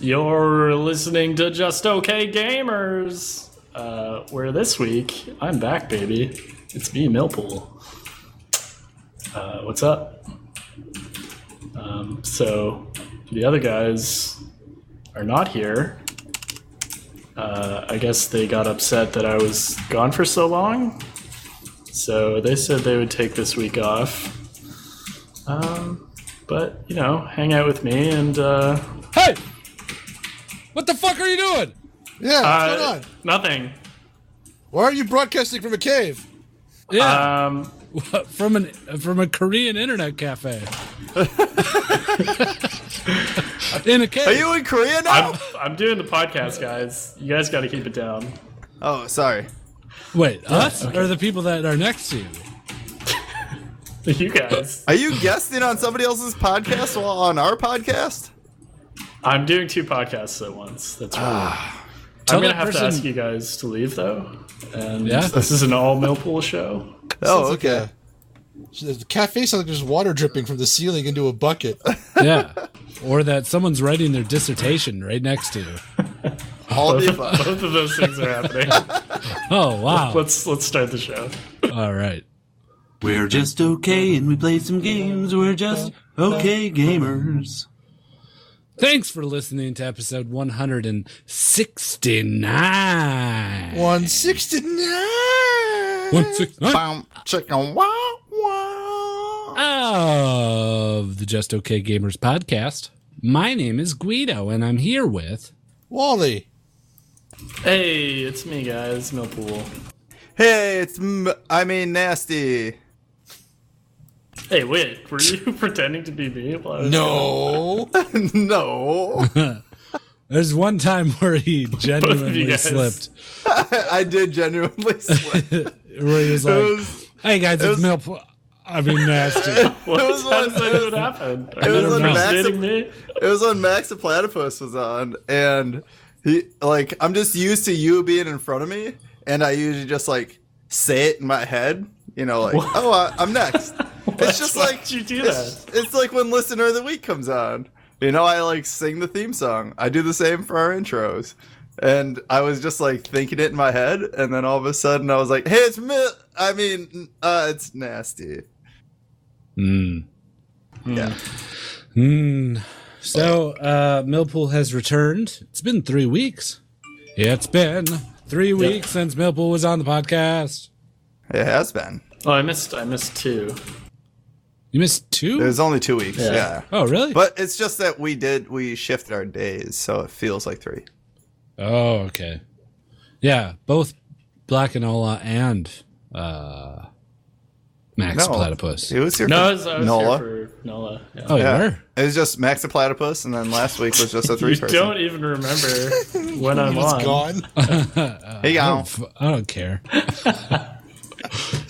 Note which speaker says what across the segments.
Speaker 1: You're listening to Just Okay Gamers, uh, where this week I'm back, baby. It's me, Millpool. Uh, what's up? Um, so the other guys are not here. Uh, I guess they got upset that I was gone for so long. So they said they would take this week off. Um, but, you know, hang out with me and. Uh,
Speaker 2: Hey! What the fuck are you doing?
Speaker 3: Yeah, what's
Speaker 1: uh,
Speaker 3: going on?
Speaker 1: Nothing.
Speaker 3: Why are you broadcasting from a cave?
Speaker 2: Yeah,
Speaker 1: Um,
Speaker 2: from an from a Korean internet cafe. In a cave.
Speaker 4: Are you in Korea now?
Speaker 1: I'm, I'm doing the podcast, guys. You guys got to keep it down.
Speaker 4: Oh, sorry.
Speaker 2: Wait, us or the people that are next to you?
Speaker 1: You guys.
Speaker 4: Are you guesting on somebody else's podcast while on our podcast?
Speaker 1: I'm doing two podcasts at once. That's right.
Speaker 2: Tell
Speaker 1: I'm going
Speaker 2: that
Speaker 1: to have to
Speaker 2: person-
Speaker 1: ask you guys to leave, though. And
Speaker 2: Yeah?
Speaker 1: this is an all Millpool show.
Speaker 4: Oh,
Speaker 3: like
Speaker 4: okay.
Speaker 3: So the cafe sounds like there's water dripping from the ceiling into a bucket.
Speaker 2: Yeah. Or that someone's writing their dissertation right next to you.
Speaker 4: All the
Speaker 1: Both,
Speaker 4: above.
Speaker 1: both of those things are happening.
Speaker 2: Oh wow.
Speaker 1: let's let's start the show.
Speaker 2: All right.
Speaker 5: We're just okay and we play some games. We're just okay gamers.
Speaker 2: Thanks for listening to episode 169.
Speaker 3: 169.
Speaker 2: 169.
Speaker 4: Bum, chicken, wow, wow.
Speaker 2: of the Just Okay Gamers podcast. My name is Guido, and I'm here with.
Speaker 3: Wally.
Speaker 1: Hey, it's me, guys. Millpool.
Speaker 4: Hey, it's m- I mean nasty.
Speaker 1: Hey, wait. Were you pretending to be me? while I was-
Speaker 3: No.
Speaker 4: no,
Speaker 2: There's one time where he
Speaker 1: you
Speaker 2: genuinely
Speaker 1: guys.
Speaker 2: slipped,
Speaker 4: I did genuinely. Sweat. It
Speaker 2: where he was like,
Speaker 4: was,
Speaker 2: "Hey guys, it's
Speaker 4: was-
Speaker 2: Milp. I mean, nasty."
Speaker 1: What?
Speaker 4: It was
Speaker 1: How
Speaker 4: one-
Speaker 1: does that even happen? Are
Speaker 4: was
Speaker 1: you
Speaker 2: one
Speaker 1: impersonating me?
Speaker 4: it was when Max the Platypus was on, and he like I'm just used to you being in front of me, and I usually just like say it in my head, you know, like oh I, I'm next. it's just
Speaker 1: Why
Speaker 4: like
Speaker 1: did you do
Speaker 4: it's, it's like when listener of the week comes on. You know, I like sing the theme song. I do the same for our intros. And I was just like thinking it in my head, and then all of a sudden I was like, "Hey, it's mi- I mean, uh, it's nasty."
Speaker 2: Mm.
Speaker 4: Yeah.
Speaker 2: Mm. So, uh, Millpool has returned. It's been three weeks. Yeah, it's been three weeks since Millpool was on the podcast.
Speaker 4: It has been.
Speaker 1: Oh, I missed. I missed two.
Speaker 2: You missed two?
Speaker 4: It was only two weeks.
Speaker 1: Yeah.
Speaker 4: yeah.
Speaker 2: oh, really?
Speaker 4: But it's just that we did we shifted our days, so it feels like three.
Speaker 2: Oh, okay. Yeah, both Black Enola and uh, Max
Speaker 4: No.
Speaker 2: Platypus.
Speaker 4: It was here.
Speaker 1: No, I
Speaker 4: for-
Speaker 1: was, I was
Speaker 4: Nola.
Speaker 1: here for Nola. yeah.
Speaker 2: Oh,
Speaker 4: yeah.
Speaker 2: you were?
Speaker 4: It was just Max the Platypus, and then last week was just a three
Speaker 1: You
Speaker 4: person.
Speaker 1: don't even remember when I'm
Speaker 3: It's
Speaker 1: on.
Speaker 3: gone.
Speaker 4: Hey,
Speaker 2: I
Speaker 4: y'all.
Speaker 2: don't, f- I don't care.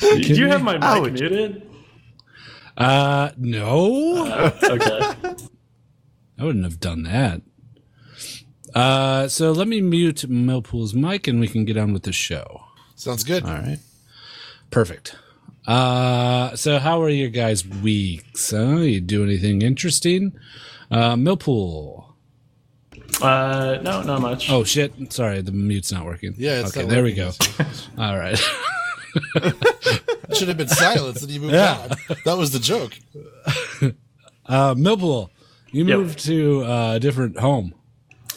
Speaker 1: Did you have my mic
Speaker 4: Ouch.
Speaker 1: muted?
Speaker 2: Uh, no,
Speaker 1: Okay.
Speaker 2: I wouldn't have done that. Uh, so let me mute Millpool's mic and we can get on with the show.
Speaker 3: Sounds good.
Speaker 2: All right. Perfect. Uh, so how are you guys' weeks? Huh? You do anything interesting? Uh, Millpool.
Speaker 1: Uh, no, not much.
Speaker 2: Oh shit! Sorry, the mute's not working.
Speaker 3: Yeah, it's
Speaker 2: okay.
Speaker 3: not
Speaker 2: there we go.
Speaker 3: working.
Speaker 2: All right.
Speaker 3: It should have been silence and he moved
Speaker 2: Yeah.
Speaker 3: on. That was the joke.
Speaker 2: Uh, Millpool, you
Speaker 1: Yep.
Speaker 2: moved to uh, a different home.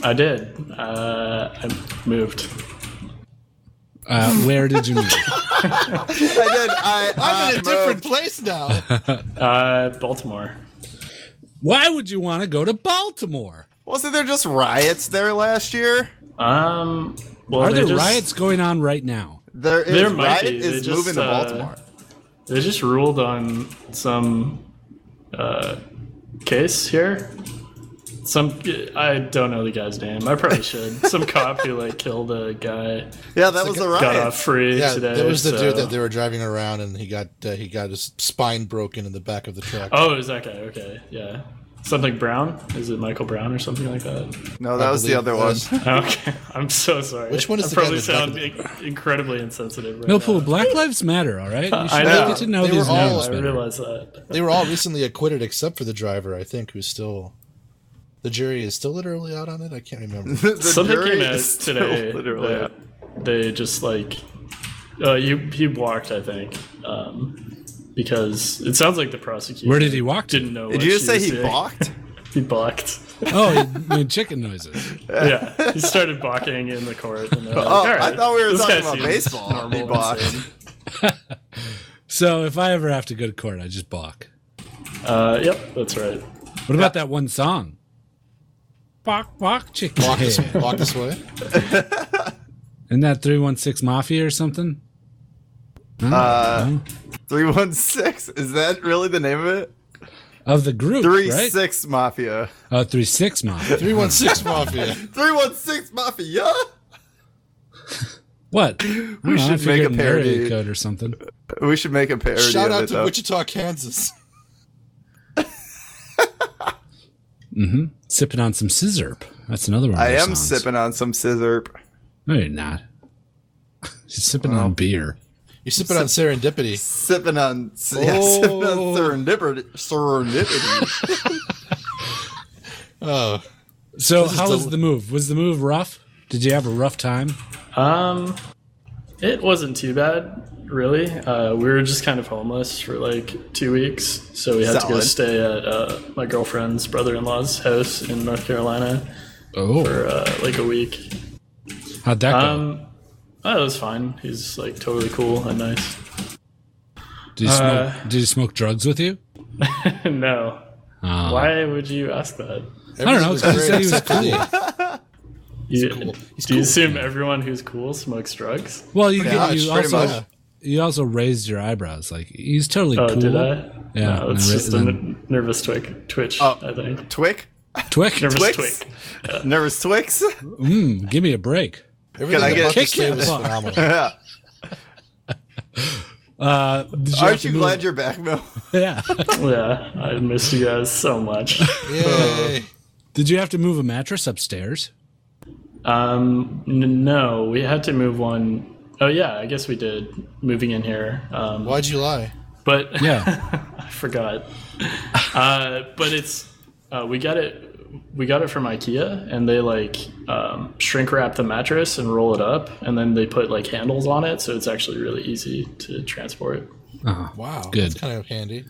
Speaker 1: I did. Uh, I moved.
Speaker 2: Uh, where did you move?
Speaker 4: I did. I,
Speaker 3: I'm in
Speaker 4: I
Speaker 3: a different
Speaker 4: moved,
Speaker 3: place now.
Speaker 1: Uh, Baltimore.
Speaker 2: Why would you want to go to Baltimore?
Speaker 4: Wasn't there just riots there last year?
Speaker 1: Um, well,
Speaker 2: Are
Speaker 1: they
Speaker 2: there
Speaker 1: just,
Speaker 2: riots going on right now?
Speaker 4: There is
Speaker 1: There might
Speaker 4: riot
Speaker 1: be. They
Speaker 4: is
Speaker 1: just,
Speaker 4: moving to
Speaker 1: uh,
Speaker 4: Baltimore.
Speaker 1: They just ruled on some uh, case here. Some I don't know the guy's name. I probably should. some cop who like killed a guy
Speaker 4: Yeah, that was the
Speaker 1: got
Speaker 4: riot.
Speaker 1: off free
Speaker 3: Yeah,
Speaker 1: today.
Speaker 3: there was the
Speaker 1: so-
Speaker 3: dude that they were driving around and he got uh, he got his spine broken in the back of the truck.
Speaker 1: Oh, is that guy? Okay, yeah. Something Brown? Is it Michael Brown or something like that?
Speaker 4: No, that was the
Speaker 3: believe
Speaker 4: other
Speaker 3: that
Speaker 4: one.
Speaker 3: was-
Speaker 1: Okay, I'm so sorry.
Speaker 3: Which one is
Speaker 1: I
Speaker 3: the guy
Speaker 1: probably
Speaker 3: that's back
Speaker 1: sound in- incredibly insensitive. Right
Speaker 2: Millpool,
Speaker 1: now.
Speaker 2: Black Lives Matter. All right, you should
Speaker 1: know.
Speaker 2: get to know
Speaker 3: They
Speaker 2: these
Speaker 3: were all-
Speaker 2: names
Speaker 1: I
Speaker 2: better.
Speaker 1: realize that.
Speaker 3: They were all recently acquitted except for the driver, I think, who's still The jury is still literally out on it. I can't remember.
Speaker 4: The
Speaker 1: Something
Speaker 4: jury
Speaker 1: came out
Speaker 4: is still
Speaker 1: today.
Speaker 4: Literally,
Speaker 1: that
Speaker 4: out.
Speaker 1: they just like uh, you he walked, I think, um, because it sounds like the prosecutor
Speaker 2: Where did he walk to?
Speaker 1: didn't know.
Speaker 4: did
Speaker 1: what
Speaker 4: you just
Speaker 1: she
Speaker 4: say
Speaker 1: was
Speaker 4: he
Speaker 1: doing.
Speaker 4: balked?
Speaker 1: He balked.
Speaker 2: Oh, he made chicken noises.
Speaker 1: yeah, he started balking in the court. And they're like,
Speaker 4: Oh,
Speaker 1: "All
Speaker 4: I
Speaker 1: right,
Speaker 4: thought we were
Speaker 1: this
Speaker 4: talking
Speaker 1: guy
Speaker 4: about
Speaker 1: seems
Speaker 4: baseball. He
Speaker 1: normal and
Speaker 4: balked.
Speaker 1: sane."
Speaker 2: So if I ever have to go to court, I just balk.
Speaker 1: Uh, yep, that's right.
Speaker 2: What about that one song? Bok bok chicken.
Speaker 3: Walk this,
Speaker 2: head.
Speaker 3: walk this way.
Speaker 2: Isn't that 316 Mafia or something? No, no.
Speaker 4: Three one six. Is that really the name of it?
Speaker 2: Of the group,
Speaker 4: Three
Speaker 2: right?
Speaker 4: six mafia.
Speaker 2: Oh, 36 Mafia.
Speaker 3: Three one six mafia.
Speaker 4: Three one six mafia.
Speaker 2: What? We
Speaker 4: should make a parody.
Speaker 2: code or something.
Speaker 4: We should make a parody
Speaker 3: Shout
Speaker 4: of
Speaker 3: out
Speaker 4: it,
Speaker 3: to
Speaker 4: though.
Speaker 3: Wichita, Kansas.
Speaker 2: Sipping on some scissor. That's another one. of
Speaker 4: I
Speaker 2: their
Speaker 4: am
Speaker 2: songs.
Speaker 4: sipping on some scissor.
Speaker 2: No, you're not. You're sipping on beer.
Speaker 3: You sip it on serendipity.
Speaker 4: Sipping on, yeah,
Speaker 2: Oh.
Speaker 4: sipping on serendipity. serendipity.
Speaker 3: Oh,
Speaker 2: So, how
Speaker 3: is
Speaker 2: was
Speaker 3: the-
Speaker 2: the move? Was the move rough? Did you have a rough time?
Speaker 1: Um, it wasn't too bad, really. Uh, we were just kind of homeless for like two weeks, so we had to go
Speaker 4: Solid.
Speaker 1: stay at uh, my girlfriend's brother-in-law's house in North Carolina
Speaker 2: Oh,
Speaker 1: for uh, like a week.
Speaker 2: how'd that go?
Speaker 1: Um, oh, it was fine. He's like totally cool and nice.
Speaker 2: did, you smoke,
Speaker 1: uh,
Speaker 2: did you smoke drugs with you?
Speaker 1: no,
Speaker 2: Uh,
Speaker 1: why would you ask that?
Speaker 3: I
Speaker 2: don't know, 'cause you said he was
Speaker 1: You, do you
Speaker 3: cool.
Speaker 1: assume everyone who's cool smokes drugs?
Speaker 2: Well, you,
Speaker 4: Yeah,
Speaker 2: you
Speaker 4: it's pretty
Speaker 2: also
Speaker 4: much-
Speaker 2: you also raised your eyebrows. Like he's totally
Speaker 1: Oh,
Speaker 2: cool.
Speaker 1: did I?
Speaker 2: Yeah,
Speaker 1: no, it's
Speaker 2: and
Speaker 1: just a
Speaker 2: then-
Speaker 1: n- nervous twig, twitch. I think
Speaker 4: Twick?
Speaker 2: Twick,
Speaker 1: nervous
Speaker 4: Twix?
Speaker 1: twig.
Speaker 4: Nervous Twix?
Speaker 2: mm, give me a break.
Speaker 3: Everything
Speaker 4: Can I
Speaker 3: I
Speaker 4: get-
Speaker 3: get
Speaker 2: Kick
Speaker 3: say
Speaker 2: it.
Speaker 3: was
Speaker 2: Fuck.
Speaker 3: phenomenal.
Speaker 4: Yeah.
Speaker 2: Uh, did you have
Speaker 4: Aren't
Speaker 2: to
Speaker 4: you
Speaker 2: move-
Speaker 4: glad you're back, Mel?
Speaker 2: Yeah.
Speaker 1: Yeah, I missed you guys so much.
Speaker 3: Yay.
Speaker 2: Did you have to move a mattress upstairs?
Speaker 1: Um, n- no, we had to move one oh yeah, I guess we did moving in here. Um,
Speaker 3: Why'd you lie?
Speaker 1: but
Speaker 2: Yeah.
Speaker 1: I forgot. Uh, but it's uh, we got it. We got it from IKEA, and they like um, shrink wrap the mattress and roll it up, and then they put like handles on it, so it's actually really easy to transport.
Speaker 2: Oh,
Speaker 3: Wow,
Speaker 2: Good.
Speaker 3: That's kind of handy.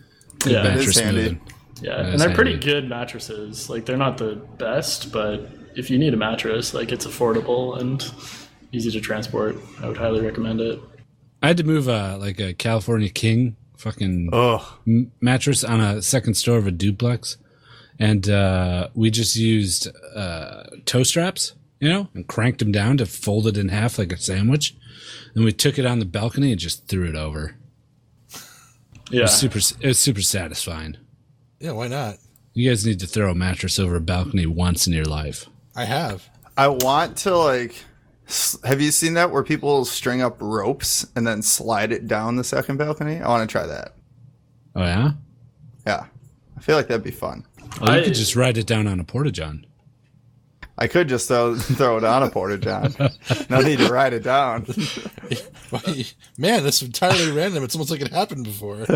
Speaker 1: yeah,
Speaker 2: mattress
Speaker 4: is handy.
Speaker 2: moving.
Speaker 1: yeah,
Speaker 2: is
Speaker 1: and they're pretty
Speaker 2: handy.
Speaker 1: good mattresses. Like they're not the best, but if you need a mattress, like it's affordable and easy to transport. I would highly recommend it.
Speaker 2: I had to move a like a California King fucking
Speaker 4: Oh,
Speaker 2: m- mattress on a second store of a duplex, and uh, we just used uh, toe straps, you know, and cranked them down to fold it in half like a sandwich, and we took it on the balcony and just threw it over.
Speaker 1: Yeah,
Speaker 2: Super, it was super satisfying.
Speaker 3: Yeah, why not?
Speaker 2: You guys need to throw a mattress over a balcony once in your life.
Speaker 3: I have.
Speaker 4: I want to like. s- Have you seen that where people string up ropes and then slide it down the second balcony? I want to try that.
Speaker 2: Oh yeah,
Speaker 4: Yeah, I feel like that'd be fun.
Speaker 2: oh, you
Speaker 1: I-
Speaker 2: could just write it down on a porta john.
Speaker 4: I could just throw throw it on a porta john. No need to write it down.
Speaker 3: Man, that's entirely random. It's almost like it happened before.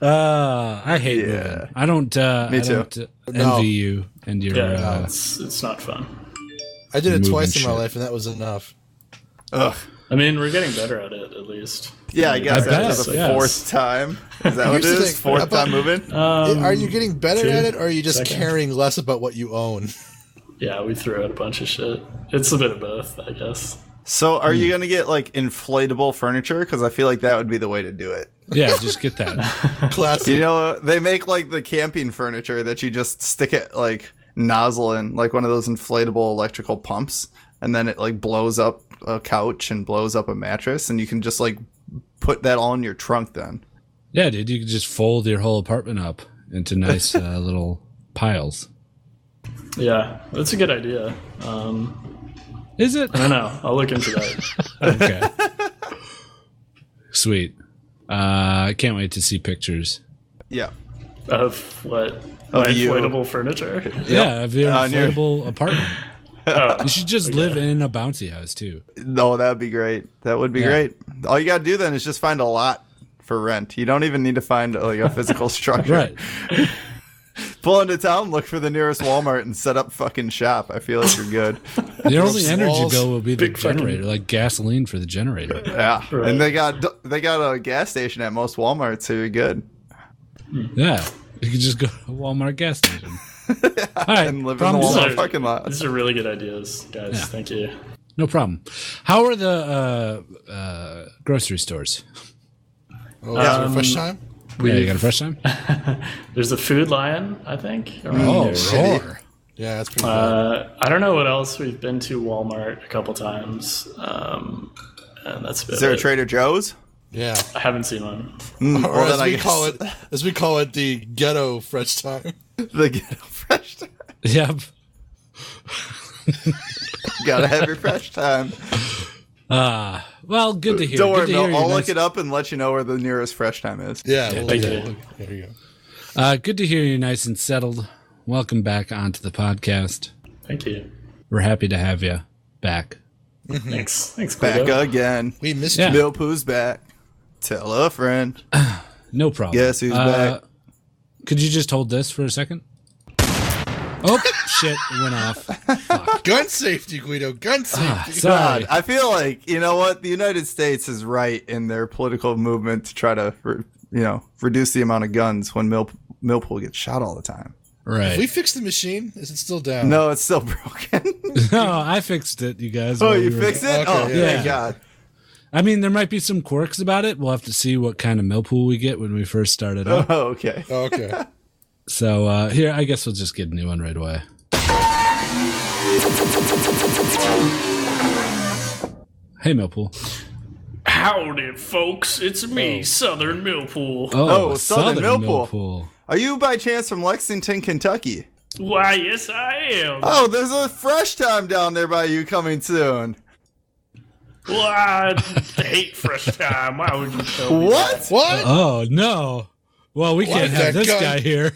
Speaker 2: Uh, I hate
Speaker 4: Yeah.
Speaker 2: moving. I don't. Uh,
Speaker 4: Me
Speaker 2: I
Speaker 4: too.
Speaker 2: don't uh, envy
Speaker 3: No.
Speaker 2: you and your.
Speaker 1: yeah,
Speaker 2: uh,
Speaker 1: it's it's not fun.
Speaker 3: I did it
Speaker 2: Moving
Speaker 3: twice in my
Speaker 2: shit.
Speaker 3: life, and that was enough.
Speaker 4: Ugh.
Speaker 1: I mean, we're getting better at it, at least.
Speaker 4: Yeah, I guess
Speaker 2: I
Speaker 4: that's
Speaker 2: bet,
Speaker 4: the
Speaker 2: yes.
Speaker 4: fourth time. Is that what it
Speaker 3: Here's the
Speaker 4: is?
Speaker 3: thing.
Speaker 4: Fourth
Speaker 3: About-
Speaker 4: time moving.
Speaker 3: Eh, are you getting better
Speaker 1: two,
Speaker 3: at it, or are you just
Speaker 1: second.
Speaker 3: caring less about what you own?
Speaker 1: Yeah, we threw out a bunch of shit. It's a bit of both, I guess.
Speaker 4: So, are you gonna get like inflatable furniture? Because I feel like that would be the way to do it.
Speaker 2: yeah, just get that.
Speaker 4: You
Speaker 3: Classic.
Speaker 4: know, they make like the camping furniture that you just stick it like nozzle in, like one of those inflatable electrical pumps, and then it like blows up a couch and blows up a mattress, and you can just like put that all in your trunk. Then
Speaker 2: Yeah, dude, you could just fold your whole apartment up into nice uh, little piles.
Speaker 1: Yeah, that's a good idea. Um,
Speaker 2: Is it?
Speaker 1: I don't know. I'll look into that.
Speaker 2: Okay. Sweet. Uh, I can't wait to see pictures.
Speaker 4: yeah,
Speaker 1: of what? my
Speaker 4: you.
Speaker 1: inflatable furniture.
Speaker 2: Yeah, of your
Speaker 4: Uh, near-
Speaker 2: affordable apartment. you should just live in a bouncy house too.
Speaker 4: no, that would be great. That would be great. All you gotta do then is just find a lot for rent. You don't even need to find like a physical structure.
Speaker 2: Right.
Speaker 4: Pull into town, look for the nearest Walmart, and set up fucking shop. I feel like you're good.
Speaker 2: The only energy
Speaker 3: walls,
Speaker 2: bill will be the
Speaker 1: big fucking-
Speaker 2: generator, like gasoline for the generator.
Speaker 4: Yeah,
Speaker 1: Right.
Speaker 4: and they got they got a gas station at most WalMarts, so you're good.
Speaker 2: Yeah, you could just go to a Walmart gas station. All
Speaker 4: And
Speaker 2: right,
Speaker 4: live in the
Speaker 2: problem
Speaker 4: Walmart
Speaker 2: solved.
Speaker 1: solved.
Speaker 4: fucking lot.
Speaker 1: These are really good ideas, guys. Thank you.
Speaker 2: No problem. How are the uh, uh, grocery stores?
Speaker 3: Oh, is there a
Speaker 1: Um,
Speaker 3: fresh time?
Speaker 2: Yeah, you got a fresh time?
Speaker 1: There's a food lion, I think. around
Speaker 2: Oh,
Speaker 1: here.
Speaker 2: roar.
Speaker 3: Yeah, that's pretty
Speaker 1: Uh, I don't know what else we've been to Walmart a couple times, um, and that's about
Speaker 4: Is there a
Speaker 1: it.
Speaker 4: Trader Joe's?
Speaker 3: good. Yeah.
Speaker 1: I haven't seen one.
Speaker 4: Mm,
Speaker 3: Or
Speaker 4: well,
Speaker 3: as
Speaker 4: then I
Speaker 3: we
Speaker 4: guess
Speaker 3: call it as we call it the ghetto fresh time.
Speaker 4: the ghetto fresh. Time.
Speaker 2: Yep.
Speaker 4: Gotta have your fresh time.
Speaker 2: Well, good to hear.
Speaker 4: Don't
Speaker 2: good
Speaker 4: worry,
Speaker 2: to
Speaker 4: Mel.
Speaker 2: hear
Speaker 4: I'll
Speaker 2: your
Speaker 4: look
Speaker 2: nice-
Speaker 4: it up and let you know where the nearest fresh time is.
Speaker 3: Yeah, well,
Speaker 1: thank
Speaker 3: yeah,
Speaker 1: you.
Speaker 3: look, there you go.
Speaker 2: Uh, good to hear you're nice and settled. Welcome back onto the podcast.
Speaker 1: Thank you.
Speaker 2: We're happy to have you back.
Speaker 1: Thanks. Thanks,
Speaker 4: Hmm. Back
Speaker 1: Guido.
Speaker 4: again.
Speaker 3: We missed
Speaker 2: Yeah.
Speaker 3: you.
Speaker 4: Bill Pooh's back. Tell a friend.
Speaker 2: No problem. Uh,
Speaker 4: Guess who's back?
Speaker 2: Could you just hold this for a second? Oh shit! It went off.
Speaker 3: Gun safety, Guido. Gun safety.
Speaker 2: Sorry.
Speaker 4: God, I feel like you know what the United States is right in their political movement to try to re- you know reduce the amount of guns when Mill- Millpool gets shot all the time.
Speaker 2: Right.
Speaker 3: we fixed the machine. Is it still down?
Speaker 4: No, it's still broken.
Speaker 2: no, I fixed it, you guys.
Speaker 4: oh,
Speaker 2: while
Speaker 4: you
Speaker 2: we were-
Speaker 4: fixed it?
Speaker 3: Okay,
Speaker 4: oh,
Speaker 3: yeah.
Speaker 4: thank God.
Speaker 2: I mean, there might be some quirks about it. We'll have to see what kind of millpool we get when we first started up.
Speaker 4: Oh, okay.
Speaker 3: Oh, okay.
Speaker 2: So uh, here, I guess we'll just get a new one right away. Hey, Millpool.
Speaker 1: Howdy, folks. It's me, Southern Millpool.
Speaker 4: Oh, Southern Millpool. Are you by chance from Lexington, Kentucky?
Speaker 1: Why, yes, I am.
Speaker 4: Oh, there's a fresh time down there by you coming soon.
Speaker 1: Well, I hate fresh time. Why would you tell me?
Speaker 4: What?
Speaker 3: What?
Speaker 2: Oh no! Well, we can't have
Speaker 3: that
Speaker 2: this
Speaker 3: guy?
Speaker 2: guy here.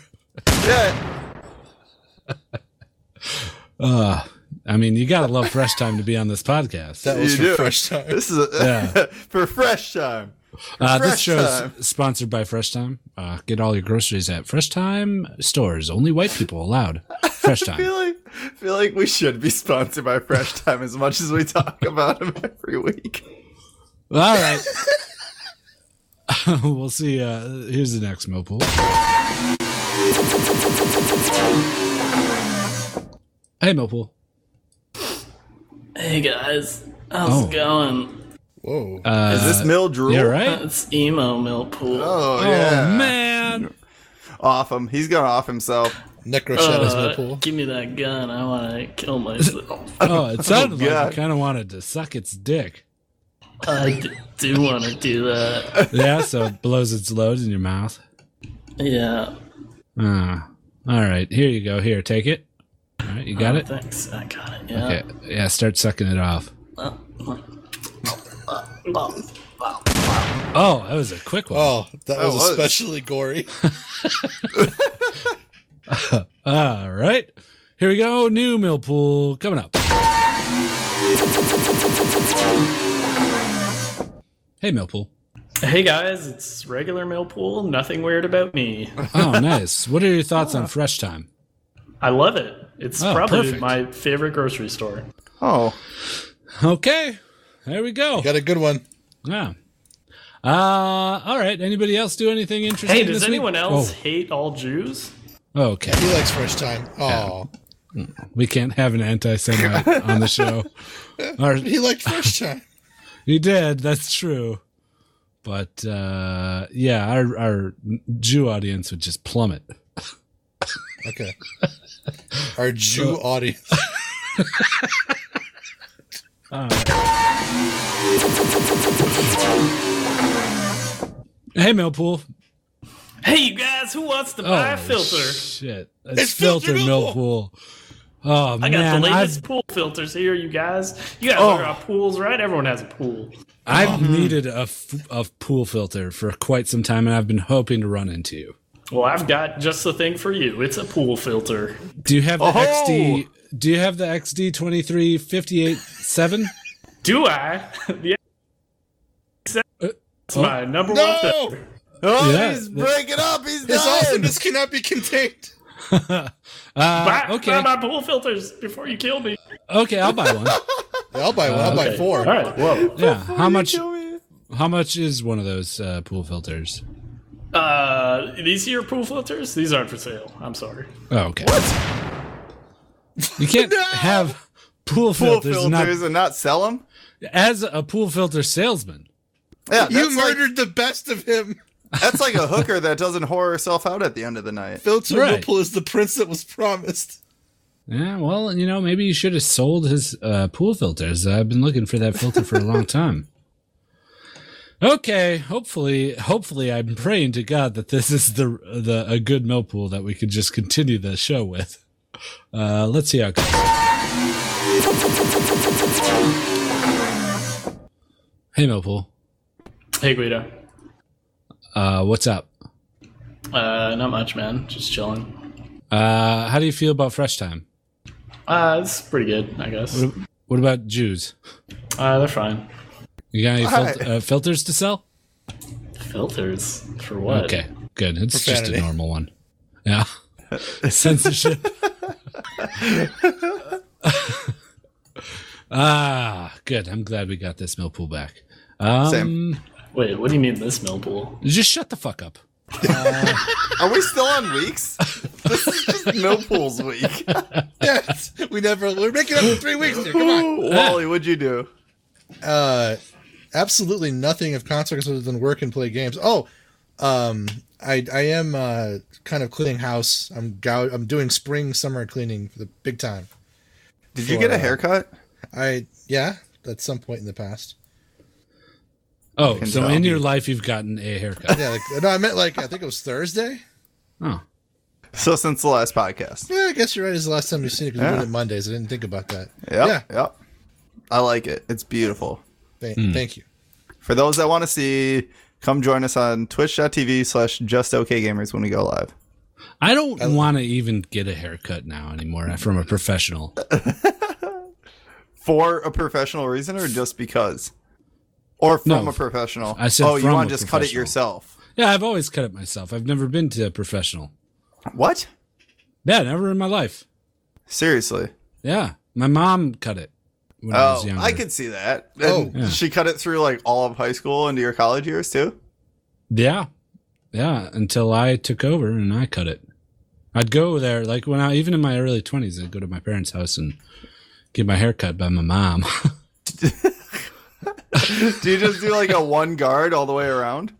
Speaker 4: Yeah.
Speaker 2: I mean, you gotta love fresh time to be on this podcast.
Speaker 3: That was
Speaker 4: You
Speaker 3: for
Speaker 4: do.
Speaker 3: fresh time.
Speaker 4: This is a,
Speaker 2: Yeah.
Speaker 4: for fresh time.
Speaker 2: Uh, this
Speaker 4: Fresh
Speaker 2: show's
Speaker 4: Time.
Speaker 2: sponsored by Fresh Time. Uh, get all your groceries at Fresh Time stores. Only white people allowed. Fresh
Speaker 4: I feel
Speaker 2: Time.
Speaker 4: like I feel like we should be sponsored by Fresh Time as much as we talk about them every week.
Speaker 2: all right. we'll see. Uh, here's the next Millpool. Hey, Millpool.
Speaker 1: Hey, guys. How's
Speaker 2: Oh.
Speaker 1: it going?
Speaker 3: Whoa.
Speaker 4: Is this
Speaker 3: Uh,
Speaker 4: Mill Drool?
Speaker 2: You all Uh, right?
Speaker 1: It's Emo Millpool.
Speaker 4: Oh,
Speaker 2: Oh,
Speaker 4: yeah.
Speaker 2: man.
Speaker 4: Off him. He's gonna off himself.
Speaker 3: Necro shadows
Speaker 1: Uh,
Speaker 3: my pool.
Speaker 1: give me that gun. I want to kill myself.
Speaker 2: Oh, it sounded like
Speaker 4: God.
Speaker 2: you kind of wanted to suck its dick.
Speaker 1: I d- do want to do that.
Speaker 2: Yeah, so it blows its load in your mouth.
Speaker 1: Yeah.
Speaker 2: Uh, all right, here you go. Here, take it. All right, you got
Speaker 4: Uh,
Speaker 2: it?
Speaker 1: Thanks. I got it. Yeah.
Speaker 2: Yeah, yeah, start sucking it off.
Speaker 1: Well,
Speaker 2: Oh, that was a quick one.
Speaker 3: Oh, that was
Speaker 4: was.
Speaker 3: especially gory.
Speaker 2: All right. Here we go. New Millpool coming up. Hey, Millpool.
Speaker 1: Hey guys, it's regular Millpool. Nothing weird about me.
Speaker 2: Oh, nice. What are your thoughts on Fresh Time?
Speaker 1: I love it. It's
Speaker 2: Oh,
Speaker 1: probably
Speaker 2: perfect.
Speaker 1: my favorite grocery store.
Speaker 4: Oh.
Speaker 2: Okay. There we go.
Speaker 3: Got a good one.
Speaker 2: Yeah. Uh, all right. Anybody else do anything interesting?
Speaker 1: Hey, does
Speaker 2: this week?
Speaker 1: anyone else hate all Jews?
Speaker 2: Oh, okay.
Speaker 3: He likes fresh time. Oh,
Speaker 2: We can't have an anti-Semite on the show. Or
Speaker 3: he liked fresh time.
Speaker 2: He did. That's true. But uh, yeah, our our Jew audience would just plummet.
Speaker 3: Okay. Our Jew audience.
Speaker 2: Hey, Millpool.
Speaker 1: Hey, you guys, who wants to buy
Speaker 2: Oh,
Speaker 1: a filter?
Speaker 2: Shit, it's,
Speaker 3: It's
Speaker 2: filter
Speaker 3: filter
Speaker 2: Millpool. Oh
Speaker 1: I got
Speaker 2: man, Oh.
Speaker 1: the latest
Speaker 2: I've
Speaker 1: pool filters here, you guys. You guys are our pools, right? Everyone has a pool.
Speaker 2: I've needed a, f- a pool filter for quite some time, and I've been hoping to run into you.
Speaker 1: Well, I've got just the thing for you. It's a pool filter.
Speaker 2: Do you have the
Speaker 4: Oh!
Speaker 2: XD? Do you have the XD twenty three fifty eight seven?
Speaker 1: Do I? the
Speaker 2: Uh,
Speaker 1: it's
Speaker 2: oh.
Speaker 1: my number one
Speaker 3: No!
Speaker 1: filter.
Speaker 4: Oh,
Speaker 2: Yeah.
Speaker 4: he's breaking up. He's
Speaker 3: His
Speaker 4: dying.
Speaker 3: awesomeness cannot be contained.
Speaker 2: Uh,
Speaker 1: Buy, buy
Speaker 2: okay,
Speaker 1: my pool filters before you kill me.
Speaker 2: okay, I'll buy one.
Speaker 3: Yeah, I'll buy one. I'll buy
Speaker 1: Okay.
Speaker 3: four.
Speaker 1: All right. Whoa.
Speaker 2: Yeah, how much?
Speaker 4: Kill me.
Speaker 2: How much is one of those uh, pool filters?
Speaker 1: Uh, these here pool filters? These aren't for sale. I'm sorry.
Speaker 2: Oh, okay. You can't have pool
Speaker 4: Pool
Speaker 2: filters,
Speaker 4: filters
Speaker 2: and not,
Speaker 4: and not sell them.
Speaker 2: as a pool filter salesman.
Speaker 4: Yeah,
Speaker 3: You
Speaker 4: that's
Speaker 3: murdered the best of him.
Speaker 4: Like, that's like a hooker that doesn't whore herself out at the end of the night.
Speaker 3: Filter
Speaker 2: Right.
Speaker 3: Whipple is the prince that was promised.
Speaker 2: Yeah, well, you know, maybe you should have sold his uh, pool filters. I've been looking for that filter for a long time. Okay, hopefully, hopefully, I'm praying to God that this is the the a good mill pool that we can just continue the show with. Uh, let's see how it goes. Hey, Millpool.
Speaker 1: Hey, Guido.
Speaker 2: Uh, what's up?
Speaker 1: Uh, not much, man. Just chilling.
Speaker 2: Uh, how do you feel about Fresh Time?
Speaker 1: Uh, it's pretty good, I guess.
Speaker 2: What about Jews?
Speaker 1: Uh, they're fine.
Speaker 2: You got any fil-
Speaker 4: Hi.
Speaker 2: uh, filters to sell?
Speaker 1: Filters for what?
Speaker 2: Okay, good. It's just a
Speaker 3: Profanity.
Speaker 2: normal one. Yeah. Censorship. ah, good. I'm glad we got this Millpool back. Um,
Speaker 4: Same.
Speaker 1: Wait, what do you mean this mill pool?
Speaker 2: Just shut the fuck up.
Speaker 4: Are we still on weeks? this is just no pools week.
Speaker 3: Yes, we never. We're making up for three weeks here. Come on.
Speaker 4: Wally, what'd you do?
Speaker 3: Uh, absolutely nothing of consequence other than work and play games. Oh, um, I I am uh kind of cleaning house. I'm gou- I'm doing spring summer cleaning for the big time.
Speaker 4: Did you get a
Speaker 3: For, uh,
Speaker 4: haircut?
Speaker 3: I yeah, at some point in the past.
Speaker 2: Oh, so
Speaker 4: tell.
Speaker 2: in your life you've gotten a haircut.
Speaker 3: Yeah, like, no, I meant like I think it was Thursday.
Speaker 2: Oh,
Speaker 4: So since the last podcast.
Speaker 3: Yeah, I guess you're right. It's the last time you've seen it because we
Speaker 4: Yeah.
Speaker 3: did it Mondays. I didn't think about that.
Speaker 4: Yep,
Speaker 3: Yeah.
Speaker 4: Yep. I like it. It's beautiful.
Speaker 3: Thank,
Speaker 2: Hmm.
Speaker 3: thank you.
Speaker 4: For those that want to see, come join us on twitch.tv slash just okay gamers when we go live.
Speaker 2: I don't want to even get a haircut now anymore from a professional.
Speaker 4: For a professional reason or just because? Or from
Speaker 2: No.
Speaker 4: a professional?
Speaker 2: I said
Speaker 4: oh, you
Speaker 2: from a
Speaker 4: want to just cut it
Speaker 2: professional.
Speaker 4: yourself.
Speaker 2: Yeah, I've always cut it myself. I've never been to a professional.
Speaker 4: What?
Speaker 2: Yeah, never in my life.
Speaker 4: Seriously.
Speaker 2: Yeah, my mom cut it when I was
Speaker 4: Oh,
Speaker 2: younger.
Speaker 4: I could see that. And
Speaker 3: Oh.
Speaker 2: Yeah.
Speaker 4: she cut it through like all of high school into your college years too.
Speaker 2: Yeah. Yeah. Until I took over and I cut it. I'd go there, like when I, even in my early 20s, I'd go to my parents' house and get my hair cut by my mom.
Speaker 4: Do you just do like a one guard all the way around?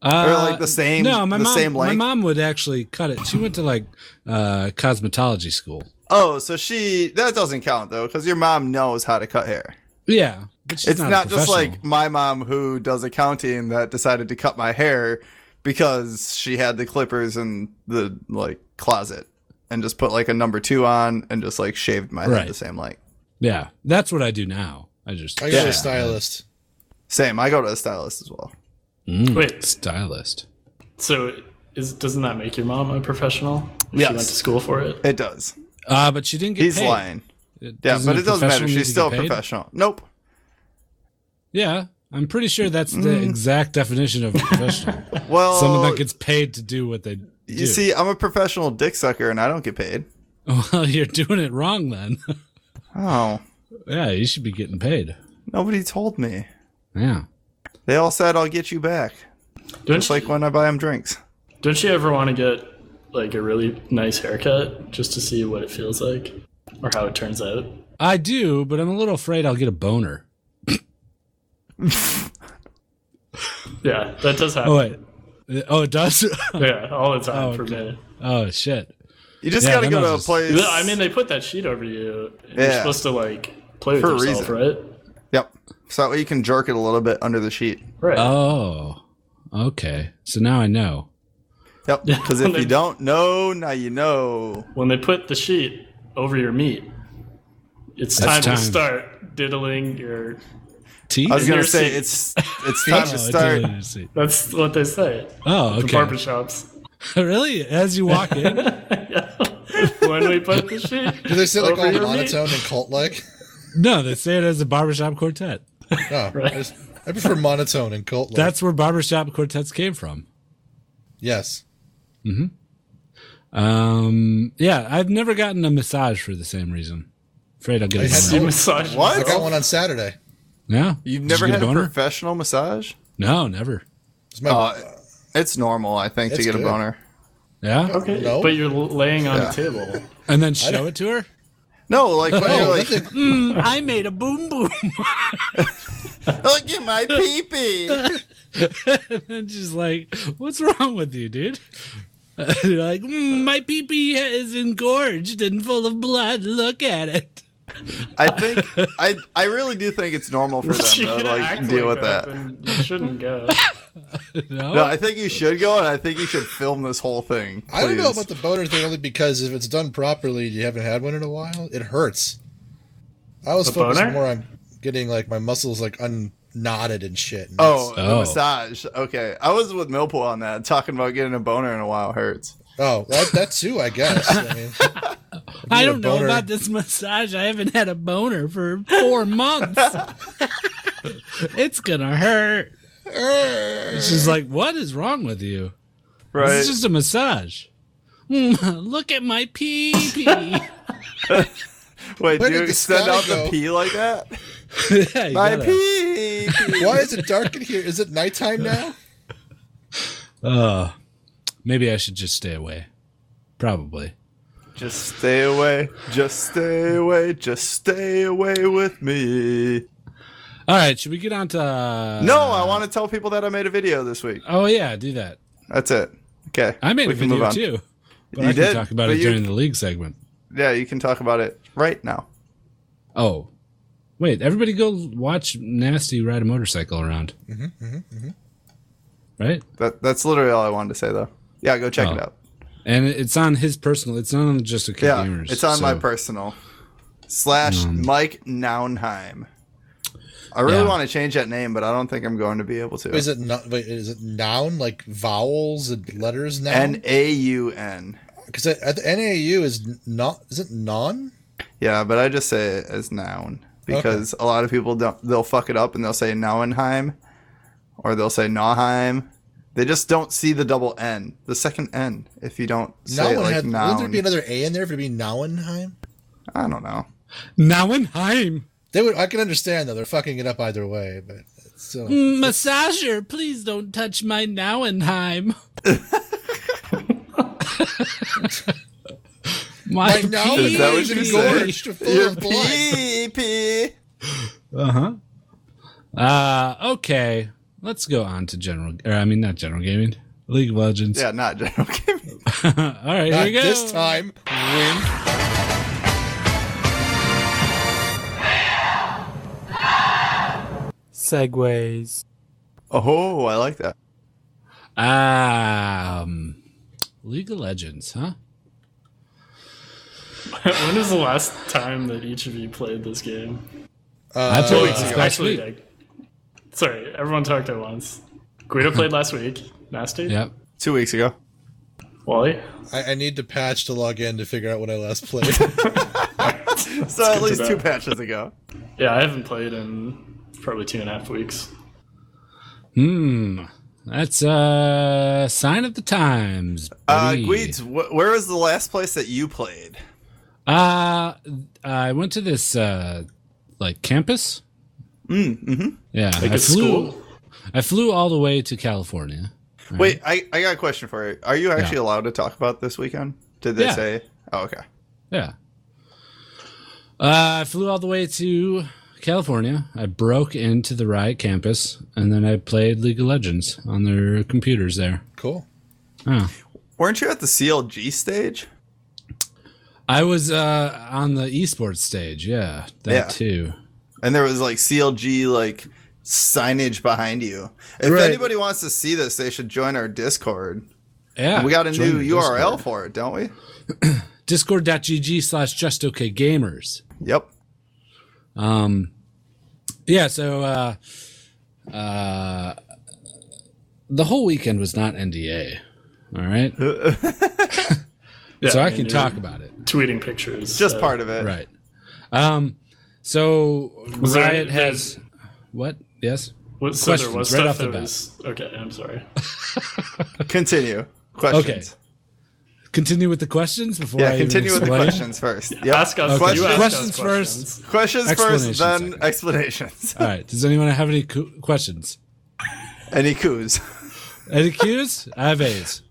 Speaker 2: Uh,
Speaker 4: Or, like, the same-
Speaker 2: No, my
Speaker 4: the
Speaker 2: mom,
Speaker 4: same
Speaker 2: my
Speaker 4: length?
Speaker 2: mom would actually cut it. She went to like uh, cosmetology school.
Speaker 4: Oh, so she that doesn't count though, because your mom knows how to cut hair.
Speaker 2: Yeah. But she's
Speaker 4: it's
Speaker 2: a
Speaker 4: not, just
Speaker 2: professional.
Speaker 4: like my mom who does accounting that decided to cut my hair because she had the clippers in the like closet and just put like a number two on and just like shaved my
Speaker 2: Right.
Speaker 4: head the same length.
Speaker 2: Yeah. That's what I do now. I just.
Speaker 3: I got
Speaker 4: Yeah.
Speaker 3: a stylist.
Speaker 4: Same. I go to a stylist as well.
Speaker 2: Mm,
Speaker 1: Wait.
Speaker 2: Stylist.
Speaker 1: So, is doesn't that make your mom a professional? If
Speaker 4: Yes.
Speaker 1: She went to school for it.
Speaker 4: It does.
Speaker 2: Uh, but she didn't get
Speaker 4: He's
Speaker 2: paid.
Speaker 4: lying. Yeah,
Speaker 2: doesn't
Speaker 4: but
Speaker 2: a
Speaker 4: it doesn't matter.
Speaker 2: professional need
Speaker 4: She's
Speaker 2: to
Speaker 4: still a
Speaker 2: get paid?
Speaker 4: professional. Nope.
Speaker 2: Yeah. I'm pretty sure that's
Speaker 4: Mm.
Speaker 2: the exact definition of a professional.
Speaker 4: Well,
Speaker 2: Someone that gets paid to do what they do.
Speaker 4: Oh. you see, I'm a professional dick sucker and I don't get paid.
Speaker 2: Well, you're doing it wrong then.
Speaker 4: Oh,
Speaker 2: yeah, you should be getting paid.
Speaker 4: nobody told me.
Speaker 2: Yeah.
Speaker 4: They all said I'll get you back.
Speaker 1: Don't
Speaker 4: It's
Speaker 1: you,
Speaker 4: like when I buy them drinks.
Speaker 1: don't you ever want to get like a really nice haircut just to see what it feels like or how it turns out?
Speaker 2: I do, but I'm a little afraid I'll get a boner.
Speaker 1: Yeah, that does happen.
Speaker 2: Oh, wait. Uh, Oh, it does?
Speaker 1: Yeah, all the time
Speaker 2: Oh,
Speaker 1: for me.
Speaker 2: oh, shit.
Speaker 4: You just
Speaker 2: Yeah,
Speaker 4: gotta
Speaker 2: then
Speaker 4: go
Speaker 2: I'll
Speaker 4: to a
Speaker 2: just-
Speaker 4: place.
Speaker 1: I mean, they put that sheet over you. And You're
Speaker 4: Yeah.
Speaker 1: supposed to like play with
Speaker 4: For a
Speaker 1: yourself,
Speaker 4: Yep. So that way you can jerk it a little bit under the sheet.
Speaker 1: right? Right.
Speaker 2: Oh, okay. So now I know.
Speaker 4: Yep. Because if you don't know, now you know.
Speaker 1: when they put the sheet over your meat, it's time,
Speaker 2: time.
Speaker 1: to start diddling your.
Speaker 2: Teeth?
Speaker 4: I was gonna
Speaker 1: your
Speaker 4: say
Speaker 1: seat.
Speaker 4: it's it's time
Speaker 2: Oh,
Speaker 4: to
Speaker 2: I
Speaker 4: start.
Speaker 2: totally see.
Speaker 1: That's what they say.
Speaker 2: Oh,
Speaker 1: The barber
Speaker 2: okay.
Speaker 1: shops.
Speaker 2: really? As you walk in?
Speaker 1: Yeah. when we put the
Speaker 3: Do
Speaker 1: sheet.
Speaker 3: they say like
Speaker 1: Over
Speaker 3: all
Speaker 1: your
Speaker 3: monotone and cult like?
Speaker 2: No, they say it as a barbershop quartet.
Speaker 3: No, I, just, I prefer monotone and cult like.
Speaker 2: That's where barbershop quartets came from.
Speaker 3: yes.
Speaker 2: Um, yeah, I've never gotten a massage for the same reason. Afraid I'll get
Speaker 3: I
Speaker 2: a
Speaker 3: had
Speaker 1: See
Speaker 2: boner.
Speaker 1: massage.
Speaker 3: I
Speaker 4: What?
Speaker 3: got one on Saturday.
Speaker 2: Yeah,
Speaker 4: You've
Speaker 2: Did
Speaker 4: never
Speaker 2: you
Speaker 4: had
Speaker 2: get
Speaker 4: a,
Speaker 2: a boner?
Speaker 4: professional massage?
Speaker 2: no, never.
Speaker 3: It's my
Speaker 4: Uh, it's normal, I think, to
Speaker 3: It's
Speaker 4: get a
Speaker 3: good.
Speaker 4: boner.
Speaker 2: Yeah,
Speaker 1: Okay,
Speaker 3: No.
Speaker 1: but you're l- laying on
Speaker 4: Yeah.
Speaker 1: a table.
Speaker 2: and then show it to her.
Speaker 4: No, like when
Speaker 3: no,
Speaker 4: you're like,
Speaker 3: nothing-
Speaker 2: Mm, I made a boom boom.
Speaker 4: look at "Oh, my pee pee.
Speaker 2: and she's like, "What's wrong with you, dude?" And you're like, "Mm, "My pee pee is engorged and full of blood. Look at it."
Speaker 4: I think I I really do think it's normal for them
Speaker 1: You're
Speaker 4: to
Speaker 1: gonna act
Speaker 4: like deal
Speaker 1: like
Speaker 4: with that.
Speaker 1: and You shouldn't go.
Speaker 2: No,
Speaker 4: No, I think you should go, and I think you should film this whole thing.
Speaker 3: I don't know
Speaker 4: please.
Speaker 3: about the boner thing only because if it's done properly, you haven't had one in a while. It hurts. I was
Speaker 1: The
Speaker 3: focusing
Speaker 1: boner?
Speaker 3: more on getting like my muscles like unknotted and shit. and
Speaker 4: Oh,
Speaker 2: Oh.
Speaker 4: the massage. Okay, I was with Millpool on that, talking about getting a boner in a while hurts.
Speaker 3: that's- oh, that, that too, I guess. I mean,
Speaker 2: I
Speaker 3: need a
Speaker 2: don't know
Speaker 3: boner.
Speaker 2: about this massage. I haven't had a boner for four months. it's gonna hurt. She's like, "What is wrong with you?
Speaker 4: Right?
Speaker 2: It's just a massage." Mm, Look at my pee pee.
Speaker 4: Wait, do
Speaker 3: Where did
Speaker 4: you
Speaker 3: the
Speaker 4: extend
Speaker 3: sky
Speaker 4: out
Speaker 3: go?
Speaker 4: the pee like that?
Speaker 2: Yeah, you
Speaker 4: My
Speaker 2: gotta-
Speaker 4: pee.
Speaker 3: why is it dark in here? Is it nighttime now?
Speaker 2: Uh, maybe I should just stay away. Probably.
Speaker 4: Just stay away. Just stay away. Just stay away with me.
Speaker 2: All right, should we get on to? Uh,
Speaker 4: No, I want to tell people that I made a video this week.
Speaker 2: Oh yeah, do that.
Speaker 4: That's it. Okay,
Speaker 2: I made
Speaker 4: we
Speaker 2: a
Speaker 4: can move
Speaker 2: video
Speaker 4: on.
Speaker 2: too. But
Speaker 4: You
Speaker 2: I can
Speaker 4: did,
Speaker 2: talk about it
Speaker 4: but you-
Speaker 2: during the league segment.
Speaker 4: Yeah, you can talk about it right now.
Speaker 2: Oh, wait! Everybody, go watch Nasty ride a motorcycle around. Mm-hmm, Right,
Speaker 4: That that's literally all I wanted to say though. Yeah, go check
Speaker 2: Oh.
Speaker 4: it out.
Speaker 2: and it's on his personal. It's not on just a
Speaker 4: Yeah,
Speaker 2: gamers.
Speaker 4: it's on my
Speaker 2: so- um,
Speaker 4: personal slash Mike Naunheim. I really
Speaker 2: Yeah.
Speaker 4: want to change that name, but I don't think I'm going to be able
Speaker 3: Is
Speaker 4: to.
Speaker 3: it not? Wait, is it noun like vowels and letters now?
Speaker 4: N A U N.
Speaker 3: Because NAU is n- not. Is it non?
Speaker 4: Yeah, but I just say it as noun because a lot of people don't. They'll fuck it up and they'll say Nauenheim, or they'll say Nauheim. They just don't see the double N, the second N. If you don't say it
Speaker 3: Noun
Speaker 4: like
Speaker 3: had. Wouldn't there
Speaker 4: noun,
Speaker 3: be another A in there for it to be Nauenheim?
Speaker 4: I don't know.
Speaker 2: Nauenheim
Speaker 3: They would. I can understand though. They're fucking it up either way, but it's still.
Speaker 2: Mm. massager. Please don't touch my Nauenheim. my
Speaker 3: Like now,
Speaker 2: pee-
Speaker 4: Is that what you said?
Speaker 3: engorged, full
Speaker 4: Your
Speaker 3: of blood.
Speaker 4: pee pee.
Speaker 2: Uh-huh. Uh okay. Let's go on to general or I mean not general gaming. League of Legends.
Speaker 4: Yeah, not general gaming.
Speaker 2: All right, here
Speaker 3: Not
Speaker 2: we go.
Speaker 3: this time. Win.
Speaker 6: Segways.
Speaker 4: Oh, I like that.
Speaker 2: Um League of Legends, huh?
Speaker 1: when was the last time that each of you played this game?
Speaker 2: I played
Speaker 3: Uh,
Speaker 2: this Oh, last
Speaker 1: Actually,
Speaker 2: week.
Speaker 1: like, sorry, everyone talked at once. Guido played last week. Nasty.
Speaker 2: Yep.
Speaker 4: Two weeks ago.
Speaker 1: Wally.
Speaker 3: I, I need to patch to log in to figure out when I last played.
Speaker 4: So at
Speaker 1: good
Speaker 4: least
Speaker 1: to
Speaker 4: two
Speaker 1: know.
Speaker 4: patches ago.
Speaker 1: Yeah, I haven't played in probably two and a half weeks.
Speaker 2: Hmm. That's a sign of the times.
Speaker 4: Uh,
Speaker 2: buddy.
Speaker 4: Gweeds, wh- where was the last place that you played?
Speaker 2: Uh, I went to this uh like campus. Mm, mm-hmm. Yeah,
Speaker 1: Like
Speaker 2: I
Speaker 1: at
Speaker 2: flew.
Speaker 1: school.
Speaker 2: I flew all the way to California.
Speaker 4: Wait, I, I got a question for you. Are you actually allowed to talk about this weekend? Did they
Speaker 2: Yeah.
Speaker 4: say? Oh, okay.
Speaker 2: Yeah. Uh, I flew all the way to California. I broke into the Riot campus, and then I played League of Legends on their computers there.
Speaker 3: cool.
Speaker 4: Weren't you at the CLG stage?
Speaker 2: I was uh, on the esports stage. Yeah, that
Speaker 4: Yeah.
Speaker 2: too.
Speaker 4: And there was like CLG like signage behind you. If
Speaker 3: Right.
Speaker 4: anybody wants to see this, they should join our Discord.
Speaker 2: Yeah,
Speaker 4: We got a
Speaker 2: join
Speaker 4: new
Speaker 2: the
Speaker 4: URL for it, don't we?
Speaker 2: Discord. Discord.gg slash justokgamers.
Speaker 4: Yep.
Speaker 2: Um, yeah, so uh, uh, the whole weekend was not NDA. All right,
Speaker 1: Yeah,
Speaker 2: so I
Speaker 1: and
Speaker 2: can
Speaker 1: you're
Speaker 2: talk about it.
Speaker 1: Tweeting pictures.
Speaker 4: Just
Speaker 1: so-
Speaker 4: part of it.
Speaker 2: Right. Um. So
Speaker 1: Was there
Speaker 2: Riot
Speaker 1: any-
Speaker 2: has what? Yes.
Speaker 1: What, so there
Speaker 2: Questions,
Speaker 1: was
Speaker 2: right
Speaker 1: stuff
Speaker 2: off the
Speaker 1: that
Speaker 2: bat.
Speaker 1: was. Okay, I'm sorry.
Speaker 4: Continue. Questions.
Speaker 2: continue with the questions before I
Speaker 4: Yeah,
Speaker 2: even
Speaker 4: continue with the
Speaker 2: explain?
Speaker 4: questions first. Yeah,
Speaker 1: Ask us.
Speaker 2: Okay.
Speaker 1: You ask
Speaker 2: Questions
Speaker 1: us questions.
Speaker 2: first.
Speaker 4: questions
Speaker 2: Explanations
Speaker 4: first, then
Speaker 2: second.
Speaker 4: explanations.
Speaker 2: All right. Does anyone have any co- questions?
Speaker 4: Any coups?
Speaker 2: Any cues? I have A's.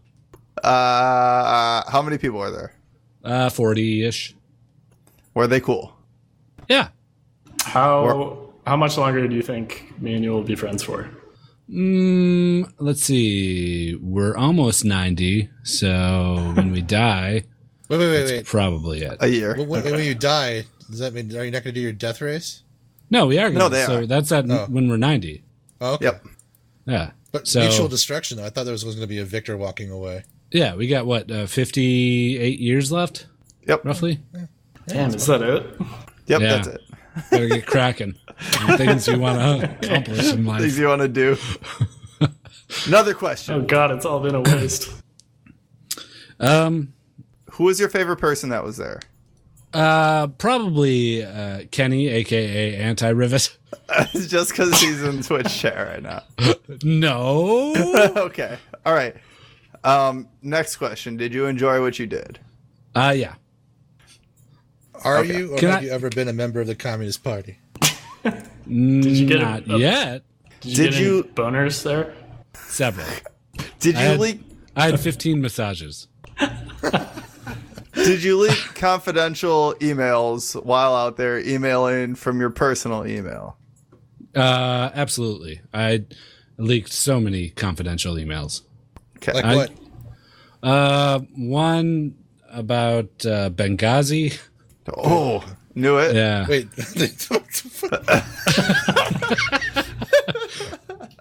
Speaker 4: Uh, how many people are there?
Speaker 2: Uh, 40 ish.
Speaker 4: Were they cool?
Speaker 2: Yeah.
Speaker 1: How how much longer do you think me and you will be friends for?
Speaker 2: Mm, let's see. We're almost 90. So when we die,
Speaker 3: Wait, wait, wait, wait.
Speaker 2: probably it.
Speaker 4: A year.
Speaker 3: When, when, when you die, does that mean are you not going to do your death race?
Speaker 2: No, we are going to.
Speaker 4: No, they
Speaker 2: so
Speaker 4: are.
Speaker 2: that's at
Speaker 3: Oh.
Speaker 2: when we're 90.
Speaker 3: Oh, okay.
Speaker 4: Yep.
Speaker 2: Yeah.
Speaker 3: But
Speaker 2: So-
Speaker 3: mutual destruction, though. I thought there was, going to be a victor walking away.
Speaker 2: Yeah. We got what, uh, 58 years left?
Speaker 4: Yep.
Speaker 2: Roughly?
Speaker 1: Damn, is that it?
Speaker 2: Yeah.
Speaker 4: Yep. That's it.
Speaker 2: Gotta get cracking. on Things you want to accomplish in life.
Speaker 4: Things you want to do. Another question.
Speaker 1: Oh god, it's all been a waste.
Speaker 2: Um,
Speaker 4: Who was your favorite person that was there?
Speaker 2: uh, probably uh, Kenny, aka Anti Rivet.
Speaker 4: Just because he's in Twitch chat right now.
Speaker 2: No,
Speaker 4: Okay. All right. Um, next question. Did you enjoy what you did?
Speaker 2: uh, yeah.
Speaker 3: Are you or
Speaker 2: Can
Speaker 3: have
Speaker 2: I-
Speaker 3: you ever been a member of the Communist Party?
Speaker 2: Did
Speaker 1: you get a-
Speaker 2: Not
Speaker 1: a-
Speaker 2: yet.
Speaker 1: Did you,
Speaker 4: Did
Speaker 1: get any
Speaker 4: you-
Speaker 1: boners there?
Speaker 2: Several.
Speaker 4: Did you
Speaker 2: had-
Speaker 4: leak?
Speaker 2: I had 15 massages.
Speaker 4: Did you leak confidential emails while out there emailing from your personal email?
Speaker 2: Uh, absolutely. I leaked so many confidential emails.
Speaker 4: Okay.
Speaker 3: Like
Speaker 2: I-
Speaker 3: what?
Speaker 2: Uh, one about uh, Benghazi.
Speaker 4: oh, knew it.
Speaker 2: Yeah.
Speaker 3: Wait, what the fuck?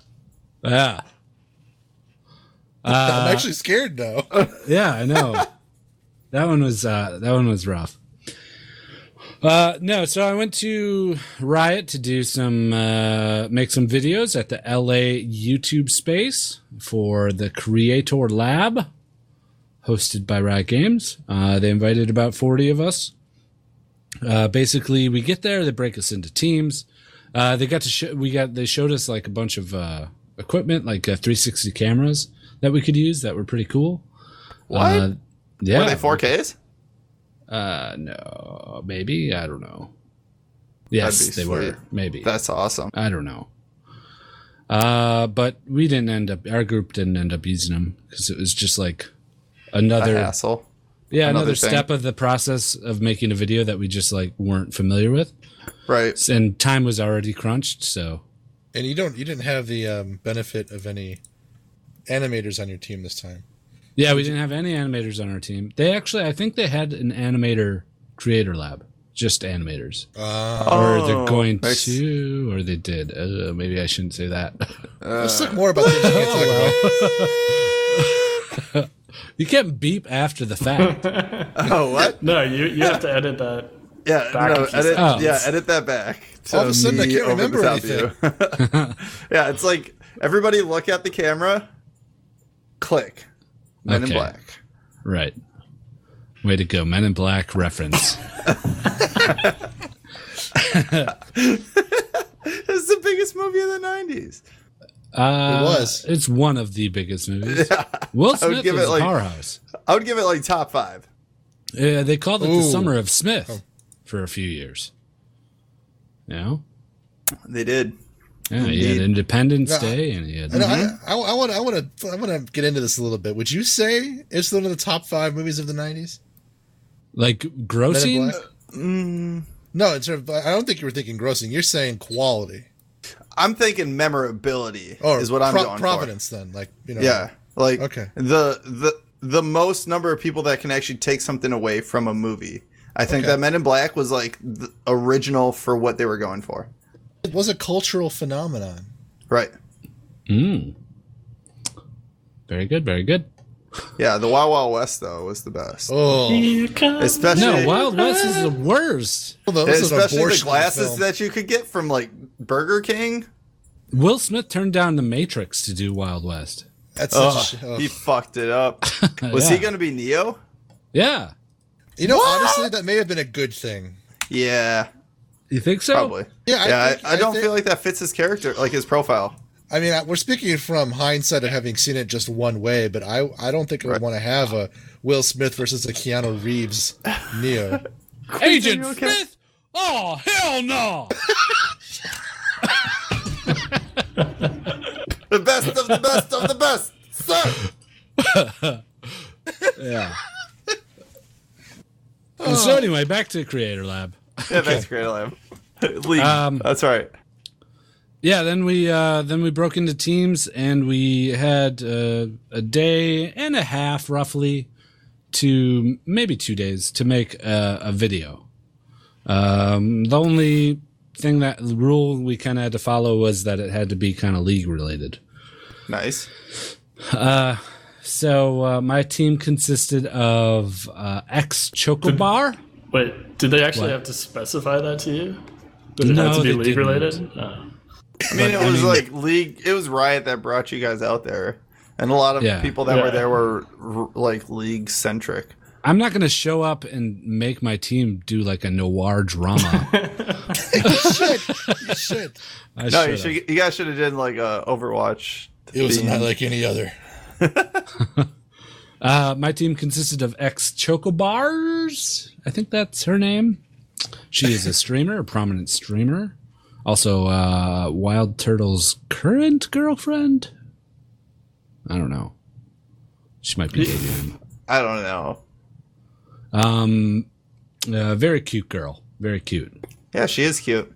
Speaker 2: Yeah. Uh,
Speaker 3: I'm actually scared now.
Speaker 2: Yeah, I know. that one was uh, that one was rough. Uh, no, so I went to Riot to do some uh, make some videos at the LA YouTube space for the Creator Lab, hosted by Riot Games. Uh, they invited about forty of us. Uh, basically, we get there, they break us into teams. Uh, they got to show we got they showed us like a bunch of uh, equipment, like uh, 360 cameras that we could use that were pretty cool.
Speaker 4: What?
Speaker 2: Uh, yeah.
Speaker 4: Were they 4Ks?
Speaker 2: Uh, no, maybe I don't know. Yes,
Speaker 4: That'd be
Speaker 2: they were.
Speaker 4: sweet.
Speaker 2: Maybe
Speaker 4: That's awesome.
Speaker 2: I don't know. Uh, but we didn't end up. Our group didn't end up using them because it was just like
Speaker 4: A
Speaker 2: another,
Speaker 4: hassle.
Speaker 2: yeah, another,
Speaker 4: another thing.
Speaker 2: step of the process of making a video that we just like weren't familiar with,
Speaker 4: Right.
Speaker 2: and time was already crunched. So
Speaker 3: And you don't you didn't have the um, benefit of any animators on your team this time.
Speaker 2: yeah, we didn't have any animators on our team. They actually, I think they had an animator creator lab, just animators,
Speaker 3: Uh,
Speaker 2: or
Speaker 4: Oh,
Speaker 2: they're going
Speaker 4: makes-
Speaker 2: to, or they did. Uh, maybe I shouldn't say that.
Speaker 4: Uh,
Speaker 3: let's talk more about this.
Speaker 2: You can't beep after the fact.
Speaker 4: Oh, what?
Speaker 1: No, you you have to edit that.
Speaker 4: Yeah,
Speaker 1: Back
Speaker 4: no,
Speaker 1: a few
Speaker 4: edit,
Speaker 2: seconds. Oh.
Speaker 4: yeah, edit that back. to
Speaker 3: All of a sudden, I
Speaker 4: me
Speaker 3: can't
Speaker 4: over the
Speaker 3: remember
Speaker 4: top of you. yeah, it's like everybody look at the camera, click, Men
Speaker 2: Okay.
Speaker 4: in Black.
Speaker 2: right. Way to go. Men in Black reference.
Speaker 4: It's the biggest movie of the '90s.
Speaker 2: Uh,
Speaker 3: It was.
Speaker 2: It's one of the biggest movies. Will Smith
Speaker 4: give
Speaker 2: was
Speaker 4: it,
Speaker 2: a
Speaker 4: like-
Speaker 2: powerhouse.
Speaker 4: I would give it like top five.
Speaker 2: Uh, they called it the
Speaker 3: Ooh. Oh.
Speaker 2: Summer of Smith for a few years. You know?
Speaker 4: They did.
Speaker 2: Yeah, he had
Speaker 4: Indeed.
Speaker 2: Independence
Speaker 3: No, I-
Speaker 2: Day and he had.
Speaker 3: No,
Speaker 4: mm-hmm.
Speaker 3: I I want I want to I want to get into this a little bit. Would you say it's one of the top five movies of the '90s?
Speaker 2: like
Speaker 3: Men in
Speaker 2: grossing?
Speaker 3: Black?
Speaker 4: Mm.
Speaker 3: No, in terms of, I don't think you were thinking grossing. You're saying quality
Speaker 4: I'm thinking memorability
Speaker 3: or
Speaker 4: is what I'm
Speaker 3: pro-
Speaker 4: going
Speaker 3: providence. Then, like you know,
Speaker 4: for. Yeah, like
Speaker 3: Okay.
Speaker 4: the the the most number of people that can actually take something away from a movie. I think
Speaker 3: Okay.
Speaker 4: that Men in Black was like the original for what they were going for.
Speaker 3: it was a cultural phenomenon.
Speaker 4: Right.
Speaker 2: Mm. Very good, very good.
Speaker 4: Yeah, the Wild Wild West though was the best.
Speaker 3: Oh,
Speaker 1: Here comes
Speaker 4: Especially
Speaker 2: No, Wild West is the worst.
Speaker 3: those
Speaker 4: And
Speaker 3: are
Speaker 4: especially the
Speaker 3: abortion
Speaker 4: glasses
Speaker 3: film.
Speaker 4: that you could get from like Burger King.
Speaker 2: Will Smith turned down The Matrix to do Wild West. Uh,
Speaker 3: That's such. a-
Speaker 4: Ugh,
Speaker 3: oh.
Speaker 4: He fucked it up. Was
Speaker 2: Yeah.
Speaker 4: he going to be Neo?
Speaker 2: Yeah.
Speaker 3: You know, honestly, that may have been a good thing.
Speaker 4: Yeah,
Speaker 2: You think so?
Speaker 4: probably.
Speaker 3: Yeah, I
Speaker 4: yeah. I,
Speaker 3: think-
Speaker 4: I
Speaker 3: I
Speaker 4: don't
Speaker 3: think-
Speaker 4: feel like that fits his character, like his profile.
Speaker 3: I mean, I- we're speaking from hindsight of having seen it just one way, but I I don't think I would want to have a Will Smith versus a Keanu Reeves Neo.
Speaker 2: Agent
Speaker 4: you okay?
Speaker 2: Smith? Oh, hell no!
Speaker 4: The best of the best of the best, sir.
Speaker 2: yeah.
Speaker 4: Oh.
Speaker 2: And So anyway, back to Creator Lab.
Speaker 4: Yeah, thanks, Creative Lab. League.
Speaker 2: Um,
Speaker 4: That's right.
Speaker 2: Yeah, then we uh, then we broke into teams and we had uh, a day and a half, roughly, to maybe two days to make a, a video. Um, the only thing that the rule we kind of had to follow was that it had to be kind of league related.
Speaker 4: Nice.
Speaker 2: So uh, my team consisted of uh, ex Chocobar.
Speaker 1: Wait, did they actually
Speaker 2: What?
Speaker 1: have to specify that to you? Did it have
Speaker 2: No,
Speaker 1: to be
Speaker 2: they
Speaker 1: league
Speaker 2: didn't.
Speaker 1: related? Oh.
Speaker 4: I
Speaker 2: But,
Speaker 4: mean, it
Speaker 2: I
Speaker 4: was
Speaker 2: mean-
Speaker 4: like League. It was Riot that brought you guys out there, and a lot of
Speaker 2: Yeah.
Speaker 4: people that
Speaker 1: Yeah.
Speaker 4: were there were r- like League centric.
Speaker 2: I'm not going to show up and make my team do like a noir drama.
Speaker 3: Shit, you should.
Speaker 2: I
Speaker 4: No, you
Speaker 2: should've.
Speaker 4: should. You guys should have done like a Overwatch.
Speaker 3: It was
Speaker 4: theme.
Speaker 3: not like any other.
Speaker 2: Uh, my team consisted of ex Chocobars. I think that's her name. She is a streamer, a prominent streamer. Also, uh, Wild Turtle's current girlfriend. I don't know. She might be dating him.
Speaker 4: I don't know.
Speaker 2: Um, uh, very cute girl. Very cute.
Speaker 4: Yeah, she is cute.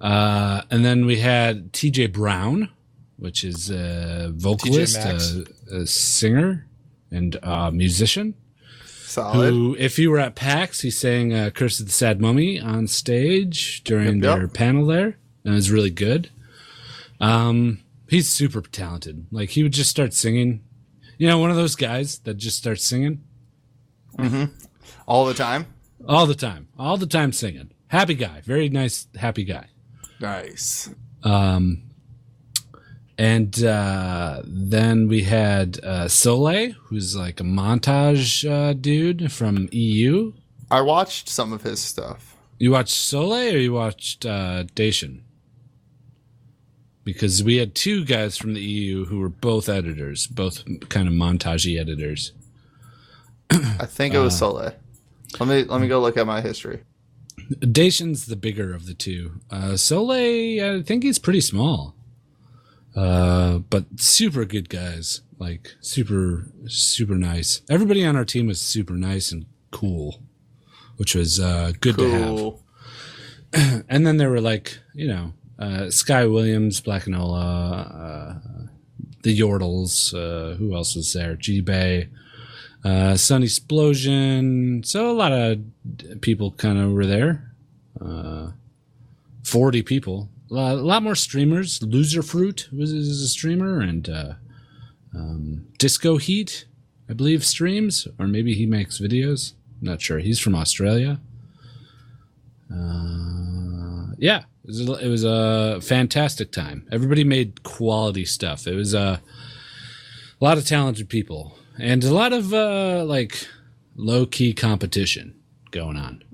Speaker 2: Uh, and then we had TJ Brown, which is a vocalist,
Speaker 3: Maxx.
Speaker 2: a, a singer, and uh musician.
Speaker 4: Solid.
Speaker 2: Who, if you were at PAX, he sang uh, "Curse of the Sad Mummy" on stage during
Speaker 4: Yep, yep.
Speaker 2: their panel there, and it was really good. Um, he's super talented. Like he would just start singing. You know, one of those guys that just starts singing
Speaker 4: All the time.
Speaker 2: all the time, all the time singing. Happy guy, very nice, happy guy.
Speaker 4: Nice.
Speaker 2: Um, and uh, then we had uh, Soleil, who's like a montage uh, dude from E EU.
Speaker 4: I watched some of his stuff.
Speaker 2: You watched Soleil or you watched uh, Dacian? Because we had two guys from the EU who were both editors, both kind of montagey editors.
Speaker 4: I think it
Speaker 2: Uh.
Speaker 4: was Soleil. Let me let me go look at my history.
Speaker 2: Dacian's the bigger of the two. Uh, Soleil, I think he's pretty small, uh, but super good guys. Like super, super nice. Everybody on our team was super nice and cool, which was uh, good to have.
Speaker 4: Cool.
Speaker 2: and then there were like you know uh, Sky Williams, Black Anola, uh, the Yordles. Uh, who else was there? G Bay, uh, Sun Explosion. So a lot of people kind of were there. Uh, Forty people. A lot, a lot more streamers. Loser Fruit was is a streamer, and uh, um, Disco Heat, I believe, streams, or maybe he makes videos. Not sure. He's from Australia. Uh, yeah, it was, a, it was a fantastic time. Everybody made quality stuff. It was uh, a lot of talented people and a lot of uh, like low key competition going on.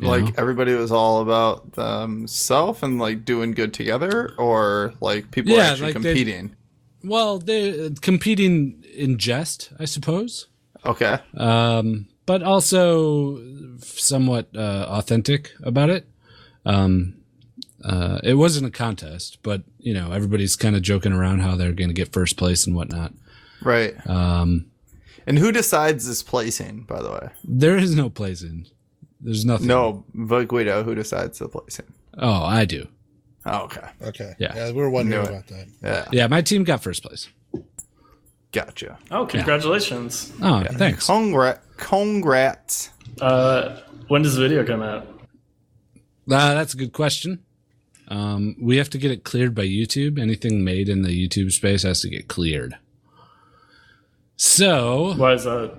Speaker 2: You
Speaker 4: like
Speaker 2: know?
Speaker 4: everybody was all about themselves and like doing good together, or like people
Speaker 2: Yeah,
Speaker 4: actually
Speaker 2: like they-
Speaker 4: competing.
Speaker 2: well, they competing in jest, I suppose,
Speaker 4: Okay.
Speaker 2: um, but also somewhat uh, authentic about it. Um, uh, it wasn't a contest, but you know everybody's kind of joking around how they're going to get first place and whatnot.
Speaker 4: Right.
Speaker 2: Um,
Speaker 4: And who decides this placing, by the way?
Speaker 2: There is no placing. There's nothing.
Speaker 4: No, but Guido, who decides the placing?
Speaker 2: Oh, I do.
Speaker 4: Oh, okay.
Speaker 3: Okay.
Speaker 2: Yeah.
Speaker 3: we were wondering
Speaker 4: Knew it.
Speaker 3: about that.
Speaker 4: Yeah.
Speaker 2: Yeah, my team got first place.
Speaker 4: Gotcha.
Speaker 1: Oh, congratulations.
Speaker 2: Oh, thanks.
Speaker 4: Congra- congrats.
Speaker 1: Uh, when does the video come out?
Speaker 2: Uh, that's a good question. Um, we have to get it cleared by YouTube. Anything made in the YouTube space has to get cleared. So,
Speaker 1: Why is that?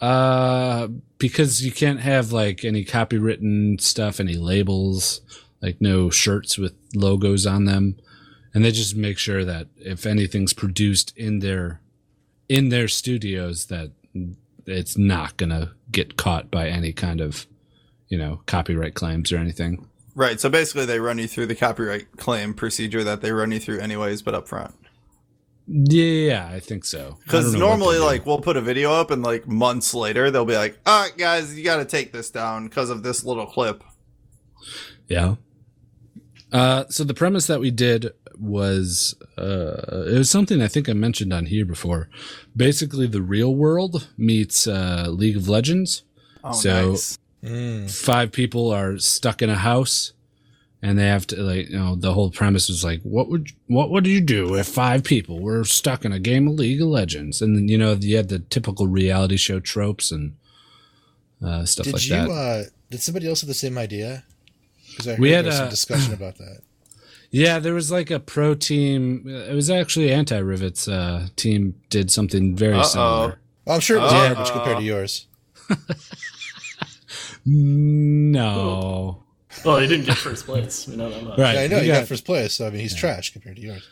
Speaker 2: uh, because you can't have like any copywritten stuff, any labels, like no shirts with logos on them, and they just make sure that if anything's produced in their in their studios, that it's not gonna get caught by any kind of you know copyright claims or anything.
Speaker 4: Right. So basically, they run you through the copyright claim procedure that they run you through anyways, but up front.
Speaker 2: Yeah, I think so. I
Speaker 4: Because
Speaker 2: don't know what
Speaker 4: normally,
Speaker 2: they do.
Speaker 4: like, we'll put a video up, and like months later, they'll be like, "All right, guys, you got to take this down because of this little clip."
Speaker 2: Yeah. Uh, so the premise that we did was uh, it was something I think I mentioned on here before. Basically, the real world meets uh, League of Legends.
Speaker 4: Oh,
Speaker 2: So-
Speaker 4: nice.
Speaker 3: Mm.
Speaker 2: Five people are stuck in a house, and they have to like you know the whole premise was like what would what would you do if five people were stuck in a game of League of Legends? And then you know you had the typical reality show tropes and uh, stuff
Speaker 3: Did
Speaker 2: like
Speaker 3: you?
Speaker 2: that.
Speaker 3: Uh, did somebody else have the same idea? Because I heard
Speaker 2: We had,
Speaker 3: there was some
Speaker 2: uh,
Speaker 3: discussion about that.
Speaker 2: Yeah, there was like a pro team. uh, It was actually anti rivets uh, team did something very
Speaker 4: Uh-oh.
Speaker 2: similar.
Speaker 3: Well, I'm sure it was
Speaker 4: Uh,
Speaker 3: garbage compared to yours.
Speaker 2: No,
Speaker 1: Well, he didn't get first place. We know that much.
Speaker 2: right?
Speaker 3: Yeah, I know
Speaker 2: he
Speaker 3: you got,
Speaker 2: Uh, got-
Speaker 3: first place. So I mean, he's trash compared to yours.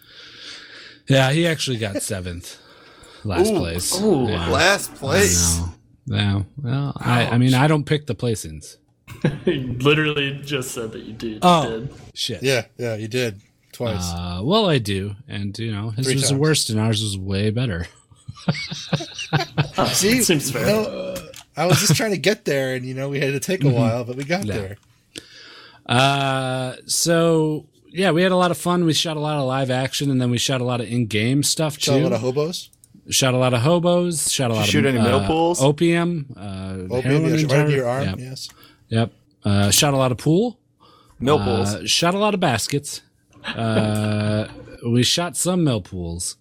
Speaker 2: yeah, he actually got seventh, last
Speaker 4: Ooh,
Speaker 2: place.
Speaker 1: ooh,
Speaker 2: yeah.
Speaker 4: Last place.
Speaker 2: No, no. Well, I, I mean, I don't pick the placings.
Speaker 1: He literally just said that you did.
Speaker 2: Oh.
Speaker 1: did.
Speaker 2: Shit.
Speaker 3: Yeah, yeah, you did twice.
Speaker 2: Uh, well, I do, and you know, his
Speaker 3: Three
Speaker 2: was the
Speaker 3: times.
Speaker 2: worst, and ours was way better.
Speaker 1: Oh,
Speaker 3: See,
Speaker 1: seems fair.
Speaker 3: No, I was just trying to get there, and you know, we had to take a while, but we got
Speaker 2: Mm-hmm. Yeah.
Speaker 3: there.
Speaker 2: Uh, so yeah, we had a lot of fun. We shot a lot of live action, and then we shot a lot of in-game stuff too.
Speaker 3: Saw a lot of hobos.
Speaker 2: shot a lot of hobos, shot a lot
Speaker 4: shoot
Speaker 2: of
Speaker 4: any
Speaker 2: uh,
Speaker 4: middle pools?
Speaker 2: opium, uh,
Speaker 3: Opium,
Speaker 2: heroin
Speaker 3: yes, right into
Speaker 2: inject-
Speaker 3: your arm.
Speaker 2: Yep,
Speaker 3: Yes.
Speaker 2: yep. Uh, shot a lot of pool,
Speaker 4: Mill pools.
Speaker 2: uh, shot a lot of baskets. Uh, we shot some mill pools.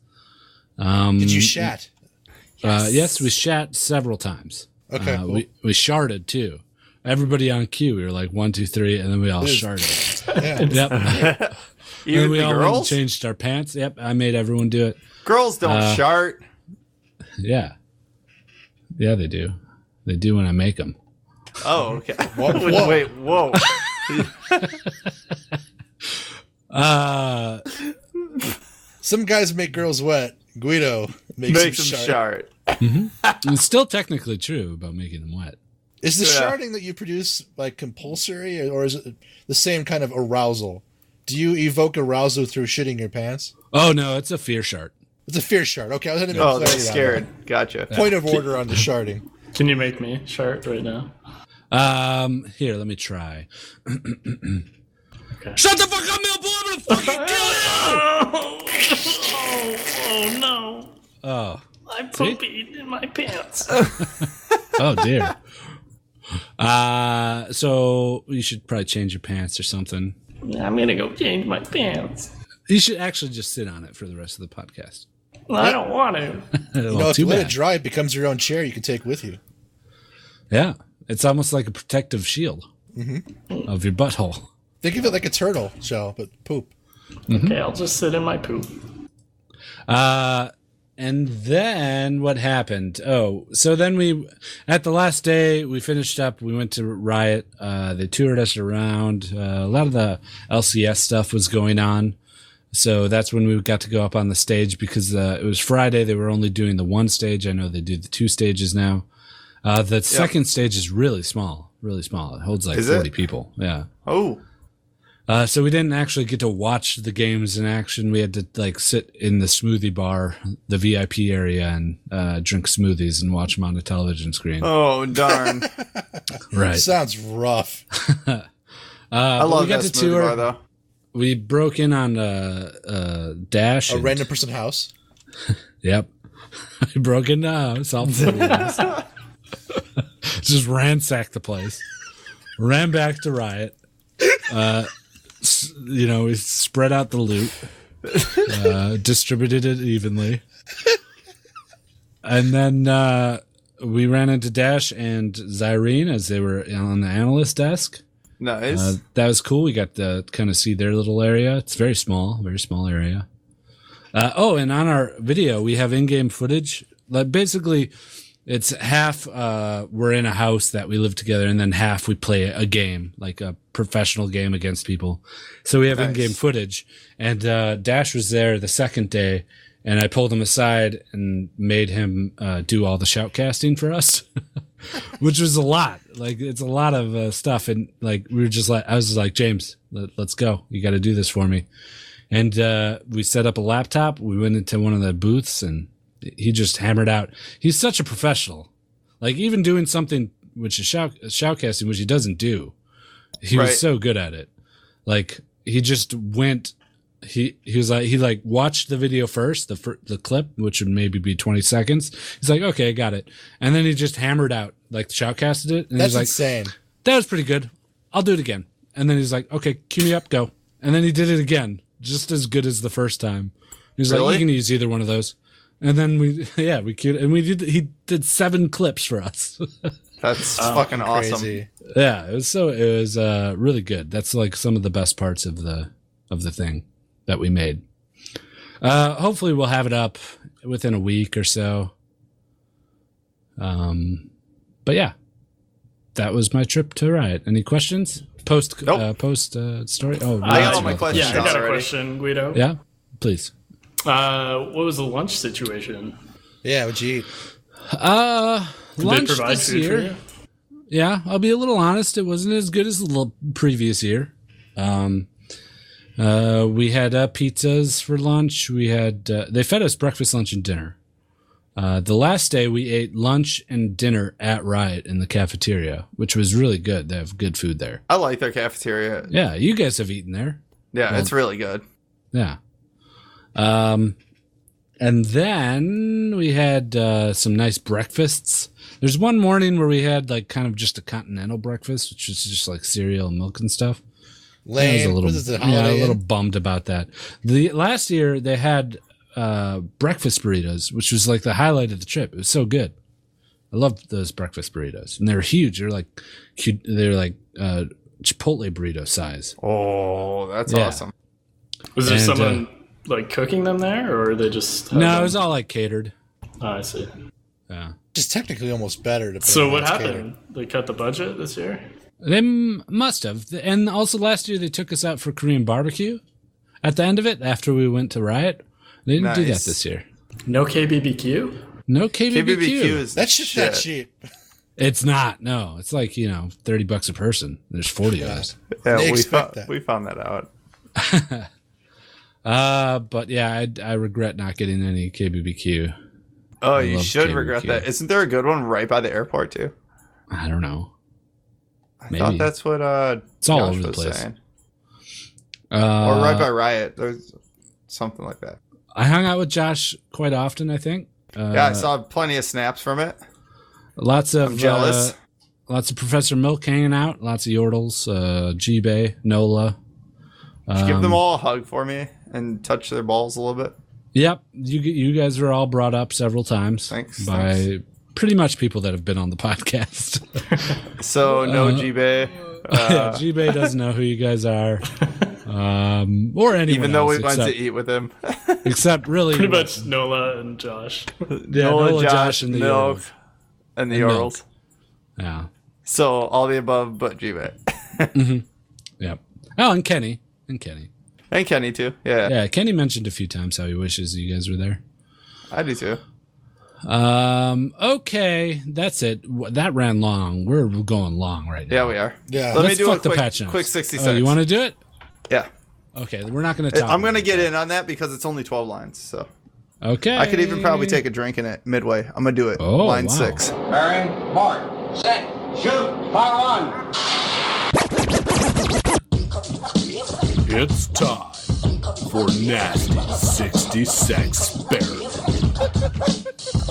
Speaker 2: Um,
Speaker 3: Did you shat?
Speaker 2: uh, yes, we shat several times.
Speaker 3: Okay.
Speaker 2: Uh,
Speaker 3: cool.
Speaker 2: we we sharded too. Everybody on cue. We were like one, two, three, and then we all
Speaker 3: Yes.
Speaker 2: sharded.
Speaker 3: yeah.
Speaker 2: Yep. and
Speaker 4: Even
Speaker 2: we
Speaker 4: the
Speaker 2: all went and
Speaker 4: girls.
Speaker 2: changed our pants. Yep, I made everyone do it.
Speaker 4: Girls don't
Speaker 2: Uh,
Speaker 4: shart.
Speaker 2: Yeah, yeah, they do. They do when I make them.
Speaker 4: Oh, okay.
Speaker 3: What-
Speaker 4: wait,
Speaker 3: what?
Speaker 4: wait, whoa.
Speaker 2: Uh,
Speaker 3: Some guys make girls wet. Guido makes
Speaker 4: Make
Speaker 3: them
Speaker 4: some
Speaker 3: shart.
Speaker 4: shart.
Speaker 2: it's still technically true about making them wet.
Speaker 3: Is the
Speaker 4: Yeah.
Speaker 3: sharding that you produce like compulsory, or, or is it the same kind of arousal? Do you evoke arousal through shitting your pants?
Speaker 2: Oh no, it's a fear shart.
Speaker 3: It's a fear shard. Okay, I was had to make
Speaker 4: Oh, they're
Speaker 3: clarity on
Speaker 4: scared. Gotcha.
Speaker 3: that. Point of order on the sharding.
Speaker 1: Can you make me shart right now?
Speaker 2: Um, here, let me try.
Speaker 1: Okay.
Speaker 2: Shut the fuck up, Mill Boy! I'm gonna fucking kill you!
Speaker 1: Oh, oh, oh, no.
Speaker 2: Oh,
Speaker 1: I pooped in my pants.
Speaker 2: oh dear. Uh, so you should probably change your pants or something.
Speaker 1: I'm gonna go change my pants.
Speaker 2: You should actually just sit on it for the rest of the podcast.
Speaker 1: I don't want to.
Speaker 2: Well,
Speaker 3: You know, if
Speaker 2: Oh, too
Speaker 3: you let it
Speaker 2: bad.
Speaker 3: dry, it becomes your own chair you can take with you.
Speaker 2: Yeah, it's almost like a protective shield of your butthole.
Speaker 3: Think of it like a turtle shell, but poop.
Speaker 1: Okay, I'll just sit in my poop.
Speaker 2: Uh, and then what happened? Oh, so then we, at the last day, we finished up. We went to Riot. Uh, they toured us around. Uh, a lot of the LCS stuff was going on. So that's when we got to go up on the stage because uh, it was Friday. They were only doing the one stage. I know they do the two stages now. Uh, the second stage is really small, really small. It holds like
Speaker 4: Is it?
Speaker 2: 40 people. Yeah.
Speaker 4: Oh,
Speaker 2: Uh, so we didn't actually get to watch the games in action. We had to like sit in the smoothie bar, the VIP area, and uh, drink smoothies and watch them on a television screen.
Speaker 3: Uh,
Speaker 4: oh darn!
Speaker 2: Uh, right.
Speaker 3: Sounds rough.
Speaker 2: Uh,
Speaker 4: I
Speaker 2: but
Speaker 4: love
Speaker 2: we got
Speaker 4: that
Speaker 2: to
Speaker 4: smoothie
Speaker 2: tour.
Speaker 4: bar though.
Speaker 2: We broke in on uh, uh, Dash.
Speaker 3: A
Speaker 2: and-
Speaker 3: random person house.
Speaker 2: Yep. we broke into house. all four of us. Just ransacked the place. Ran back to Riot. Uh, s- you know, we spread out the loot, uh, distributed it evenly. And then uh, we ran into Dash and Zyrene as they were on the analyst desk.
Speaker 4: Nice.
Speaker 2: Uh, that was cool. We got to kind of see their little area. It's very small, very small area. Uh, oh, and on our video, we have in-game footage. Like basically, it's half uh, we're in a house that we live together, and then half we play a game, like a professional game against people. So we have in-game footage. And uh, Dash was there the second day, and I pulled him aside and made him uh, do all the shoutcasting for us which was a lot. Like it's a lot of uh, stuff, and like we were just like I was just like James, let, let's go. You got to do this for me. and uh, we set up a laptop. We went into one of the booths, and he just hammered out. He's such a professional. Like even doing something which is shout, shoutcasting, which he doesn't do. He
Speaker 4: Right.
Speaker 2: was so good at it. Like he just went. He he was like he like watched the video first, the fir- the clip, which would maybe be twenty seconds. He's like, okay, I got it, and then he just hammered out like shoutcasted it, and
Speaker 3: That's
Speaker 2: he's like,
Speaker 3: insane.
Speaker 2: that was pretty good. I'll do it again. And then he's like, okay, cue me up, go. And then he did it again, just as good as the first time. He was
Speaker 4: Really?
Speaker 2: like, you can use either one of those. And then we, yeah, we cued, and we did, he did seven clips for us.
Speaker 4: That's
Speaker 2: oh,
Speaker 4: fucking awesome.
Speaker 3: Crazy.
Speaker 2: yeah, it was so, it was, uh, really good. That's like some of the best parts of the, of the thing that we made. Uh, hopefully we'll have it up within a week or so. Um, but yeah, that was my trip to Riot. Any questions? Post
Speaker 4: Nope.
Speaker 2: uh, post uh, story. Oh,
Speaker 1: I got
Speaker 2: Riot's
Speaker 1: all
Speaker 2: about
Speaker 4: my
Speaker 2: the
Speaker 4: questions.
Speaker 1: Yeah, I got a
Speaker 4: Already.
Speaker 1: question, Guido.
Speaker 2: Yeah, please.
Speaker 1: Uh, what was the lunch situation?
Speaker 3: Yeah, would you eat?
Speaker 2: Uh,
Speaker 1: Did
Speaker 2: lunch
Speaker 1: they provide
Speaker 2: this
Speaker 1: food
Speaker 2: year.
Speaker 1: for you?
Speaker 2: Yeah, I'll be a little honest. It wasn't as good as the l- previous year. Um, uh, we had uh, pizzas for lunch. We had uh, they fed us breakfast, lunch, and dinner. Uh, the last day we ate lunch and dinner at Riot in the cafeteria, which was really good. They have good food there.
Speaker 4: I like their cafeteria. Yeah,
Speaker 2: Yeah, you guys have eaten there.
Speaker 4: it's really good.
Speaker 2: Yeah. Um, and then we had uh, some nice breakfasts. There's one morning where we had like kind of just a continental breakfast, which was just like cereal and milk and stuff. I was
Speaker 3: Lane,
Speaker 2: a
Speaker 3: what
Speaker 2: little,
Speaker 3: is this, a
Speaker 2: yeah,
Speaker 3: holiday
Speaker 2: a little
Speaker 3: Inn?
Speaker 2: bummed about that. The last year they had uh, breakfast burritos, which was like the highlight of the trip. It was so good. I loved those breakfast burritos, and they were huge. They're like, cute, they're like uh, Chipotle burrito size.
Speaker 4: Oh, that's
Speaker 2: Yeah.
Speaker 4: awesome.
Speaker 1: Was there
Speaker 2: And, uh,
Speaker 1: someone like cooking them there, or they just? had
Speaker 2: No,
Speaker 1: them-
Speaker 2: it was all like catered.
Speaker 1: Oh, I see.
Speaker 2: Yeah.
Speaker 3: Which is technically almost better. To put
Speaker 1: So
Speaker 3: it
Speaker 1: what
Speaker 3: on
Speaker 1: happened?
Speaker 3: catered.
Speaker 1: They cut the budget this year.
Speaker 2: They m- must have. And also last year they took us out for Korean barbecue. At the end of it, after we went to Riot, they didn't do that
Speaker 4: Nice.
Speaker 2: this year.
Speaker 1: No KBBQ.
Speaker 2: No KBBQ.
Speaker 4: KBBQ is
Speaker 3: That shit's
Speaker 4: shit.
Speaker 3: not cheap.
Speaker 2: it's not. No, it's like you know, thirty bucks a person. There's forty of us.
Speaker 4: Yeah,
Speaker 3: They
Speaker 4: we, found,
Speaker 3: expect that.
Speaker 4: we found that out.
Speaker 2: Uh, but yeah, I, I regret not getting any KBBQ.
Speaker 4: Oh, you
Speaker 2: love
Speaker 4: should
Speaker 2: KBBQ.
Speaker 4: regret that. Isn't there a good one right by the airport too?
Speaker 2: I don't know.
Speaker 4: I
Speaker 2: Maybe.
Speaker 4: thought that's what uh,
Speaker 2: It's all
Speaker 4: Josh
Speaker 2: over the
Speaker 4: was
Speaker 2: place.
Speaker 4: saying.
Speaker 2: Uh,
Speaker 4: Or right by Riot. There's something like that.
Speaker 2: I hung out with Josh quite often. I think. Uh,
Speaker 4: Yeah, I saw plenty of snaps from it.
Speaker 2: lots of
Speaker 4: I'm jealous.
Speaker 2: uh, lots of Professor Milk hanging out. Lots of Yordles, uh, G-Bay, Nola.
Speaker 4: Give
Speaker 2: um,
Speaker 4: them all a hug for me and touch their balls a little bit.
Speaker 2: Yep, you you guys were all brought up several times
Speaker 4: Thanks,
Speaker 2: by pretty much people that have been on the podcast. Uh,
Speaker 4: So no G Bay.
Speaker 2: yeah,
Speaker 4: Uh,
Speaker 2: G-Bay doesn't know who you guys are, um, or anyone.
Speaker 4: even though we
Speaker 2: else,
Speaker 4: went to
Speaker 2: except,
Speaker 4: eat with him.
Speaker 2: except really,
Speaker 1: Pretty much Nola and Josh.
Speaker 2: yeah,
Speaker 4: Nola,
Speaker 2: Nola,
Speaker 4: Josh,
Speaker 2: and the
Speaker 4: Milk,
Speaker 2: Yordles.
Speaker 4: and the
Speaker 2: And milk.
Speaker 4: Orals.
Speaker 2: Yeah,
Speaker 4: So all the above but G Bay.
Speaker 2: yep. Oh, and Kenny, and Kenny.
Speaker 4: and Kenny too. Yeah,
Speaker 2: Yeah, Kenny mentioned a few times how he wishes you guys were there.
Speaker 4: I do too.
Speaker 2: Um, okay, that's it. W- That ran long. We're going long right now.
Speaker 4: Yeah, we are.
Speaker 3: Yeah.
Speaker 4: Let me
Speaker 2: Let's
Speaker 4: do
Speaker 2: fuck
Speaker 4: a
Speaker 2: the
Speaker 4: quick,
Speaker 2: patch notes.
Speaker 4: quick 60
Speaker 2: Oh,
Speaker 4: seconds.
Speaker 2: you want to do it?
Speaker 4: yeah.
Speaker 2: Okay, we're not going to talk.
Speaker 4: I'm going
Speaker 2: about
Speaker 4: to get in on that because it's only 12 lines. So
Speaker 2: it. Okay.
Speaker 4: I could even probably take a drink in it midway. I'm going to do it.
Speaker 2: Oh,
Speaker 4: Line
Speaker 2: wow.
Speaker 4: six.
Speaker 6: Bearing, mark, set, shoot, fire on.
Speaker 7: It's time for Nasty 60 Sex Barrel.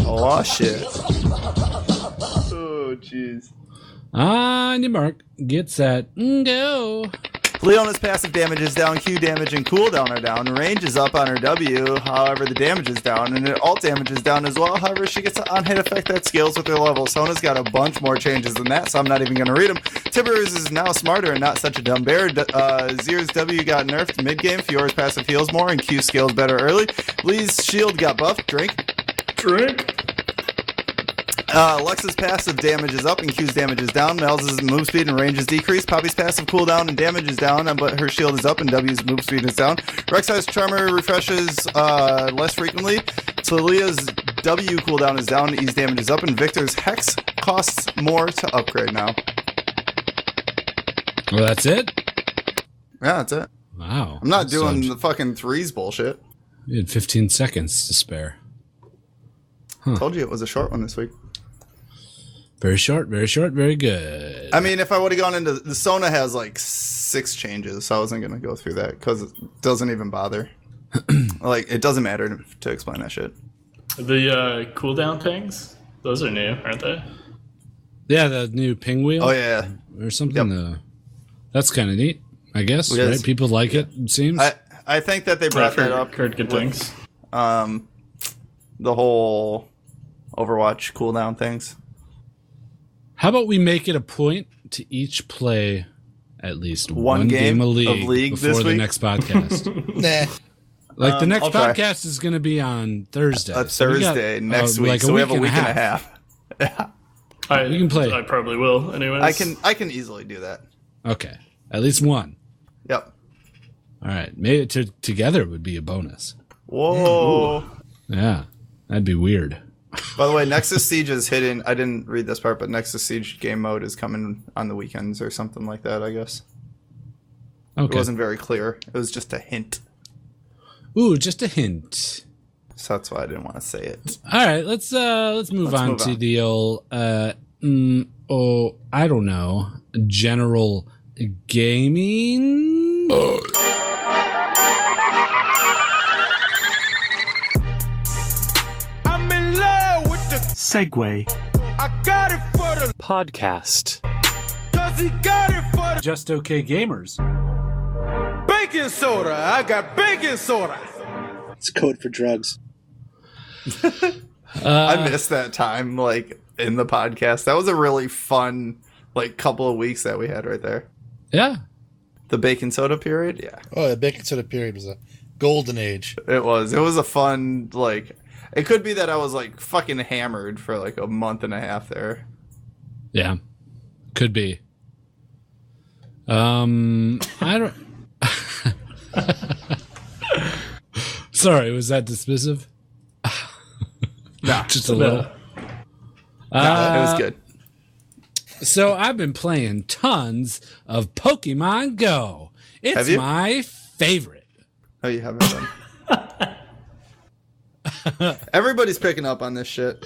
Speaker 4: Oh, shit. Oh, jeez.
Speaker 2: On your mark, get set, and go.
Speaker 4: Leona's passive damage is down, Q damage and cooldown are down, range is up on her W, however, the damage is down, and her alt damage is down as well. However, she gets an on hit effect that scales with her level. Sona's got a bunch more changes than that, so I'm not even going to read them. Tibbers is now smarter and not such a dumb bear. D- uh, Zier's W got nerfed mid game, Fiora's passive heals more, and Q scales better early. Lee's shield got buffed, drink,
Speaker 1: Drink.
Speaker 4: uh, Lux's passive damage is up and Q's damage is down. Mel's move speed and range is decreased. Poppy's passive cooldown and damage is down, uh, but her shield is up and W's move speed is down. Rek'Sai's Charmer refreshes uh, less frequently. Talia's W cooldown is down, E's damage is up, and Victor's Hex costs more to upgrade now.
Speaker 2: Well, that's it.
Speaker 4: Yeah, that's it.
Speaker 2: Wow.
Speaker 4: I'm not
Speaker 2: That
Speaker 4: doing
Speaker 2: sucked.
Speaker 4: the fucking threes bullshit.
Speaker 2: You had 15 seconds to spare.
Speaker 4: Told you it was a short one this week.
Speaker 2: Very short, very short, very good.
Speaker 4: I mean, if I would have gone into the Sona has like six changes, so I wasn't gonna go through that because it doesn't even bother. like it doesn't matter to, to explain that shit.
Speaker 1: The uh, cooldown things, those are new, aren't they?
Speaker 2: Yeah, the new ping wheel
Speaker 4: Oh yeah,
Speaker 2: or something. Uh,
Speaker 4: Yep.
Speaker 2: that's kind of neat, I guess.
Speaker 4: Yes.
Speaker 2: Right? People like it, it seems.
Speaker 4: I I think that they brought
Speaker 1: I've heard,
Speaker 4: that up.
Speaker 1: heard good
Speaker 4: with,
Speaker 1: things.
Speaker 4: Um, the whole Overwatch cooldown things.
Speaker 2: How about we make it a point to each play at least one,
Speaker 4: One
Speaker 2: game,
Speaker 4: game
Speaker 2: a
Speaker 4: of
Speaker 2: league,
Speaker 4: League
Speaker 2: before
Speaker 4: this
Speaker 2: the
Speaker 4: week? Um,
Speaker 2: next podcast?
Speaker 3: Nah.
Speaker 2: like the next
Speaker 4: I'll try.
Speaker 2: podcast is going to be on Thursday.
Speaker 4: A
Speaker 2: So we got,
Speaker 4: Thursday
Speaker 2: uh,
Speaker 4: next week,
Speaker 2: like
Speaker 4: so we have a week and a half.
Speaker 1: I,
Speaker 2: you can play.
Speaker 1: I probably will, anyways.
Speaker 4: I can I can easily do that.
Speaker 2: Okay, at least one.
Speaker 4: Yep.
Speaker 2: All right, maybe it to, together would be a bonus.
Speaker 4: Whoa.
Speaker 2: Yeah, that'd be weird.
Speaker 4: By the way, Nexus Siege is hidden. I didn't read this part, but Nexus Siege game mode is coming on the weekends or something like that. I guess it
Speaker 2: Okay.
Speaker 4: wasn't very clear. It was just a hint,
Speaker 2: Ooh, just a hint.
Speaker 4: so that's why I didn't want to say it.
Speaker 2: All right, let's uh let's move on
Speaker 4: move
Speaker 2: to
Speaker 4: on.
Speaker 2: the old uh mm, oh I don't know general gaming.
Speaker 5: Segway.
Speaker 8: podcast. Just okay gamers.
Speaker 9: It's code for drugs.
Speaker 4: I missed that time, like in the podcast. That was a really fun, like couple of weeks that we had right there.
Speaker 2: Yeah,
Speaker 4: The baking soda period, yeah,
Speaker 3: Oh, the baking soda period was a golden age.
Speaker 4: it was. It was a fun, like. It could be that I was like fucking hammered for like a month and a half there.
Speaker 2: yeah, could be. Um, I don't. Sorry, was that dismissive?
Speaker 4: Nah,
Speaker 2: Just a little.
Speaker 4: nah, it was good.
Speaker 2: So I've been playing tons of Pokemon Go. It's
Speaker 4: Have you?
Speaker 2: my favorite.
Speaker 4: Oh, you haven't done. Everybody's picking up on this shit.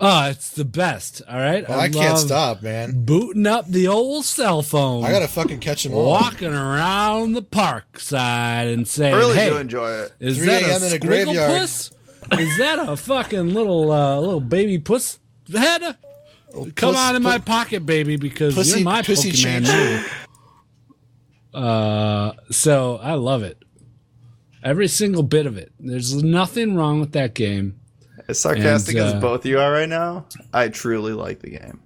Speaker 2: Oh, it's the best. All right.
Speaker 3: I can't
Speaker 2: love
Speaker 3: stop, man.
Speaker 2: Booting up the old cell phone.
Speaker 3: I gotta fucking catch them all.
Speaker 2: walking around the park side and saying,
Speaker 4: I really
Speaker 2: "Hey,
Speaker 4: do enjoy it.
Speaker 2: is
Speaker 3: 3
Speaker 2: that
Speaker 3: a.m.
Speaker 2: a
Speaker 3: in a
Speaker 2: squiggle
Speaker 3: graveyard."
Speaker 2: puss? Is that a fucking little uh, little baby puss head? Come
Speaker 3: Oh, puss-
Speaker 2: on in my
Speaker 3: pu-
Speaker 2: pocket, baby, because
Speaker 3: pussy-
Speaker 2: you're my
Speaker 3: pussy
Speaker 2: Pokemon
Speaker 3: change.
Speaker 2: now." Uh, so I love it. Every single bit of it. There's nothing wrong with that game.
Speaker 4: As sarcastic
Speaker 2: And, uh,
Speaker 4: as both you are right now, I truly like the game.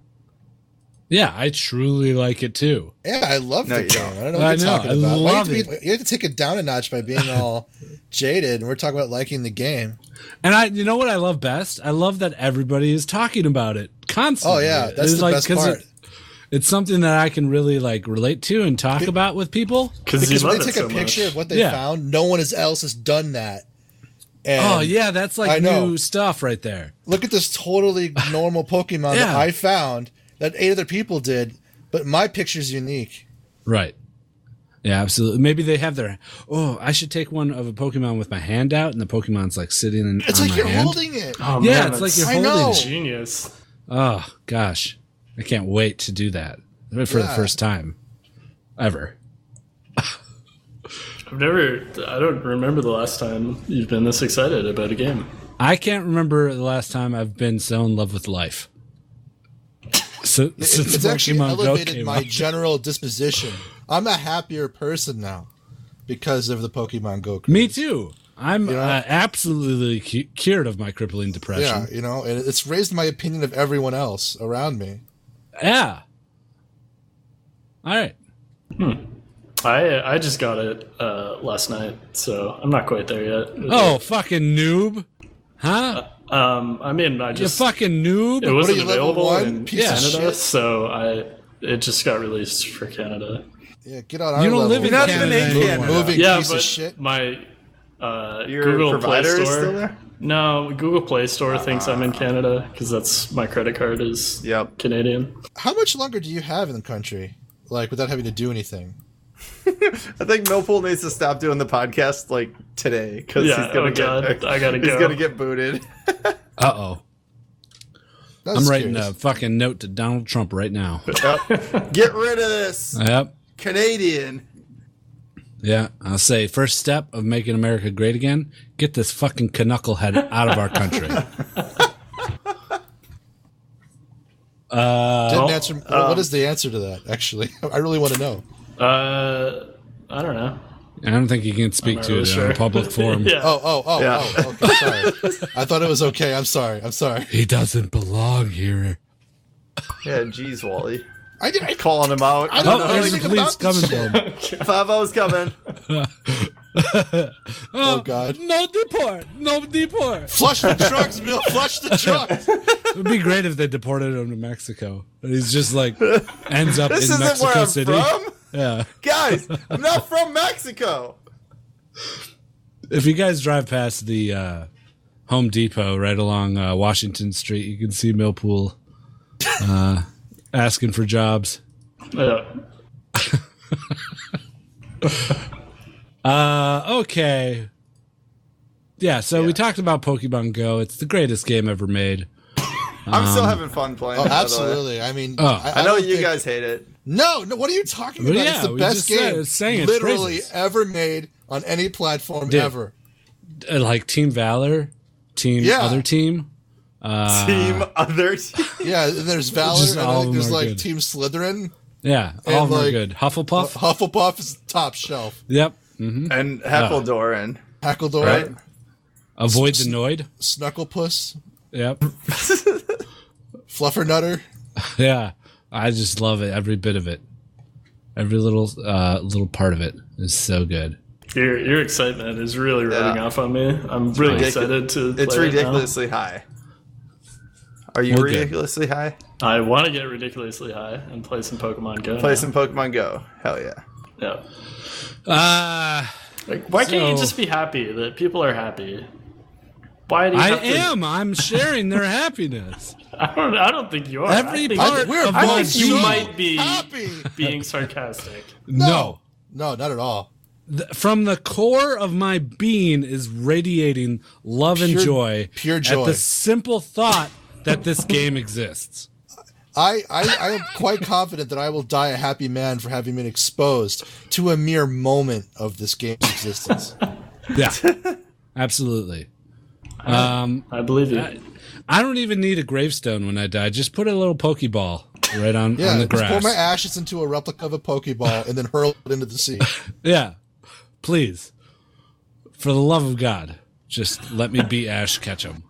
Speaker 2: Yeah, I truly like it too.
Speaker 3: Yeah, I love
Speaker 4: No,
Speaker 3: the
Speaker 4: you
Speaker 3: game.
Speaker 4: don't.
Speaker 3: I don't know
Speaker 2: I
Speaker 3: what you're
Speaker 2: know,
Speaker 3: talking
Speaker 2: I
Speaker 3: about. Why
Speaker 2: love
Speaker 3: you, have to be- you have to take it down a notch by being all jaded, and we're talking about liking the game.
Speaker 2: And I, you know what I love best? I love that everybody is talking about it
Speaker 3: Oh
Speaker 2: constantly.
Speaker 3: yeah, that's
Speaker 2: It's
Speaker 3: the
Speaker 2: like-
Speaker 3: best
Speaker 2: 'cause
Speaker 3: part.
Speaker 2: it- it's something that I can really like relate to and talk about with people.
Speaker 1: because you
Speaker 3: because
Speaker 1: love
Speaker 3: when
Speaker 1: it
Speaker 3: they take
Speaker 1: so
Speaker 3: a picture
Speaker 1: much.
Speaker 3: of what they
Speaker 2: Yeah.
Speaker 3: found, no one else has done that. And
Speaker 2: oh yeah, that's like
Speaker 3: I know.
Speaker 2: new stuff right there.
Speaker 3: look at this totally normal Pokemon
Speaker 2: Yeah.
Speaker 3: that I found that eight other people did, but my picture's unique.
Speaker 2: Right. Yeah, absolutely. Maybe they have their. Oh, I should take one of a Pokemon with my hand out, and the Pokemon's like sitting in.
Speaker 3: It's
Speaker 2: on
Speaker 3: like
Speaker 2: my
Speaker 3: you're
Speaker 2: hand.
Speaker 3: holding it.
Speaker 1: Oh,
Speaker 2: Yeah,
Speaker 1: man,
Speaker 2: it's like
Speaker 1: that's
Speaker 2: you're
Speaker 3: I
Speaker 2: holding.
Speaker 3: know.
Speaker 2: it.
Speaker 1: genius.
Speaker 2: Oh gosh, I can't wait to do that for the
Speaker 3: Yeah.
Speaker 2: first time ever.
Speaker 1: I've never. I don't remember the last time you've been this excited about a game.
Speaker 2: I can't remember the last time I've been so in love with life. So, since
Speaker 3: it's actually
Speaker 2: Pokemon Go
Speaker 3: elevated
Speaker 2: came
Speaker 3: my
Speaker 2: out.
Speaker 3: general disposition. I'm a happier person now because of the Pokemon Go.
Speaker 2: Me
Speaker 3: craze.
Speaker 2: too. I'm uh, absolutely cu- cured of my crippling depression.
Speaker 3: Yeah, you know, and it's raised my opinion of everyone else around me.
Speaker 2: Yeah. All right.
Speaker 1: I I just got it uh, last night, so I'm not quite there yet.
Speaker 2: Oh, fucking noob. Huh?
Speaker 1: um, I mean, I
Speaker 2: you
Speaker 1: just
Speaker 2: fucking noob.
Speaker 1: it wasn't
Speaker 3: you, level
Speaker 1: available
Speaker 3: one,
Speaker 1: in
Speaker 3: piece
Speaker 2: of
Speaker 1: Canada,
Speaker 3: shit?
Speaker 1: so I it just got released for Canada.
Speaker 3: Yeah, get on our
Speaker 2: you don't
Speaker 3: level.
Speaker 2: live in
Speaker 4: You're not
Speaker 2: Canada.
Speaker 4: even in
Speaker 2: anymore.
Speaker 4: Canada.
Speaker 3: Moving
Speaker 1: yeah,
Speaker 3: piece
Speaker 1: but
Speaker 3: of shit.
Speaker 1: my uh,
Speaker 4: Your
Speaker 1: Google Play
Speaker 4: provider
Speaker 1: Store.
Speaker 4: is still there? Ah.
Speaker 1: No, Google Play Store thinks I'm in Canada because that's my credit card is
Speaker 4: Yep.
Speaker 1: Canadian.
Speaker 3: How much longer do you have in the country? Like without having to do anything?
Speaker 4: I think Millpool needs to stop doing the podcast like today because
Speaker 1: Yeah,
Speaker 4: he's gonna
Speaker 1: oh
Speaker 4: get
Speaker 1: God, I gotta
Speaker 4: he's
Speaker 1: go.
Speaker 4: gonna get booted.
Speaker 2: Uh oh.
Speaker 3: That's
Speaker 2: I'm writing
Speaker 3: serious.
Speaker 2: a fucking note to Donald Trump right now.
Speaker 4: get rid of this
Speaker 2: yep.
Speaker 4: Canadian.
Speaker 2: Yeah. I'll say first step of making America great again get this fucking knucklehead out of our country.
Speaker 3: Didn't answer, what- what is the answer to that? Actually, I really want to know.
Speaker 1: Uh, I don't know.
Speaker 2: I don't think you can speak
Speaker 1: not
Speaker 2: to
Speaker 1: really
Speaker 2: it in
Speaker 1: sure.
Speaker 2: a public forum.
Speaker 1: Yeah.
Speaker 3: Oh, oh, oh,
Speaker 4: Yeah.
Speaker 3: oh. Okay, sorry. I thought it was okay. I'm sorry. I'm sorry.
Speaker 2: He doesn't belong here.
Speaker 4: Yeah, jeez, Wally,
Speaker 3: I didn't. I,
Speaker 4: calling him out. I
Speaker 3: don't
Speaker 4: don't
Speaker 2: Oh,
Speaker 3: know
Speaker 2: there's the
Speaker 3: anything
Speaker 2: police
Speaker 3: about
Speaker 2: coming
Speaker 3: this
Speaker 2: from.
Speaker 4: Five O's coming.
Speaker 3: oh God!
Speaker 2: No deport. No deport.
Speaker 3: Flush the trucks, Bill. Flush the trucks.
Speaker 2: It would be great if they deported him to Mexico. And he's just like, ends up
Speaker 4: This
Speaker 2: in
Speaker 4: isn't
Speaker 2: Mexico
Speaker 4: where I'm
Speaker 2: City.
Speaker 4: from,
Speaker 2: Yeah.
Speaker 4: guys. I'm not from Mexico.
Speaker 2: if you guys drive past the uh, Home Depot right along uh, Washington Street, you can see Millpool uh, asking for jobs.
Speaker 1: Yeah.
Speaker 2: Uh, okay. Yeah, so we talked about Pokemon Go. It's the greatest game ever made.
Speaker 4: I'm still
Speaker 2: Um,
Speaker 4: having fun playing.
Speaker 3: Oh,
Speaker 4: it, by the way.
Speaker 3: absolutely. I mean,
Speaker 2: Oh.
Speaker 4: I know
Speaker 3: don't
Speaker 4: you
Speaker 3: think-
Speaker 4: guys hate it.
Speaker 3: No, no. What are you talking
Speaker 2: Well,
Speaker 3: about?
Speaker 2: yeah,
Speaker 3: it's the
Speaker 2: we
Speaker 3: best
Speaker 2: just said-
Speaker 3: game
Speaker 2: it's saying its
Speaker 3: literally
Speaker 2: praises.
Speaker 3: ever made on any platform
Speaker 2: Dude.
Speaker 3: ever.
Speaker 2: Uh, Like Team Valor, Team
Speaker 3: Yeah.
Speaker 2: Other Team. Uh,
Speaker 4: Team other. Team.
Speaker 3: Yeah, and there's Valor,
Speaker 2: Just
Speaker 3: and
Speaker 2: all
Speaker 3: I
Speaker 2: of them
Speaker 3: think there's
Speaker 2: are
Speaker 3: like
Speaker 2: good.
Speaker 3: Team Slytherin.
Speaker 2: Yeah, all
Speaker 3: And,
Speaker 2: of them are
Speaker 3: like,
Speaker 2: good. Hufflepuff.
Speaker 4: uh,
Speaker 3: Hufflepuff is top shelf.
Speaker 2: yep.
Speaker 4: and Heckledoran.
Speaker 3: Hackledore,
Speaker 4: Right.
Speaker 2: Avoid the Noid.
Speaker 3: Snucklepuss,
Speaker 2: Yep.
Speaker 3: Fluffernutter.
Speaker 2: Yeah, I just love it. Every bit of it, every little uh, little part of it is so good.
Speaker 1: Your your excitement is really rubbing
Speaker 4: Yeah.
Speaker 1: off on me. I'm really
Speaker 4: ridiculous.
Speaker 1: excited to. play
Speaker 4: It's
Speaker 1: it now.
Speaker 4: ridiculously high. Are you
Speaker 2: We're good.
Speaker 4: ridiculously high?
Speaker 1: I want to get ridiculously high and play some Pokemon Go.
Speaker 4: Play
Speaker 1: now.
Speaker 4: some Pokemon Go. Hell yeah.
Speaker 1: Yeah.
Speaker 2: Uh,
Speaker 1: Like, why can't you
Speaker 2: So-
Speaker 1: just be happy that people are happy? Why do you
Speaker 2: I
Speaker 1: have to-
Speaker 2: am. I'm sharing their happiness.
Speaker 1: I don't. I don't think you are.
Speaker 2: Every
Speaker 1: I think,
Speaker 2: part
Speaker 3: we're
Speaker 2: of
Speaker 1: I
Speaker 2: my
Speaker 1: think you
Speaker 2: being.
Speaker 1: might be
Speaker 3: Happy.
Speaker 1: being sarcastic.
Speaker 2: No,
Speaker 3: No, not at all.
Speaker 2: Th- from the core of my being is radiating love and
Speaker 3: Pure-
Speaker 2: joy.
Speaker 3: pure
Speaker 2: At
Speaker 3: joy.
Speaker 2: the simple thought that this game exists.
Speaker 3: I, I, I am quite confident that I will die a happy man for having been exposed to a mere moment of this game's existence.
Speaker 2: Yeah, absolutely.
Speaker 1: I believe you.
Speaker 2: I don't even need a gravestone when I die. Just put a little pokeball right on,
Speaker 3: Yeah,
Speaker 2: on the
Speaker 3: just
Speaker 2: grass.
Speaker 3: pour my ashes into a replica of a Pokeball and then hurl it into the sea.
Speaker 2: Yeah. Please. For the love of God, just let me be Ash Ketchum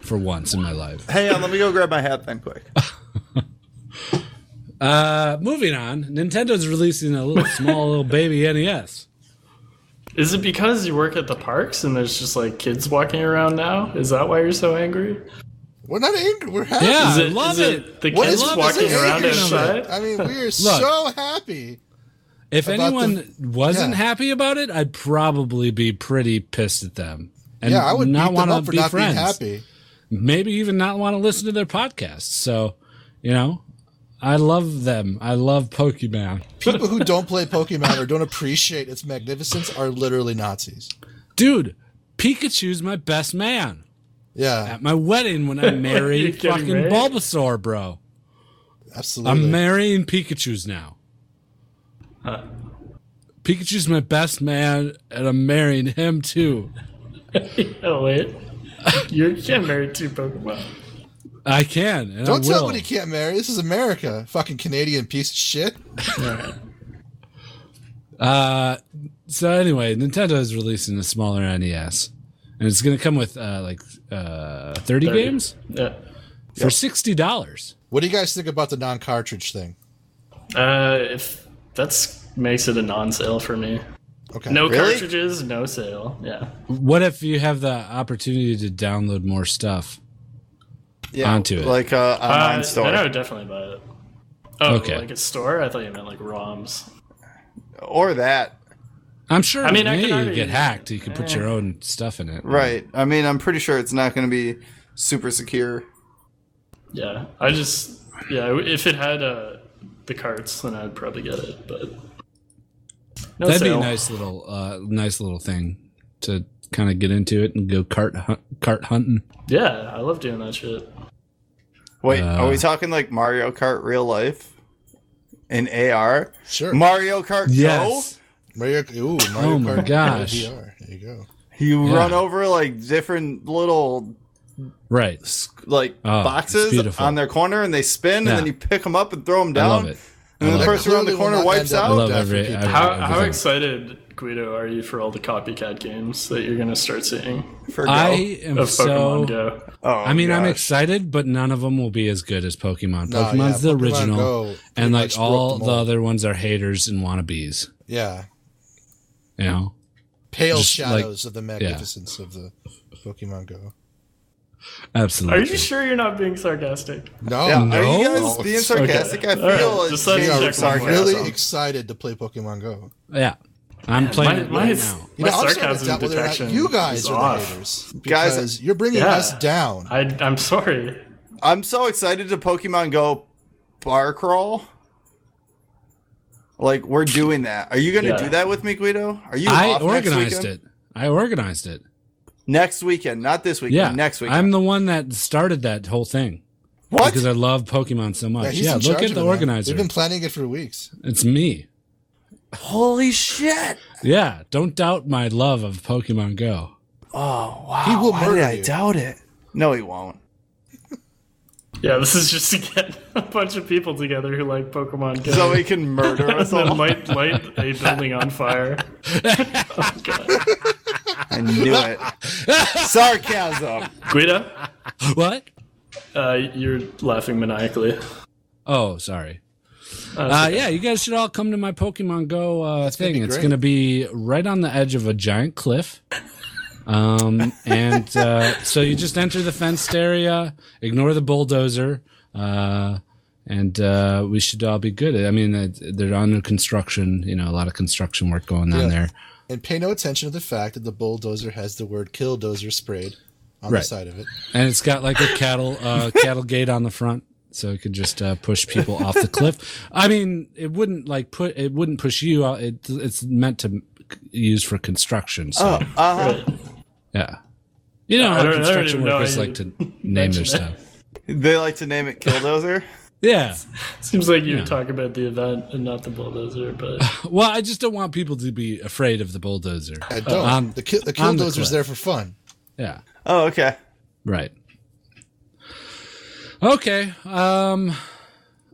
Speaker 2: for once in my life.
Speaker 4: Hang on, let me go grab my hat then quick.
Speaker 2: Uh, moving on, Nintendo's releasing a little small little baby E NES.
Speaker 1: Is it because you work at the parks and there's just like kids walking around now? Is that why you're so angry?
Speaker 3: We're not angry. We're happy.
Speaker 2: Yeah,
Speaker 1: Is
Speaker 2: I
Speaker 1: it,
Speaker 2: love
Speaker 1: is it,
Speaker 2: it.
Speaker 1: the
Speaker 3: What
Speaker 1: kids
Speaker 3: is
Speaker 2: love
Speaker 1: walking
Speaker 3: this
Speaker 1: around
Speaker 3: angry
Speaker 1: outside?
Speaker 3: shit? I mean, we are so happy.
Speaker 2: If
Speaker 3: About
Speaker 2: anyone
Speaker 3: the-
Speaker 2: wasn't
Speaker 3: yeah.
Speaker 2: happy about it, I'd probably be pretty pissed at them. And
Speaker 3: Yeah, I would
Speaker 2: not
Speaker 3: beat them
Speaker 2: want
Speaker 3: up
Speaker 2: to
Speaker 3: for
Speaker 2: be
Speaker 3: not
Speaker 2: friends.
Speaker 3: being happy.
Speaker 2: Maybe even not want to listen to their podcasts. So, you know, I love them. I love Pokemon.
Speaker 3: People who don't play Pokemon or don't appreciate its magnificence are literally Nazis.
Speaker 2: Dude, Pikachu's my best man.
Speaker 3: Yeah,
Speaker 2: at my wedding when I
Speaker 1: You're
Speaker 2: marry
Speaker 1: getting
Speaker 2: fucking
Speaker 1: married?
Speaker 2: Bulbasaur, bro.
Speaker 3: absolutely.
Speaker 2: I'm marrying Pikachu's now. Pikachu's my best man, and I'm marrying him too.
Speaker 1: Oh wait, you can't marry two Pokemon.
Speaker 2: I can. And
Speaker 3: don't
Speaker 2: I
Speaker 3: tell
Speaker 2: will.
Speaker 3: me he can't marry. This is America. Fucking Canadian piece of shit.
Speaker 2: Uh, So anyway, Nintendo is releasing a smaller NES, and it's going to come with uh, like uh, 30, games
Speaker 1: Yeah.
Speaker 2: for sixty dollars.
Speaker 3: What do you guys think about the non-cartridge thing?
Speaker 1: Uh, if that's makes it a non-sale for me.
Speaker 3: Okay.
Speaker 1: No
Speaker 4: Really?
Speaker 1: cartridges, no sale. Yeah.
Speaker 2: What if you have the opportunity to download more stuff?
Speaker 4: Yeah,
Speaker 2: Onto it.
Speaker 4: Like uh, online
Speaker 1: Uh,
Speaker 4: store
Speaker 1: Then I would definitely buy it. Oh,
Speaker 2: Okay.
Speaker 1: like a store? I thought you meant like ROMs.
Speaker 4: or that.
Speaker 2: I'm sure.
Speaker 1: I mean, I
Speaker 2: maybe
Speaker 1: can
Speaker 2: you
Speaker 1: either
Speaker 2: get
Speaker 1: use-
Speaker 2: hacked. You can put your own stuff in it.
Speaker 4: Right. I mean, I'm pretty sure it's not going to be super secure.
Speaker 1: Yeah. I just yeah. If it had uh, the carts, then I'd probably get it. But No
Speaker 2: That'd
Speaker 1: sale.
Speaker 2: be a nice little, uh, nice little thing to kind of get into it and go cart hunt, cart hunting.
Speaker 1: Yeah, I love doing that shit.
Speaker 4: Wait,
Speaker 2: Uh.
Speaker 4: are we talking like Mario Kart real life in AR?
Speaker 3: Sure.
Speaker 4: Mario Kart
Speaker 2: Yes.
Speaker 3: Mario, ooh, Mario
Speaker 2: Oh my
Speaker 3: Kart
Speaker 2: gosh.
Speaker 3: VR. There you go.
Speaker 4: Go? You
Speaker 2: Yeah.
Speaker 4: run over like different little
Speaker 2: Right.
Speaker 4: sc- like
Speaker 2: Oh, it's
Speaker 4: boxes
Speaker 2: beautiful.
Speaker 4: on their corner, and they spin,
Speaker 2: Yeah.
Speaker 4: and then you pick them up and throw them
Speaker 2: I
Speaker 4: down.
Speaker 2: love it. I
Speaker 4: And then
Speaker 2: love
Speaker 4: the
Speaker 2: it.
Speaker 4: person around the
Speaker 3: Clearly will
Speaker 4: corner
Speaker 3: not
Speaker 4: wipes
Speaker 3: end up
Speaker 2: I
Speaker 4: out.
Speaker 2: love
Speaker 3: Definitely
Speaker 2: every.
Speaker 3: keep-
Speaker 2: every
Speaker 1: How, how
Speaker 2: everything.
Speaker 1: excited, Guido, are you for all the copycat games that you're going to start seeing
Speaker 4: for
Speaker 2: I
Speaker 4: Go.
Speaker 2: am
Speaker 1: of
Speaker 2: so.
Speaker 1: Pokemon Go?
Speaker 4: Oh,
Speaker 2: I mean, I'm
Speaker 4: gosh.
Speaker 2: excited, but none of them will be as good as Pokemon.
Speaker 3: No, Oh, yeah,
Speaker 2: Pokemon's the
Speaker 3: Pokemon
Speaker 2: original,
Speaker 3: Go pretty
Speaker 2: and like
Speaker 3: much broke
Speaker 2: all
Speaker 3: the
Speaker 2: the
Speaker 3: mold.
Speaker 2: other ones are haters and wannabes.
Speaker 3: Yeah.
Speaker 2: You know,
Speaker 3: Pale
Speaker 2: Just like-
Speaker 3: shadows of the magnificence of the Pokemon Go.
Speaker 2: absolutely.
Speaker 1: Are you sure you're not being sarcastic?
Speaker 3: No,
Speaker 4: Yeah,
Speaker 2: No?
Speaker 4: Are you guys being sarcastic? I
Speaker 1: Okay. All
Speaker 4: feel
Speaker 1: right,
Speaker 4: it's
Speaker 1: just let me
Speaker 3: we
Speaker 4: shades
Speaker 1: check
Speaker 4: of
Speaker 1: one
Speaker 3: are
Speaker 1: more.
Speaker 4: sarcasm.
Speaker 3: really excited to play Pokemon Go.
Speaker 2: Yeah, I'm playing
Speaker 1: Mine-
Speaker 2: it
Speaker 1: mine
Speaker 2: right
Speaker 1: is-
Speaker 2: now.
Speaker 3: You
Speaker 1: my
Speaker 3: know, I'm starting to
Speaker 1: sarcasm
Speaker 3: doubt whether or not
Speaker 1: detection.
Speaker 3: you guys
Speaker 1: is
Speaker 3: are the
Speaker 1: off.
Speaker 3: haters
Speaker 4: Guys-
Speaker 3: because you're bringing
Speaker 1: Yeah.
Speaker 3: us down.
Speaker 1: I, I'm sorry.
Speaker 4: I'm so excited to Pokemon Go bar crawl. Like we're doing that. Are you going to
Speaker 1: Yeah.
Speaker 4: do that with me, Guido? Are you?
Speaker 2: I
Speaker 4: off next
Speaker 2: organized
Speaker 4: weekend?
Speaker 2: it. I organized it.
Speaker 4: next weekend, not this weekend.
Speaker 2: Yeah,
Speaker 4: next weekend.
Speaker 2: I'm the one that started that whole thing
Speaker 4: what?
Speaker 2: because I love Pokemon so
Speaker 3: Yeah,
Speaker 2: much.
Speaker 3: he's
Speaker 2: Yeah,
Speaker 3: in
Speaker 2: look
Speaker 3: charge
Speaker 2: at
Speaker 3: of
Speaker 2: the
Speaker 3: it, man.
Speaker 2: organizer.
Speaker 3: We've been planning it for weeks.
Speaker 2: It's me.
Speaker 4: Holy shit!
Speaker 2: Yeah, don't doubt my love of Pokemon Go.
Speaker 4: Oh wow!
Speaker 3: He will
Speaker 4: Why
Speaker 3: murder
Speaker 4: did I
Speaker 3: you.
Speaker 4: doubt it? No, he won't.
Speaker 1: Yeah, this is just to get a bunch of people together who like Pokemon Go.
Speaker 4: So he can murder us
Speaker 1: and
Speaker 4: all.
Speaker 1: light, light a building on fire. Oh, God.
Speaker 4: I knew it. Sarcasm.
Speaker 1: Guido,
Speaker 2: What?
Speaker 1: uh, you're laughing maniacally.
Speaker 2: Oh, sorry.
Speaker 1: Uh,
Speaker 2: Uh, yeah, you guys should all come to my Pokemon Go uh, thing.
Speaker 3: be
Speaker 2: it's
Speaker 3: great.
Speaker 2: going to be right on the edge of a giant cliff. Um, and uh, so you just enter the fenced area, ignore the bulldozer, uh, and uh, we should all be good. I mean, uh, they're under construction, you know, a lot of construction work going on
Speaker 3: Yeah.
Speaker 2: there.
Speaker 3: And pay no attention to the fact that the bulldozer has the word "killdozer" sprayed on
Speaker 2: Right.
Speaker 3: the side of it.
Speaker 2: And it's got like a cattle uh, cattle gate on the front, so it could just uh, push people off the cliff. I mean, it wouldn't like put it wouldn't push you. Out. It, it's meant to use for construction.
Speaker 3: Oh.
Speaker 2: So
Speaker 4: Uh-huh.
Speaker 2: yeah, you know
Speaker 1: I
Speaker 2: how
Speaker 1: don't- I don't
Speaker 2: construction
Speaker 1: even know
Speaker 2: workers
Speaker 1: how you
Speaker 2: like to name their stuff.
Speaker 4: They like to name it Killdozer.
Speaker 2: Yeah.
Speaker 1: Seems like you talk about the event and not the bulldozer, but
Speaker 2: Well, I just don't want people to be afraid of the bulldozer.
Speaker 3: I don't.
Speaker 2: on-
Speaker 3: the ki- the
Speaker 2: on the
Speaker 3: killdozer's
Speaker 2: cliff.
Speaker 3: there for fun.
Speaker 2: Yeah.
Speaker 4: Oh, okay.
Speaker 2: Right. Okay. Um,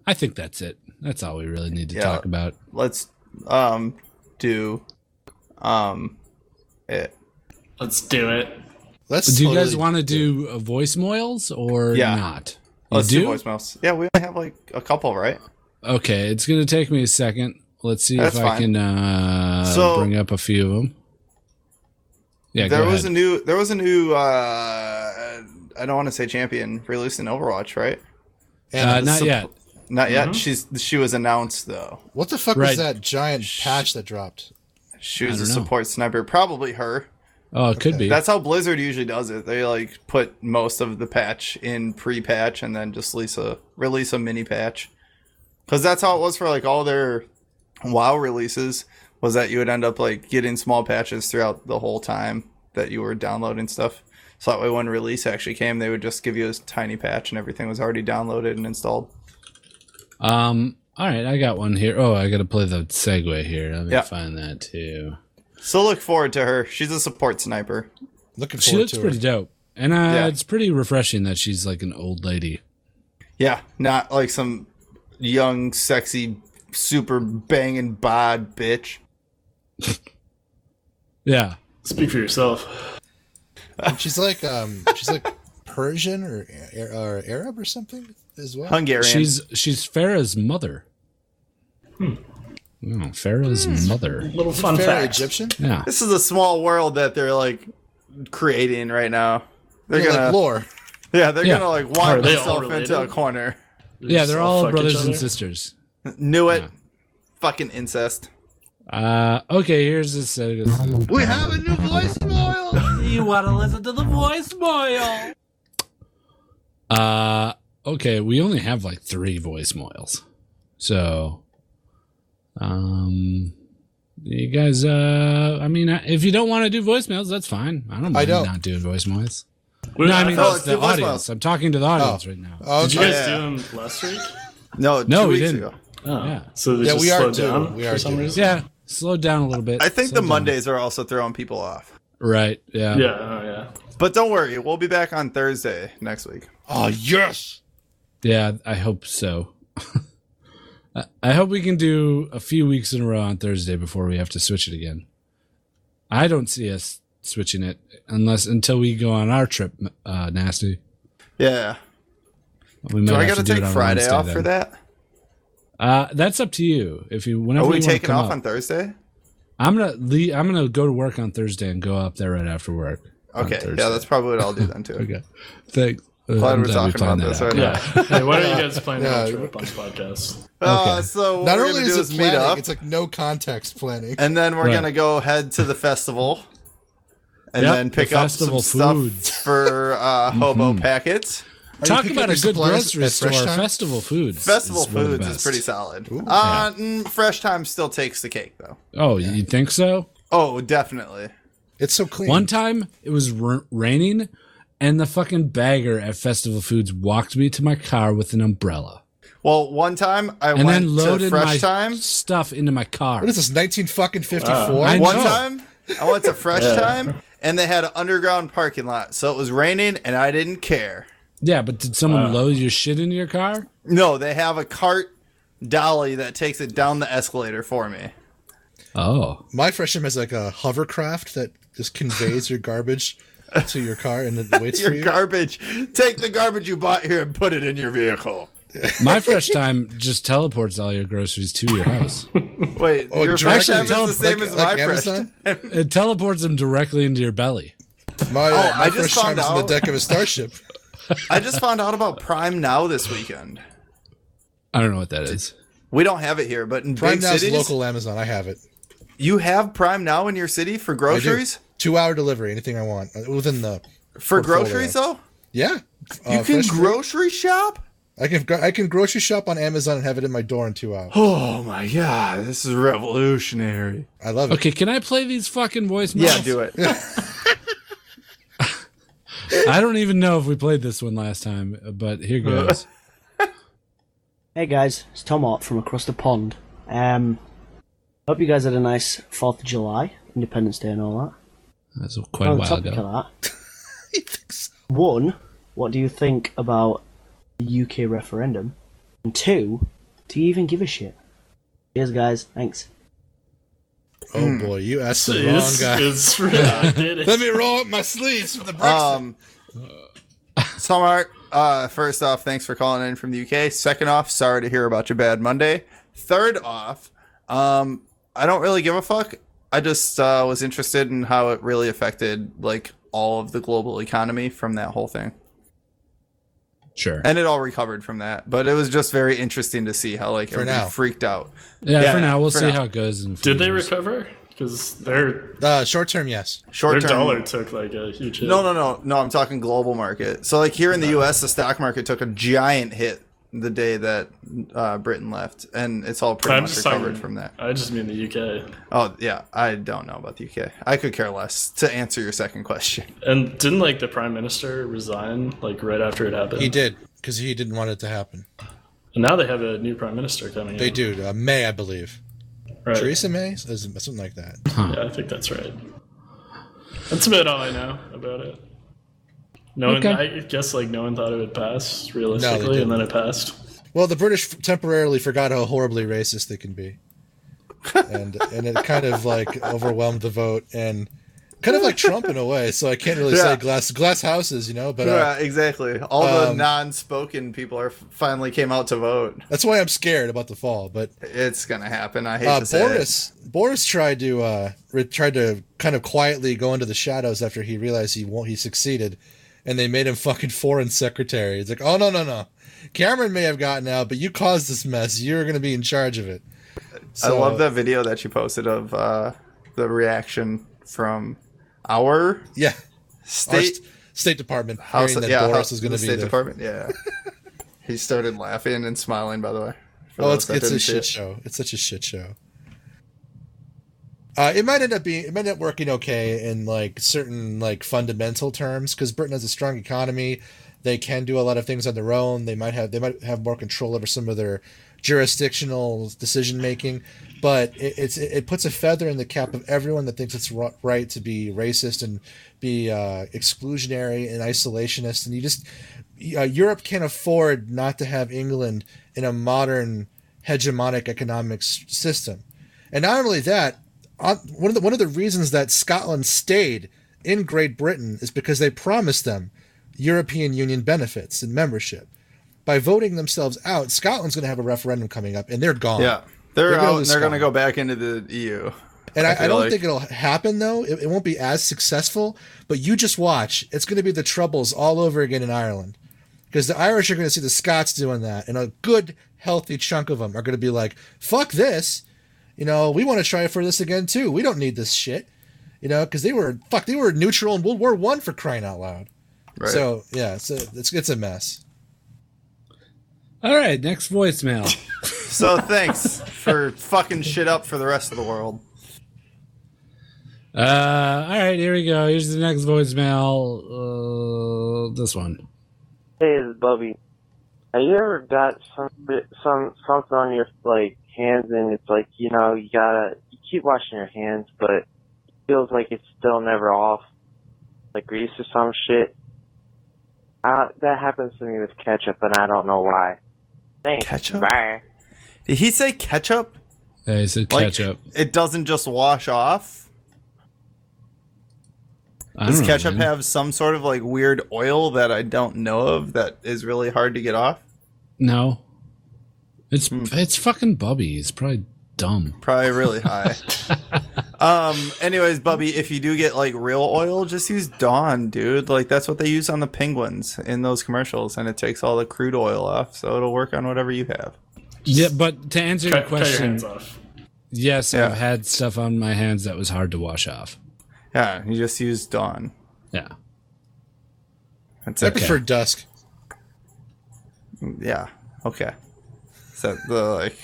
Speaker 2: I think that's it. That's all we really need to
Speaker 4: Yeah.
Speaker 2: talk about.
Speaker 4: Let's um do um it.
Speaker 1: let's do it.
Speaker 3: Let's.
Speaker 2: Do you guys
Speaker 3: totally-
Speaker 2: want to do uh, voicemails or
Speaker 4: Yeah.
Speaker 2: not? You
Speaker 4: Let's
Speaker 2: do?
Speaker 4: do voicemails. Yeah, we only have like a couple, right?
Speaker 2: Okay, it's going to take me a second. Let's see
Speaker 4: That's
Speaker 2: if I
Speaker 4: fine.
Speaker 2: can uh,
Speaker 4: So-
Speaker 2: bring up a few of them. Yeah,
Speaker 4: there
Speaker 2: go
Speaker 4: was
Speaker 2: ahead.
Speaker 4: a new there was a new uh I don't want to say champion released in Overwatch, right?
Speaker 3: And
Speaker 2: uh, not yet.
Speaker 4: Not
Speaker 2: Mm-hmm.
Speaker 4: yet. She's she was announced though.
Speaker 3: What the fuck
Speaker 2: Right.
Speaker 3: was that giant patch that dropped?
Speaker 4: She was
Speaker 2: I
Speaker 4: a
Speaker 2: don't know.
Speaker 4: support sniper, probably her.
Speaker 2: Oh, it could be.
Speaker 4: That's how Blizzard usually does it. They like put most of the patch in pre-patch and then just release a release a mini patch. Cuz that's how it was for like all their WoW releases was that you would end up like getting small patches throughout the whole time that you were downloading stuff. So that way when release actually came, they would just give you a tiny patch and everything was already downloaded and installed.
Speaker 2: Um, all right, I got one here. Oh, I got to play the segue here. Let me
Speaker 4: Yeah.
Speaker 2: find that too.
Speaker 4: So look forward to her. She's a support sniper.
Speaker 3: Looking
Speaker 2: She
Speaker 3: forward
Speaker 2: looks
Speaker 3: to
Speaker 2: pretty
Speaker 3: it.
Speaker 2: dope. And uh,
Speaker 4: Yeah.
Speaker 2: it's pretty refreshing that she's like an old lady.
Speaker 4: Yeah, not like some young, sexy, super banging bod bitch.
Speaker 2: Yeah.
Speaker 1: Speak for yourself.
Speaker 3: She's like um, she's like Persian or or Arab or something as well.
Speaker 4: Hungarian.
Speaker 2: She's she's Farah's mother. Hmm. Oh, Farah's mother.
Speaker 1: Little fun
Speaker 3: Fair
Speaker 1: fact.
Speaker 3: Egyptian.
Speaker 2: Yeah.
Speaker 4: This is a small world that they're like creating right now. They're
Speaker 3: Yeah,
Speaker 4: gonna,
Speaker 3: like lore.
Speaker 4: yeah, they're
Speaker 2: Yeah.
Speaker 4: gonna like
Speaker 1: Are
Speaker 4: wind
Speaker 1: they all
Speaker 4: themselves into a
Speaker 1: related?
Speaker 4: corner.
Speaker 2: Yeah, they're all
Speaker 1: fuck each
Speaker 2: brothers and
Speaker 1: other?
Speaker 2: sisters.
Speaker 4: Knew it. Fucking incest.
Speaker 2: Uh, okay, here's this. Uh,
Speaker 5: We have a new voicemail. you want to listen to the voicemail?
Speaker 2: uh, okay, we only have like three voicemails, so um, You guys, uh, I mean, I- if you don't want to do voicemails, that's fine. I don't mind
Speaker 3: don't.
Speaker 2: not doing voicemails.
Speaker 1: We-
Speaker 2: No, I mean,
Speaker 4: thought-
Speaker 2: that's the
Speaker 4: do voicemails.
Speaker 2: audience. I'm talking to the audience right now.
Speaker 3: Oh,
Speaker 1: did you
Speaker 3: okay.
Speaker 1: guys
Speaker 4: yeah.
Speaker 1: do them last week?
Speaker 4: No,
Speaker 2: No,
Speaker 4: two
Speaker 2: we
Speaker 4: weeks
Speaker 2: didn't.
Speaker 4: ago.
Speaker 1: Oh,
Speaker 2: Yeah.
Speaker 1: So they
Speaker 3: Yeah,
Speaker 1: just
Speaker 3: we are
Speaker 1: slowed
Speaker 3: too.
Speaker 1: down
Speaker 3: We
Speaker 1: for
Speaker 3: are
Speaker 1: some
Speaker 3: too.
Speaker 1: reason.
Speaker 2: Yeah, slow down a little bit.
Speaker 4: I think
Speaker 2: Slow
Speaker 4: the
Speaker 2: down.
Speaker 4: Mondays are also throwing people off.
Speaker 2: Right. Yeah.
Speaker 1: Yeah. Oh, yeah.
Speaker 4: But don't worry, we'll be back on Thursday next week.
Speaker 3: Oh yes.
Speaker 2: Yeah, I hope so. I- I hope we can do a few weeks in a row on Thursday before we have to switch it again. I don't see us switching it unless until we go on our trip, uh, nasty.
Speaker 4: Yeah.
Speaker 2: We might
Speaker 4: Do I
Speaker 2: have
Speaker 4: got to
Speaker 2: do it
Speaker 4: take
Speaker 2: on
Speaker 4: Friday
Speaker 2: Wednesday
Speaker 4: off
Speaker 2: then.
Speaker 4: for that?
Speaker 2: Uh, that's up to you. If you
Speaker 4: Are
Speaker 2: whenever you
Speaker 4: we
Speaker 2: want to
Speaker 4: taking
Speaker 2: come
Speaker 4: off
Speaker 2: up,
Speaker 4: on Thursday?
Speaker 2: I'm gonna leave, I'm gonna go to work on Thursday and go up there right after work. on
Speaker 4: Okay.
Speaker 2: Thursday.
Speaker 4: Yeah, that's probably what I'll do then too.
Speaker 2: okay. Thanks.
Speaker 4: Glad
Speaker 2: I'm
Speaker 4: we're
Speaker 2: glad we
Speaker 4: talking
Speaker 2: planned
Speaker 4: about
Speaker 2: that
Speaker 4: this
Speaker 2: out.
Speaker 4: right
Speaker 1: Yeah.
Speaker 4: now.
Speaker 1: hey, why don't you guys plan
Speaker 3: Yeah.
Speaker 1: a trip on the podcast?
Speaker 4: Uh,
Speaker 2: Okay.
Speaker 4: so what
Speaker 3: Not
Speaker 4: we're
Speaker 3: only
Speaker 4: gonna
Speaker 3: is
Speaker 4: do
Speaker 3: it
Speaker 4: is meet
Speaker 3: planning,
Speaker 4: up,
Speaker 3: it's like no context planning.
Speaker 4: and then we're
Speaker 2: Right.
Speaker 4: gonna go head to the festival, and
Speaker 2: Yep,
Speaker 4: then
Speaker 2: the
Speaker 4: pick up some
Speaker 2: festival foods. Mm-hmm.
Speaker 4: stuff for uh, hobo packets.
Speaker 3: Are you
Speaker 2: Talk
Speaker 3: picking
Speaker 2: about
Speaker 3: up
Speaker 2: a
Speaker 3: your
Speaker 2: good
Speaker 3: supplies
Speaker 2: grocery
Speaker 3: at
Speaker 2: store.
Speaker 3: Fresh Time?
Speaker 2: Festival Foods.
Speaker 4: Festival
Speaker 2: is one of the
Speaker 4: foods is
Speaker 2: best.
Speaker 4: pretty solid. Uh, mm, Fresh time still takes the cake though.
Speaker 2: Oh, you think so?
Speaker 4: Oh, definitely.
Speaker 3: It's so clean.
Speaker 2: One time it was r- raining, and the fucking bagger at Festival Foods walked me to my car with an umbrella,
Speaker 4: Well, one time I
Speaker 2: and
Speaker 4: went
Speaker 2: then
Speaker 4: to
Speaker 2: loaded
Speaker 4: Fresh
Speaker 2: my
Speaker 4: Time.
Speaker 2: stuff into my car.
Speaker 3: What is this? Nineteen fucking fifty four.
Speaker 2: Uh, I
Speaker 4: One
Speaker 2: know.
Speaker 4: time I went to Fresh Time, and they had an underground parking lot, so it was raining, and I didn't care.
Speaker 2: Yeah, but did someone
Speaker 4: Uh.
Speaker 2: load your shit into your car?
Speaker 4: No, they have a cart dolly that takes it down the escalator for me.
Speaker 2: Oh,
Speaker 3: My freshman has like a hovercraft that just conveys your garbage to your car and it waits for
Speaker 4: Your
Speaker 3: you.
Speaker 4: garbage. Take the garbage you bought here and put it in your vehicle.
Speaker 2: my fresh time just teleports all your groceries to your house.
Speaker 4: Wait, your
Speaker 3: direct-
Speaker 4: fresh time is
Speaker 3: Actually,
Speaker 4: the same
Speaker 3: Oh, like-
Speaker 4: as
Speaker 3: like
Speaker 4: my fresh
Speaker 3: Amazon?
Speaker 4: time.
Speaker 2: It teleports them directly into your belly.
Speaker 3: My, uh,
Speaker 4: Oh, I
Speaker 3: my
Speaker 4: just
Speaker 3: fresh time
Speaker 4: found
Speaker 3: is on the
Speaker 4: out.
Speaker 3: deck of a starship.
Speaker 4: I just found out about Prime Now this weekend.
Speaker 2: I don't know what that is.
Speaker 4: We don't have it here, but in
Speaker 3: Prime
Speaker 4: big
Speaker 3: Now's
Speaker 4: cities,
Speaker 3: local Amazon. I have it.
Speaker 4: you have Prime Now in your city for
Speaker 3: I do.
Speaker 4: groceries?
Speaker 3: Two hour delivery. Anything I want uh, within the.
Speaker 4: For
Speaker 3: Portfolio.
Speaker 4: groceries, though?
Speaker 3: Yeah. Uh,
Speaker 4: You can
Speaker 3: fresh fruit.
Speaker 4: grocery shop?
Speaker 3: I can gro- I can grocery shop on Amazon and have it in my door in two hours.
Speaker 4: Oh my god, this is revolutionary.
Speaker 3: I love it.
Speaker 2: Okay, can I play these fucking voicemails?
Speaker 4: Yeah, do it.
Speaker 2: I don't even know if we played this one last time, but here
Speaker 4: Uh.
Speaker 2: goes.
Speaker 8: Hey guys, it's Tom Hart from across the pond. Um, hope you guys had a nice Fourth of July, Independence Day, and all that.
Speaker 2: That's quite a
Speaker 8: On the
Speaker 2: while
Speaker 8: topic
Speaker 2: ago.
Speaker 8: of that, one, what do you think about the UK referendum? And two, do you even give a shit? Cheers, guys. Thanks.
Speaker 4: Hmm.
Speaker 3: Oh boy, you asked the wrong
Speaker 1: This
Speaker 3: guy.
Speaker 1: is yeah, I did it.
Speaker 3: Let me roll up my sleeves for the Brexit.
Speaker 4: Um, Somart, uh, first off, thanks for calling in from the UK. Second off, sorry to hear about your bad Monday. Third off, um, I don't really give a fuck. I just uh, was interested in how it really affected like all of the global economy from that whole thing,
Speaker 2: Sure.
Speaker 4: and it all recovered from that. But it was just very interesting to see how like everybody
Speaker 3: now.
Speaker 4: freaked out.
Speaker 2: Yeah,
Speaker 4: Yeah,
Speaker 2: for now we'll
Speaker 4: for
Speaker 2: see
Speaker 4: now.
Speaker 2: how it goes. In a few
Speaker 1: Did they
Speaker 2: years.
Speaker 1: recover? Because their
Speaker 3: uh, short term, yes.
Speaker 1: their
Speaker 4: Short term,
Speaker 1: dollar took like a huge hit.
Speaker 4: No, no, no, no. I'm talking global market. So, like here in the U.S., the stock market took a giant hit the day that uh, Britain left, and it's all pretty
Speaker 1: I'm
Speaker 4: much
Speaker 1: just
Speaker 4: recovered
Speaker 1: talking.
Speaker 4: from that.
Speaker 1: I just mean the UK.
Speaker 4: Oh yeah, I don't know about the UK. I could care less. To answer your second question,
Speaker 1: And didn't like the prime minister resign like right after it happened?
Speaker 3: He did because he didn't want it to happen.
Speaker 1: And now they have a new prime minister coming.
Speaker 3: They
Speaker 1: in.
Speaker 3: do uh, May, I believe.
Speaker 1: Right.
Speaker 3: Theresa May, Is it something like that.
Speaker 1: Yeah, I think that's right. That's about all I know about it. No
Speaker 2: Okay.
Speaker 1: one, I guess, like no one thought it would pass
Speaker 3: No,
Speaker 1: realistically,
Speaker 3: they
Speaker 1: and then it passed.
Speaker 3: Well, the British f- temporarily forgot how horribly racist they can be, and and it kind of like overwhelmed the vote and kind of like Trump in a way. So I can't really
Speaker 4: Yeah.
Speaker 3: say glass glass houses, you know. But uh,
Speaker 4: yeah, exactly. All the
Speaker 3: um,
Speaker 4: non-spoken people are finally came out to vote.
Speaker 3: that's why I'm scared about the fall. But
Speaker 4: It's gonna happen. I hate
Speaker 3: uh,
Speaker 4: to say it.
Speaker 3: Boris Boris tried to uh, re- tried to kind of quietly go into the shadows after he realized he won't he succeeded, and they made him fucking foreign secretary. It's like, oh no no no, Cameron may have gotten out, but you caused this mess. You're going to be in charge of it.
Speaker 4: I
Speaker 3: uh,
Speaker 4: love that video that you posted of uh, the reaction from our
Speaker 3: Yeah, Our
Speaker 4: state
Speaker 3: st- State Department
Speaker 4: House,
Speaker 3: hearing that
Speaker 4: yeah,
Speaker 3: Boris
Speaker 4: House-
Speaker 3: is going
Speaker 4: the
Speaker 3: to be
Speaker 4: State
Speaker 3: there.
Speaker 4: Department. Yeah, he started laughing and smiling. By the way, for
Speaker 3: Oh,
Speaker 4: those
Speaker 3: it's
Speaker 4: that
Speaker 3: it's a
Speaker 4: didn't see
Speaker 3: shit
Speaker 4: it.
Speaker 3: show. It's such a shit show. Uh, it might end up being it might end up working okay in like certain like fundamental terms because Britain has a strong economy. They can do a lot of things on their own. They might have they might have more control over some of their jurisdictional decision making. But it, it's it, it puts a feather in the cap of everyone that thinks it's ro- right to be racist and be uh, exclusionary and isolationist. And you just uh, Europe can't afford not to have England in a modern hegemonic economic s- system. And not only that, on, one of the one of the reasons that Scotland stayed in Great Britain is because they promised them European Union benefits and membership. By voting themselves out, Scotland's going to have a referendum coming up, and they're gone.
Speaker 9: Yeah, they're,
Speaker 3: They're gonna
Speaker 9: out. and
Speaker 3: lose
Speaker 9: They're going to
Speaker 3: Scotland.
Speaker 9: go back into the E EU.
Speaker 3: And I,
Speaker 9: I
Speaker 3: I,
Speaker 9: feel
Speaker 3: don't
Speaker 9: like-
Speaker 3: think it'll happen though. It, it won't be as successful. But you just watch; it's going to be the troubles all over again in Ireland, because the Irish are going to see the Scots doing that, and a good healthy chunk of them are going to be like, "Fuck this," you know. We want to try for this again too. We don't need this shit, you know, because they were fuck. They were neutral in World War One for crying out loud.
Speaker 9: Right.
Speaker 3: So yeah, so it's it's a mess.
Speaker 2: All right, next voicemail.
Speaker 9: So thanks for fucking shit up for the rest of the world.
Speaker 2: Uh, all right, here we go. Here's the next voicemail. Uh, this one.
Speaker 10: Hey, it's Bubby. Have you ever got some bit, some something on your like hands, and it's like you know you gotta you keep washing your hands, but it feels like it's still never off, like grease or some shit. Uh, that happens to me with ketchup, and I don't know why. Thanks.
Speaker 9: Ketchup?
Speaker 10: Bye.
Speaker 9: Did he say ketchup?
Speaker 2: Hey, so
Speaker 9: Like,
Speaker 2: catch up.
Speaker 9: It doesn't just wash off.
Speaker 2: I
Speaker 9: Does
Speaker 2: don't know,
Speaker 9: ketchup
Speaker 2: man.
Speaker 9: have some sort of like weird oil that I don't know of that is really hard to get off?
Speaker 2: No. It's
Speaker 9: Hmm.
Speaker 2: it's fucking Bubby. He's probably dumb.
Speaker 9: Probably really high. um. Anyways, Bubby, if you do get like real oil, just use Dawn, dude. Like that's what they use on the penguins in those commercials, and it takes all the crude oil off, so it'll work on whatever you have.
Speaker 2: Yeah, but to answer your
Speaker 1: Cut, cut your
Speaker 2: question,
Speaker 1: hands off.
Speaker 2: yes,
Speaker 9: Yeah.
Speaker 2: I've had stuff on my hands that was hard to wash off.
Speaker 9: Yeah, you just use Dawn.
Speaker 2: Yeah.
Speaker 9: That's
Speaker 3: I
Speaker 9: it.
Speaker 3: prefer dusk.
Speaker 9: Yeah. Okay. Is that the like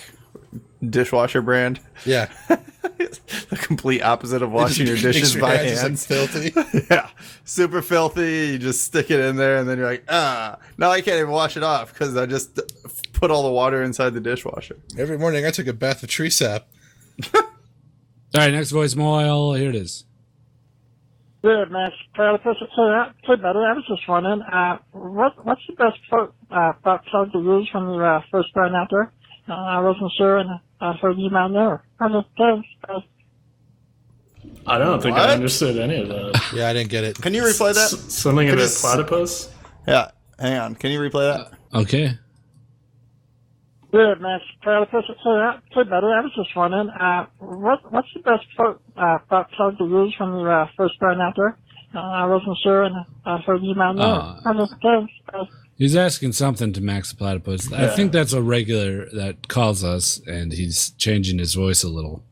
Speaker 9: dishwasher brand?
Speaker 3: Yeah,
Speaker 9: the complete opposite of washing your dishes by
Speaker 3: It's just, like,
Speaker 9: hands.
Speaker 3: filthy.
Speaker 9: yeah. Super filthy. You just stick it in there and then you're like, ah, now I can't even wash it off because I just put all the water inside the dishwasher.
Speaker 3: Every morning I took a bath of tree sap.
Speaker 2: All right, next voicemail. Here it is.
Speaker 11: Good, Max. Tyler, first of all, I put another emphasis one in. Uh, what, what's the best pro, uh, butt plug to use when you're uh, first going out there? Uh, I wasn't sure, and I heard you out there. I just, uh,
Speaker 1: I don't think
Speaker 9: What?
Speaker 1: I understood any of that.
Speaker 3: Yeah, I didn't get it.
Speaker 9: Can you replay
Speaker 1: S-
Speaker 9: that?
Speaker 1: something
Speaker 9: Could
Speaker 1: about
Speaker 9: just-
Speaker 1: platypus?
Speaker 9: Yeah. Hang on. Can you replay that?
Speaker 2: Okay.
Speaker 11: good, Max. Tyler, first of all, I put another emphasis one in. Uh, what, what's the best pro, uh, butt plug to use when you're uh, first going out there? Uh, I wasn't sure, and I heard you out there.
Speaker 2: Uh.
Speaker 11: I just, uh,
Speaker 2: He's asking something to Max the Platypus. I think that's a regular that calls us, and he's changing his voice a little.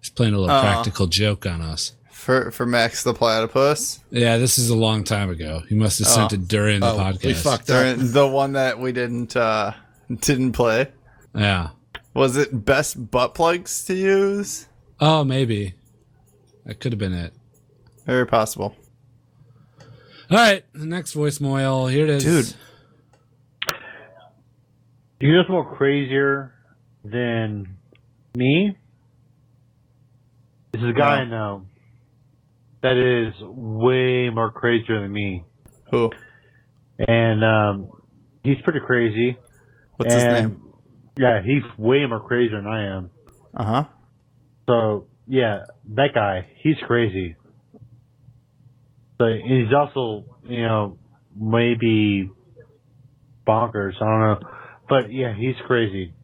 Speaker 2: He's playing a little practical joke on us.
Speaker 9: For for Max the platypus.
Speaker 2: Yeah, this is a long time ago. He must have sent it during the
Speaker 3: Oh,
Speaker 2: podcast.
Speaker 3: we fucked up.
Speaker 9: During the one that we didn't uh didn't play.
Speaker 2: Yeah.
Speaker 9: Was it best butt plugs to use?
Speaker 2: Oh, maybe. That could have been it.
Speaker 9: Very possible.
Speaker 2: All right, the next voicemail. Here it is.
Speaker 9: Dude.
Speaker 12: You guys more crazier than me? This is a guy I know that is way more crazier than me.
Speaker 9: Who?
Speaker 12: And um, he's pretty crazy.
Speaker 9: What's his
Speaker 12: And-
Speaker 9: name?
Speaker 12: Yeah, he's way more crazy than I am.
Speaker 9: Uh huh.
Speaker 12: So, yeah, that guy, he's crazy. So, and he's also, you know, maybe bonkers. I don't know. But yeah, he's crazy.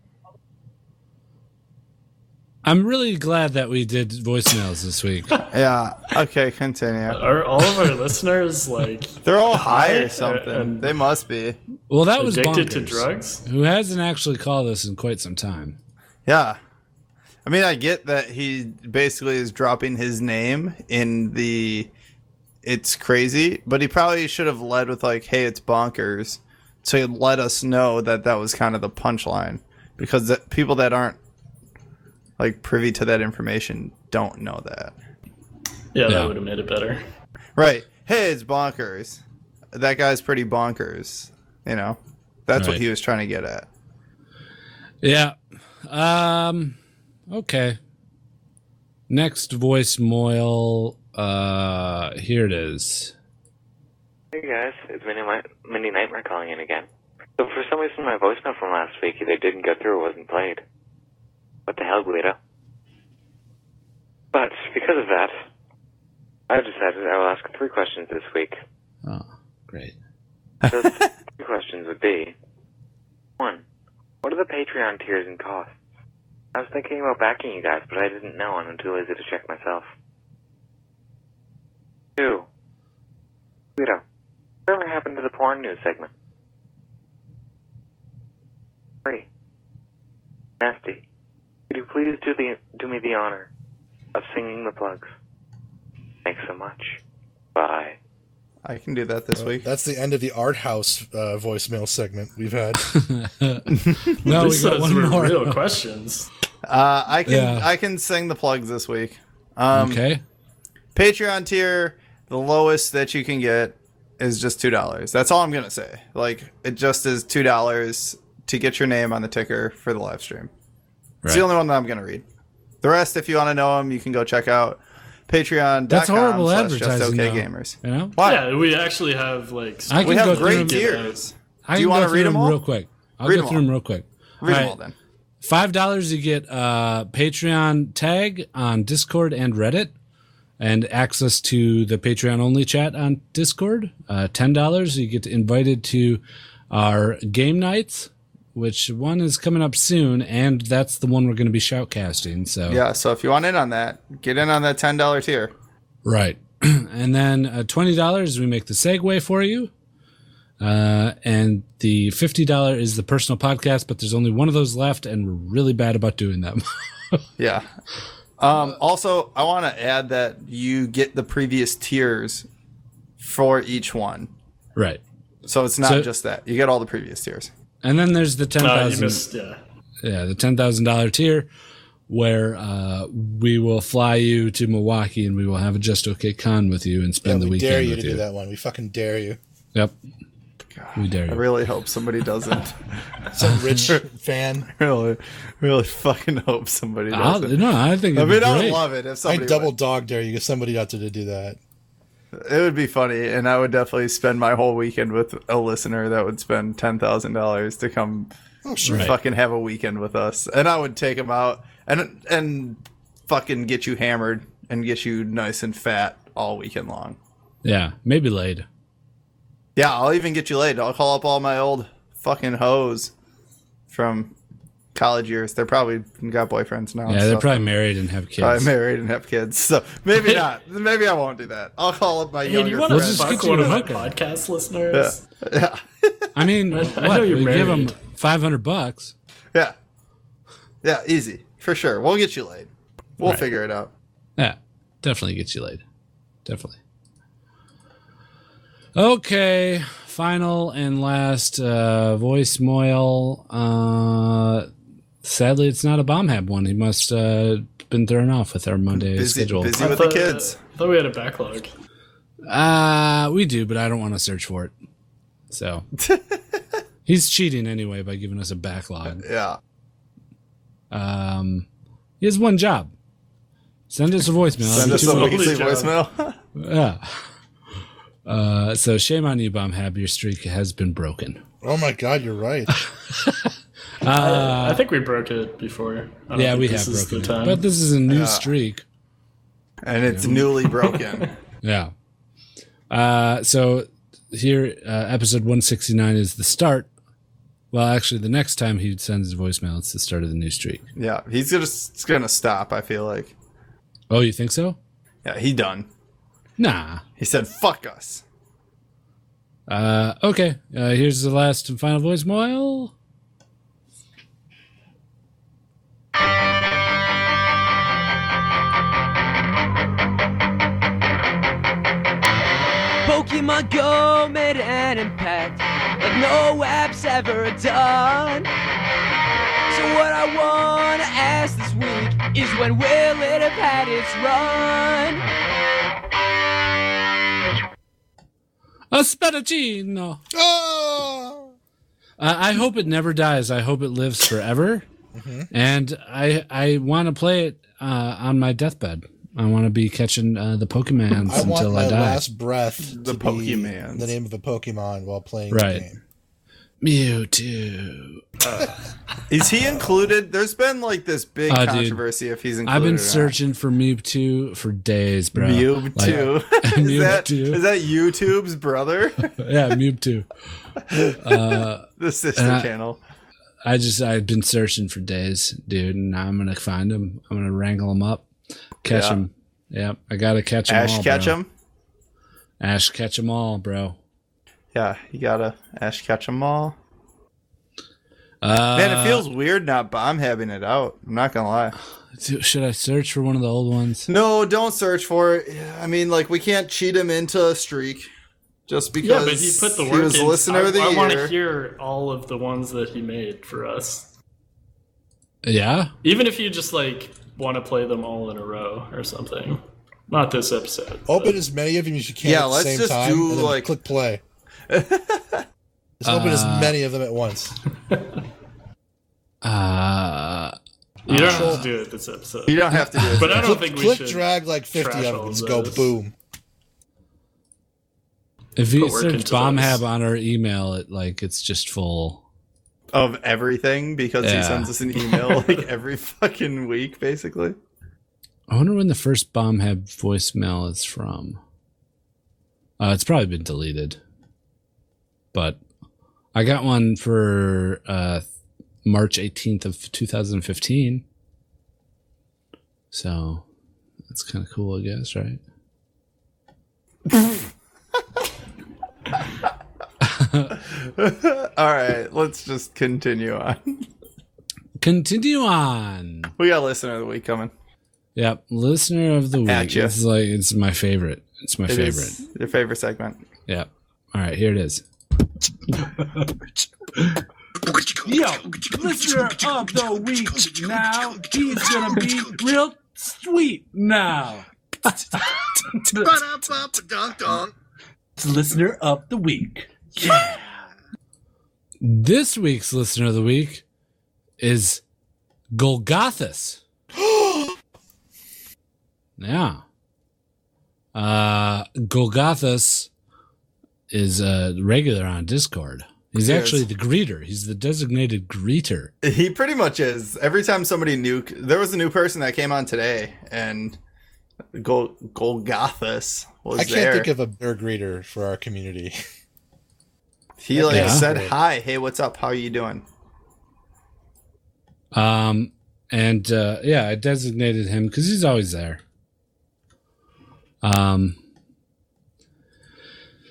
Speaker 2: I'm really glad that we did voicemails this week.
Speaker 9: Yeah. Okay. Continue.
Speaker 1: Are all of our listeners like
Speaker 9: They're all high
Speaker 1: High?
Speaker 9: or something.
Speaker 1: And-
Speaker 9: they must be.
Speaker 2: Well, that was
Speaker 1: addicted
Speaker 2: bonkers,
Speaker 1: to drugs?
Speaker 2: Who hasn't actually called us in quite some time?
Speaker 9: Yeah. I mean, I get that he basically is dropping his name in the it's crazy, but he probably should have led with like, "Hey, it's bonkers," to let us know that that was kind of the punchline because the people that aren't like privy to that information don't know that.
Speaker 1: Yeah,
Speaker 9: Yeah.
Speaker 1: that would have made it better.
Speaker 9: Right. Hey, it's bonkers. That guy's pretty bonkers. You know, that's what
Speaker 2: Right.
Speaker 9: he was trying to get at.
Speaker 2: Yeah. Um okay. Next voice moil uh here it is.
Speaker 11: Hey guys, it's Minnie, Mi- Minnie Nightmare calling in again. So for some reason, my voicemail from last week either didn't go through or wasn't played. What the hell, Guido? But because of that, I've decided I will ask three questions this week.
Speaker 2: Oh, great.
Speaker 11: Those three questions would be: one, what are the Patreon tiers and costs? I was thinking about backing you guys, but I didn't know and I'm too lazy to check myself. Two, Guido, whatever happened to the porn news segment? Three, nasty. Could you please do the do me the honor of singing the plugs? Thanks so much. Bye.
Speaker 9: I can do that this week.
Speaker 4: That's the end of the art house uh, voicemail segment we've had.
Speaker 2: No, Oh, we got
Speaker 1: those
Speaker 2: one
Speaker 1: were
Speaker 2: more.
Speaker 1: real questions.
Speaker 9: Uh, I can
Speaker 1: Yeah.
Speaker 9: I can sing the plugs this week. Um,
Speaker 2: Okay.
Speaker 9: Patreon tier, the lowest that you can get is just two dollars. That's all I'm gonna say. Like it just is two dollars to get your name on the ticker for the live stream. It's the
Speaker 2: Right.
Speaker 9: only one that I'm gonna read. The rest, if you want to know them, you can go check out Patreon.
Speaker 2: That's horrible
Speaker 9: slash
Speaker 2: advertising.
Speaker 9: Just okay
Speaker 2: though,
Speaker 9: gamers.
Speaker 2: You know?
Speaker 9: Why?
Speaker 1: Yeah, we actually have like
Speaker 2: I can
Speaker 9: we
Speaker 2: go
Speaker 9: have
Speaker 2: through
Speaker 9: great
Speaker 2: 'em.
Speaker 9: tiers.
Speaker 2: I
Speaker 9: Do you
Speaker 2: can
Speaker 9: want
Speaker 2: go
Speaker 9: to
Speaker 2: through
Speaker 9: read them all?
Speaker 2: real quick? I'll
Speaker 9: Read
Speaker 2: go
Speaker 9: 'em
Speaker 2: through them
Speaker 9: all.
Speaker 2: real quick.
Speaker 9: Read 'em
Speaker 2: Alright.
Speaker 9: all then.
Speaker 2: Five dollars you get uh Patreon tag on Discord and Reddit and access to the Patreon only chat on Discord. Uh ten dollars you get invited to our game nights, which one is coming up soon, and that's the one we're gonna be shoutcasting. So
Speaker 9: Yeah, so if you want in on that, get in on that ten dollar tier.
Speaker 2: Right. and then uh, $20, we make the segue for you. Uh, and the $50 is the personal podcast, but there's only one of those left, and we're really bad about doing them.
Speaker 9: Yeah. Um, also, I want to add that you get the previous tiers for each one,
Speaker 2: right.
Speaker 9: so it's not
Speaker 2: So-
Speaker 9: just that you get all the previous tiers.
Speaker 2: And then there's the
Speaker 1: Uh,
Speaker 2: 10000
Speaker 1: you missed, yeah.
Speaker 2: yeah, the ten thousand dollar tier, where uh, we will fly you to Milwaukee and we will have a Just Okay Con with you and spend the
Speaker 4: we
Speaker 2: weekend
Speaker 4: dare you to
Speaker 2: with
Speaker 4: do that one. We fucking dare you.
Speaker 2: Yep, we dare
Speaker 9: I
Speaker 2: you.
Speaker 9: really hope somebody doesn't.
Speaker 4: Some rich fan.
Speaker 9: really, really fucking hope somebody
Speaker 2: I'll-
Speaker 9: doesn't.
Speaker 2: Ah, no, I think
Speaker 9: I
Speaker 2: it'd be
Speaker 9: mean, I would
Speaker 2: great.
Speaker 9: love it if
Speaker 4: I
Speaker 9: somebody.
Speaker 4: double dog dare you. Somebody out there to do that.
Speaker 9: would. It would be funny, and I would definitely spend my whole weekend with a listener that would spend ten thousand dollars to come
Speaker 4: Oh, sure.
Speaker 9: fucking have a weekend with us, and I would take him out and and fucking get you hammered and get you nice and fat all weekend long.
Speaker 2: Yeah, maybe laid.
Speaker 9: Yeah, I'll even get you laid. I'll call up all my old fucking hoes from college years. They're probably got boyfriends now.
Speaker 2: yeah, they're
Speaker 9: so-
Speaker 2: probably married and have kids.
Speaker 9: Probably married and have kids. So maybe not. Maybe I won't do that. I'll call up my
Speaker 1: Hey, do
Speaker 9: younger
Speaker 1: you want
Speaker 9: friends.
Speaker 1: to fuck one of my podcast listeners?
Speaker 9: Yeah.
Speaker 2: I mean,
Speaker 1: I- I
Speaker 2: what?
Speaker 1: know you're
Speaker 2: we give them
Speaker 1: married.
Speaker 2: five hundred bucks.
Speaker 9: Yeah. Yeah, easy. For sure. We'll get you laid. We'll
Speaker 2: Right.
Speaker 9: figure it out.
Speaker 2: Yeah, definitely gets you laid. Definitely. Okay, final and last uh, voicemail. Uh, sadly, it's not a bomb hab one. He must uh, been thrown off with our Monday
Speaker 9: Busy-
Speaker 2: schedule.
Speaker 9: busy with the kids.
Speaker 1: I thought we had a backlog.
Speaker 2: Uh, we do, but I don't want to search for it. So he's cheating anyway by giving us a backlog.
Speaker 9: Yeah.
Speaker 2: Um, he has one job. Send us a voicemail.
Speaker 9: Send
Speaker 2: Every
Speaker 9: us
Speaker 2: two
Speaker 9: a
Speaker 2: weeks.
Speaker 9: weekly voicemail.
Speaker 2: Yeah. Uh, so shame on you, Bomb Hab. Your streak has been broken.
Speaker 4: Oh my god, you're right.
Speaker 1: I, I
Speaker 2: Uh,
Speaker 1: think we broke it before. I don't
Speaker 2: yeah,
Speaker 1: think
Speaker 2: we
Speaker 1: this
Speaker 2: have
Speaker 1: is
Speaker 2: broken it,
Speaker 1: the time.
Speaker 2: but this is a new
Speaker 1: Yeah.
Speaker 2: streak.
Speaker 9: and it's newly broken.
Speaker 2: Yeah. Uh, so here, uh, episode 169 is the start. Well, actually, the next time he sends his voicemail, it's the start of the new streak.
Speaker 9: Yeah. He's gonna it's gonna stop, I feel like.
Speaker 2: Oh, you think so?
Speaker 9: Yeah, he done.
Speaker 2: Nah.
Speaker 9: He said, fuck us.
Speaker 2: Uh, okay. Uh, here's the last and final voicemail.
Speaker 13: Pokemon Go made an impact like no app's ever done. So what I wanna ask this week
Speaker 14: is when we'll let it have had its run.
Speaker 2: Asparagino.
Speaker 4: Oh!
Speaker 2: Uh, I hope it never dies. I hope it lives forever.
Speaker 9: Mm-hmm.
Speaker 4: Mhm.
Speaker 2: And I I want to play it uh, on my deathbed. I want to be catching uh, the Pokemons
Speaker 4: I want
Speaker 2: until
Speaker 4: my
Speaker 2: I die.
Speaker 4: last breath. The
Speaker 9: Pokemans.
Speaker 4: The name of a Pokemon while playing the
Speaker 2: Right.
Speaker 4: game.
Speaker 2: Mewtwo.
Speaker 9: Is he included? There's been like this big
Speaker 2: Uh, dude,
Speaker 9: controversy if he's included.
Speaker 2: I've
Speaker 9: or
Speaker 2: been
Speaker 9: not.
Speaker 2: searching for Mewtwo for days, bro.
Speaker 9: Mewtwo.
Speaker 2: Like,
Speaker 9: is, that,
Speaker 2: Mewtwo.
Speaker 9: is that YouTube's brother?
Speaker 2: yeah, Mewtwo. Uh,
Speaker 9: The sister
Speaker 2: and I-
Speaker 9: channel.
Speaker 2: I just I've been searching for days, dude, and now I'm gonna find them. I'm gonna wrangle them up, catch
Speaker 9: Yeah.
Speaker 2: them. Yep, I gotta catch them.
Speaker 9: Ash
Speaker 2: all,
Speaker 9: catch
Speaker 2: bro.
Speaker 9: 'em?
Speaker 2: Ash catch them all, bro.
Speaker 9: Yeah, you gotta Ash catch them all.
Speaker 2: Uh,
Speaker 9: Man, it feels weird not bomb having it out. I'm not gonna lie.
Speaker 2: dude, Should I search for one of the old ones?
Speaker 9: No, don't search for it. I mean, like we can't cheat him into a streak just because
Speaker 1: yeah, but he put the work
Speaker 9: he was
Speaker 1: in.
Speaker 9: listener
Speaker 1: I,
Speaker 9: of the
Speaker 1: I want
Speaker 9: year.
Speaker 1: to hear all of the ones that he made for us.
Speaker 2: Yeah.
Speaker 1: Even if you just like want to play them all in a row or something. Not this episode.
Speaker 4: Open as many of them as you can
Speaker 1: Yeah,
Speaker 4: at the
Speaker 1: let's
Speaker 4: same
Speaker 1: just
Speaker 4: time.
Speaker 1: do,
Speaker 4: and then
Speaker 1: like-
Speaker 4: click play. Just open as
Speaker 2: Uh,
Speaker 4: many of them at once.
Speaker 2: Uh,
Speaker 1: You don't have
Speaker 2: uh,
Speaker 1: to do it this episode.
Speaker 2: You don't have to do it.
Speaker 1: But I don't
Speaker 2: Click-
Speaker 1: think we
Speaker 4: click
Speaker 1: should.
Speaker 4: drag like 50
Speaker 1: trash
Speaker 4: of
Speaker 1: all
Speaker 4: them. Just go
Speaker 1: those.
Speaker 4: boom.
Speaker 2: If you
Speaker 9: Put work
Speaker 2: search
Speaker 9: into
Speaker 2: bomb
Speaker 9: those.
Speaker 2: hab on our email, it like it's just full.
Speaker 9: of everything because he
Speaker 2: Yeah.
Speaker 9: sends us an email like every fucking week, basically.
Speaker 2: I wonder when the first bomb hab voicemail is from. Uh, it's probably been deleted, but I got one for uh, March eighteenth of two thousand fifteen. So that's kind of cool, I guess, right?
Speaker 9: All right, let's just continue on.
Speaker 2: Continue on.
Speaker 9: We got listener of the week coming.
Speaker 2: Yep, listener of the week.
Speaker 9: Atcha.
Speaker 2: It's like it's my favorite. It's my
Speaker 9: It
Speaker 2: favorite.
Speaker 9: is your favorite segment.
Speaker 2: Yep. All right, here it is.
Speaker 15: Yo, listener of the week now. He's gonna be real sweet now.
Speaker 2: Listener of the week. This week's listener of the week is Golgothus. yeah. Uh Golgothus is a regular on Discord. He's
Speaker 9: He is.
Speaker 2: actually the greeter. He's the designated greeter.
Speaker 9: He pretty much is. Every time somebody new, there was a new person that came on today, and Gol Golgothus was
Speaker 4: I can't
Speaker 9: there.
Speaker 4: think of a better greeter for our community.
Speaker 9: he like
Speaker 2: Yeah.
Speaker 9: said hi, hey, what's up? How you doing?
Speaker 2: Um, and uh, yeah, I designated him because he's always there. Um,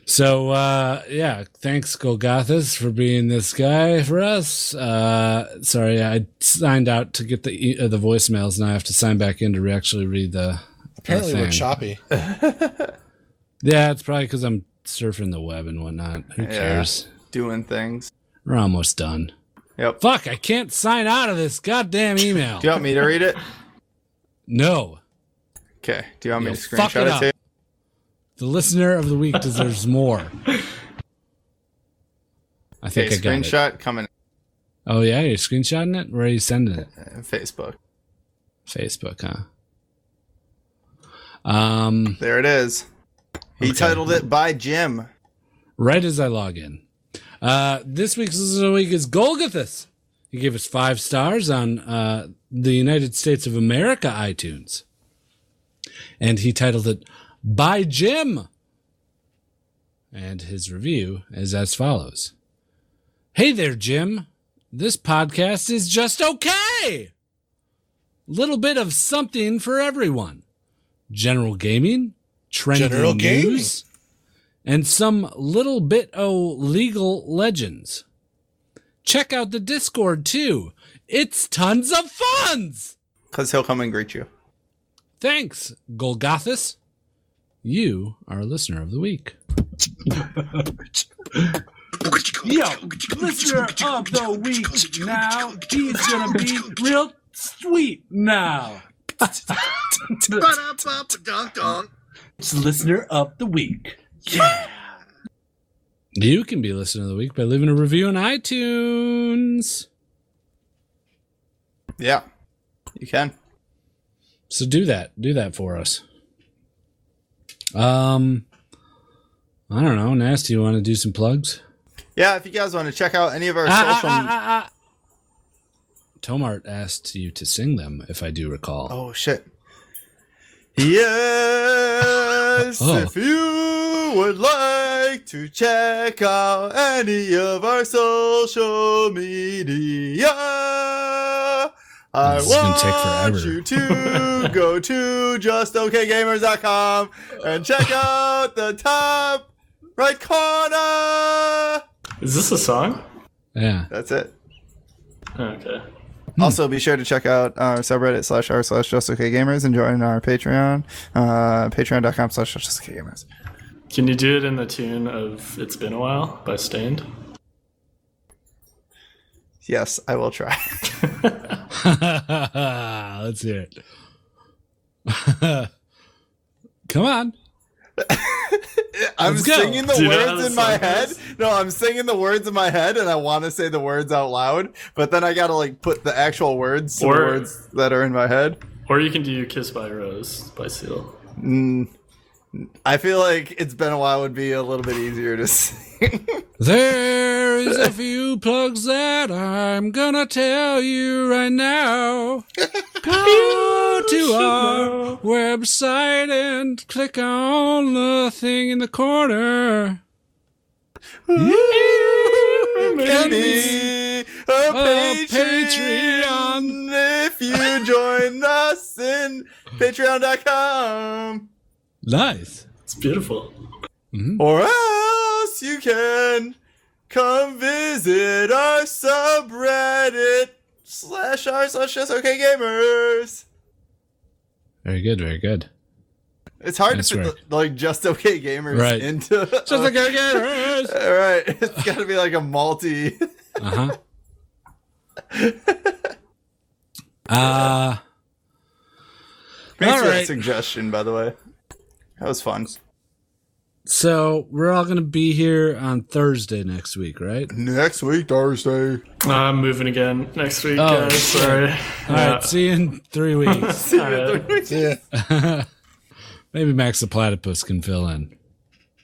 Speaker 2: so uh, yeah, thanks Golgothas for being this guy for us. Uh, sorry, I signed out to get the e- uh, the voicemails, and I have to sign back in to actually read the.
Speaker 4: Apparently,
Speaker 2: the
Speaker 4: we're
Speaker 2: thing.
Speaker 4: choppy.
Speaker 2: Yeah, it's probably because I'm surfing the web and whatnot. Who
Speaker 9: Yeah,
Speaker 2: cares?
Speaker 9: doing things.
Speaker 2: We're almost done.
Speaker 9: Yep.
Speaker 2: Fuck! I can't sign out of this goddamn email.
Speaker 9: Do you want me to read it?
Speaker 2: No.
Speaker 9: Okay. Do you want me
Speaker 2: You'll
Speaker 9: to
Speaker 2: fuck it
Speaker 9: screenshot it?
Speaker 2: up.
Speaker 9: to you?
Speaker 2: The listener of the week deserves more. I think
Speaker 9: Okay,
Speaker 2: I got it.
Speaker 9: screenshot coming
Speaker 2: Oh yeah, you're screenshotting it. Where are you sending it?
Speaker 9: on Facebook.
Speaker 2: Facebook, huh? Um,
Speaker 9: There it is. He titled it by Jim.
Speaker 2: right as I log in. Uh, this week's listener of the week is Golgothus. He gave us five stars on uh, the United States of America iTunes, and he titled it "By Jim." And his review is as follows: Hey there, Jim. This podcast is just okay. Little bit of something for everyone. General gaming, trending
Speaker 4: General gaming.
Speaker 2: news, and some little bit o legal legends. Check out the Discord too. It's tons of funs.
Speaker 9: Because he'll come and greet you.
Speaker 2: Thanks, Golgothus. You are a listener of the week.
Speaker 15: Yo, listener of the week now. He's gonna be real sweet now.
Speaker 4: It's listener of the week.
Speaker 2: You can be listener of the week by leaving a review on iTunes.
Speaker 9: Yeah, you can.
Speaker 2: So do that. Do that for us. Um, I don't know. Nasty, you want to do some plugs?
Speaker 9: Yeah, if you guys want to check out any of our
Speaker 2: Ah,
Speaker 9: social.
Speaker 2: ah, Tomart asked you to sing them, if I do recall.
Speaker 9: Oh shit! Yes,
Speaker 2: Oh.
Speaker 9: if you would like to check out any of our social media, I
Speaker 2: This is gonna take
Speaker 9: want
Speaker 2: forever.
Speaker 9: you to go to justokgamers.com and check out the top right corner.
Speaker 1: Is this a song?
Speaker 2: Yeah.
Speaker 9: That's it.
Speaker 1: Okay.
Speaker 2: Hmm.
Speaker 9: Also, be sure to check out our subreddit slash r slash just okay gamers and join our Patreon, uh, patreon.com slash just okay gamers.
Speaker 1: Can you do it in the tune of It's Been a While by Stained?
Speaker 9: Yes, I will try.
Speaker 2: Let's hear it. Come on.
Speaker 9: I'm
Speaker 2: Let's go.
Speaker 9: singing the
Speaker 2: Do you know how
Speaker 9: words
Speaker 2: the
Speaker 9: in my
Speaker 2: song
Speaker 9: head. No, I'm singing the words in my head and I want to say the words out loud, but then I got to like put the actual words to the
Speaker 1: Or-
Speaker 9: words that are in my head.
Speaker 1: Or you can do Kiss by Rose by Seal.
Speaker 9: Mm, I feel like it's been a while would be a little bit easier to sing.
Speaker 2: There is a few plugs that I'm gonna tell you right now. Go to our website and click on the thing in the corner. You
Speaker 9: can be a, Patreon if you join us in patreon.com.
Speaker 2: Nice.
Speaker 1: It's beautiful.
Speaker 9: Or else you can come visit our subreddit slash r slash just okay gamers.
Speaker 2: Very good, very good.
Speaker 9: It's hard
Speaker 2: That's
Speaker 9: to fit
Speaker 2: right.
Speaker 9: the, like just okay gamers
Speaker 2: Right.
Speaker 9: into
Speaker 2: just okay gamers.
Speaker 9: All right, it's got to be like a multi.
Speaker 2: Uh-huh. Uh
Speaker 9: Thanks
Speaker 2: All
Speaker 9: for that
Speaker 2: right.
Speaker 9: suggestion, by the way. That was fun.
Speaker 2: So we're all gonna be here on Thursday next week, right?
Speaker 9: Next week, Thursday.
Speaker 1: I'm moving again next week,
Speaker 2: Oh,
Speaker 1: guys. Sorry.
Speaker 2: All
Speaker 1: Yeah.
Speaker 2: right, see you in three weeks.
Speaker 1: All right.
Speaker 2: Maybe Max the Platypus can fill in.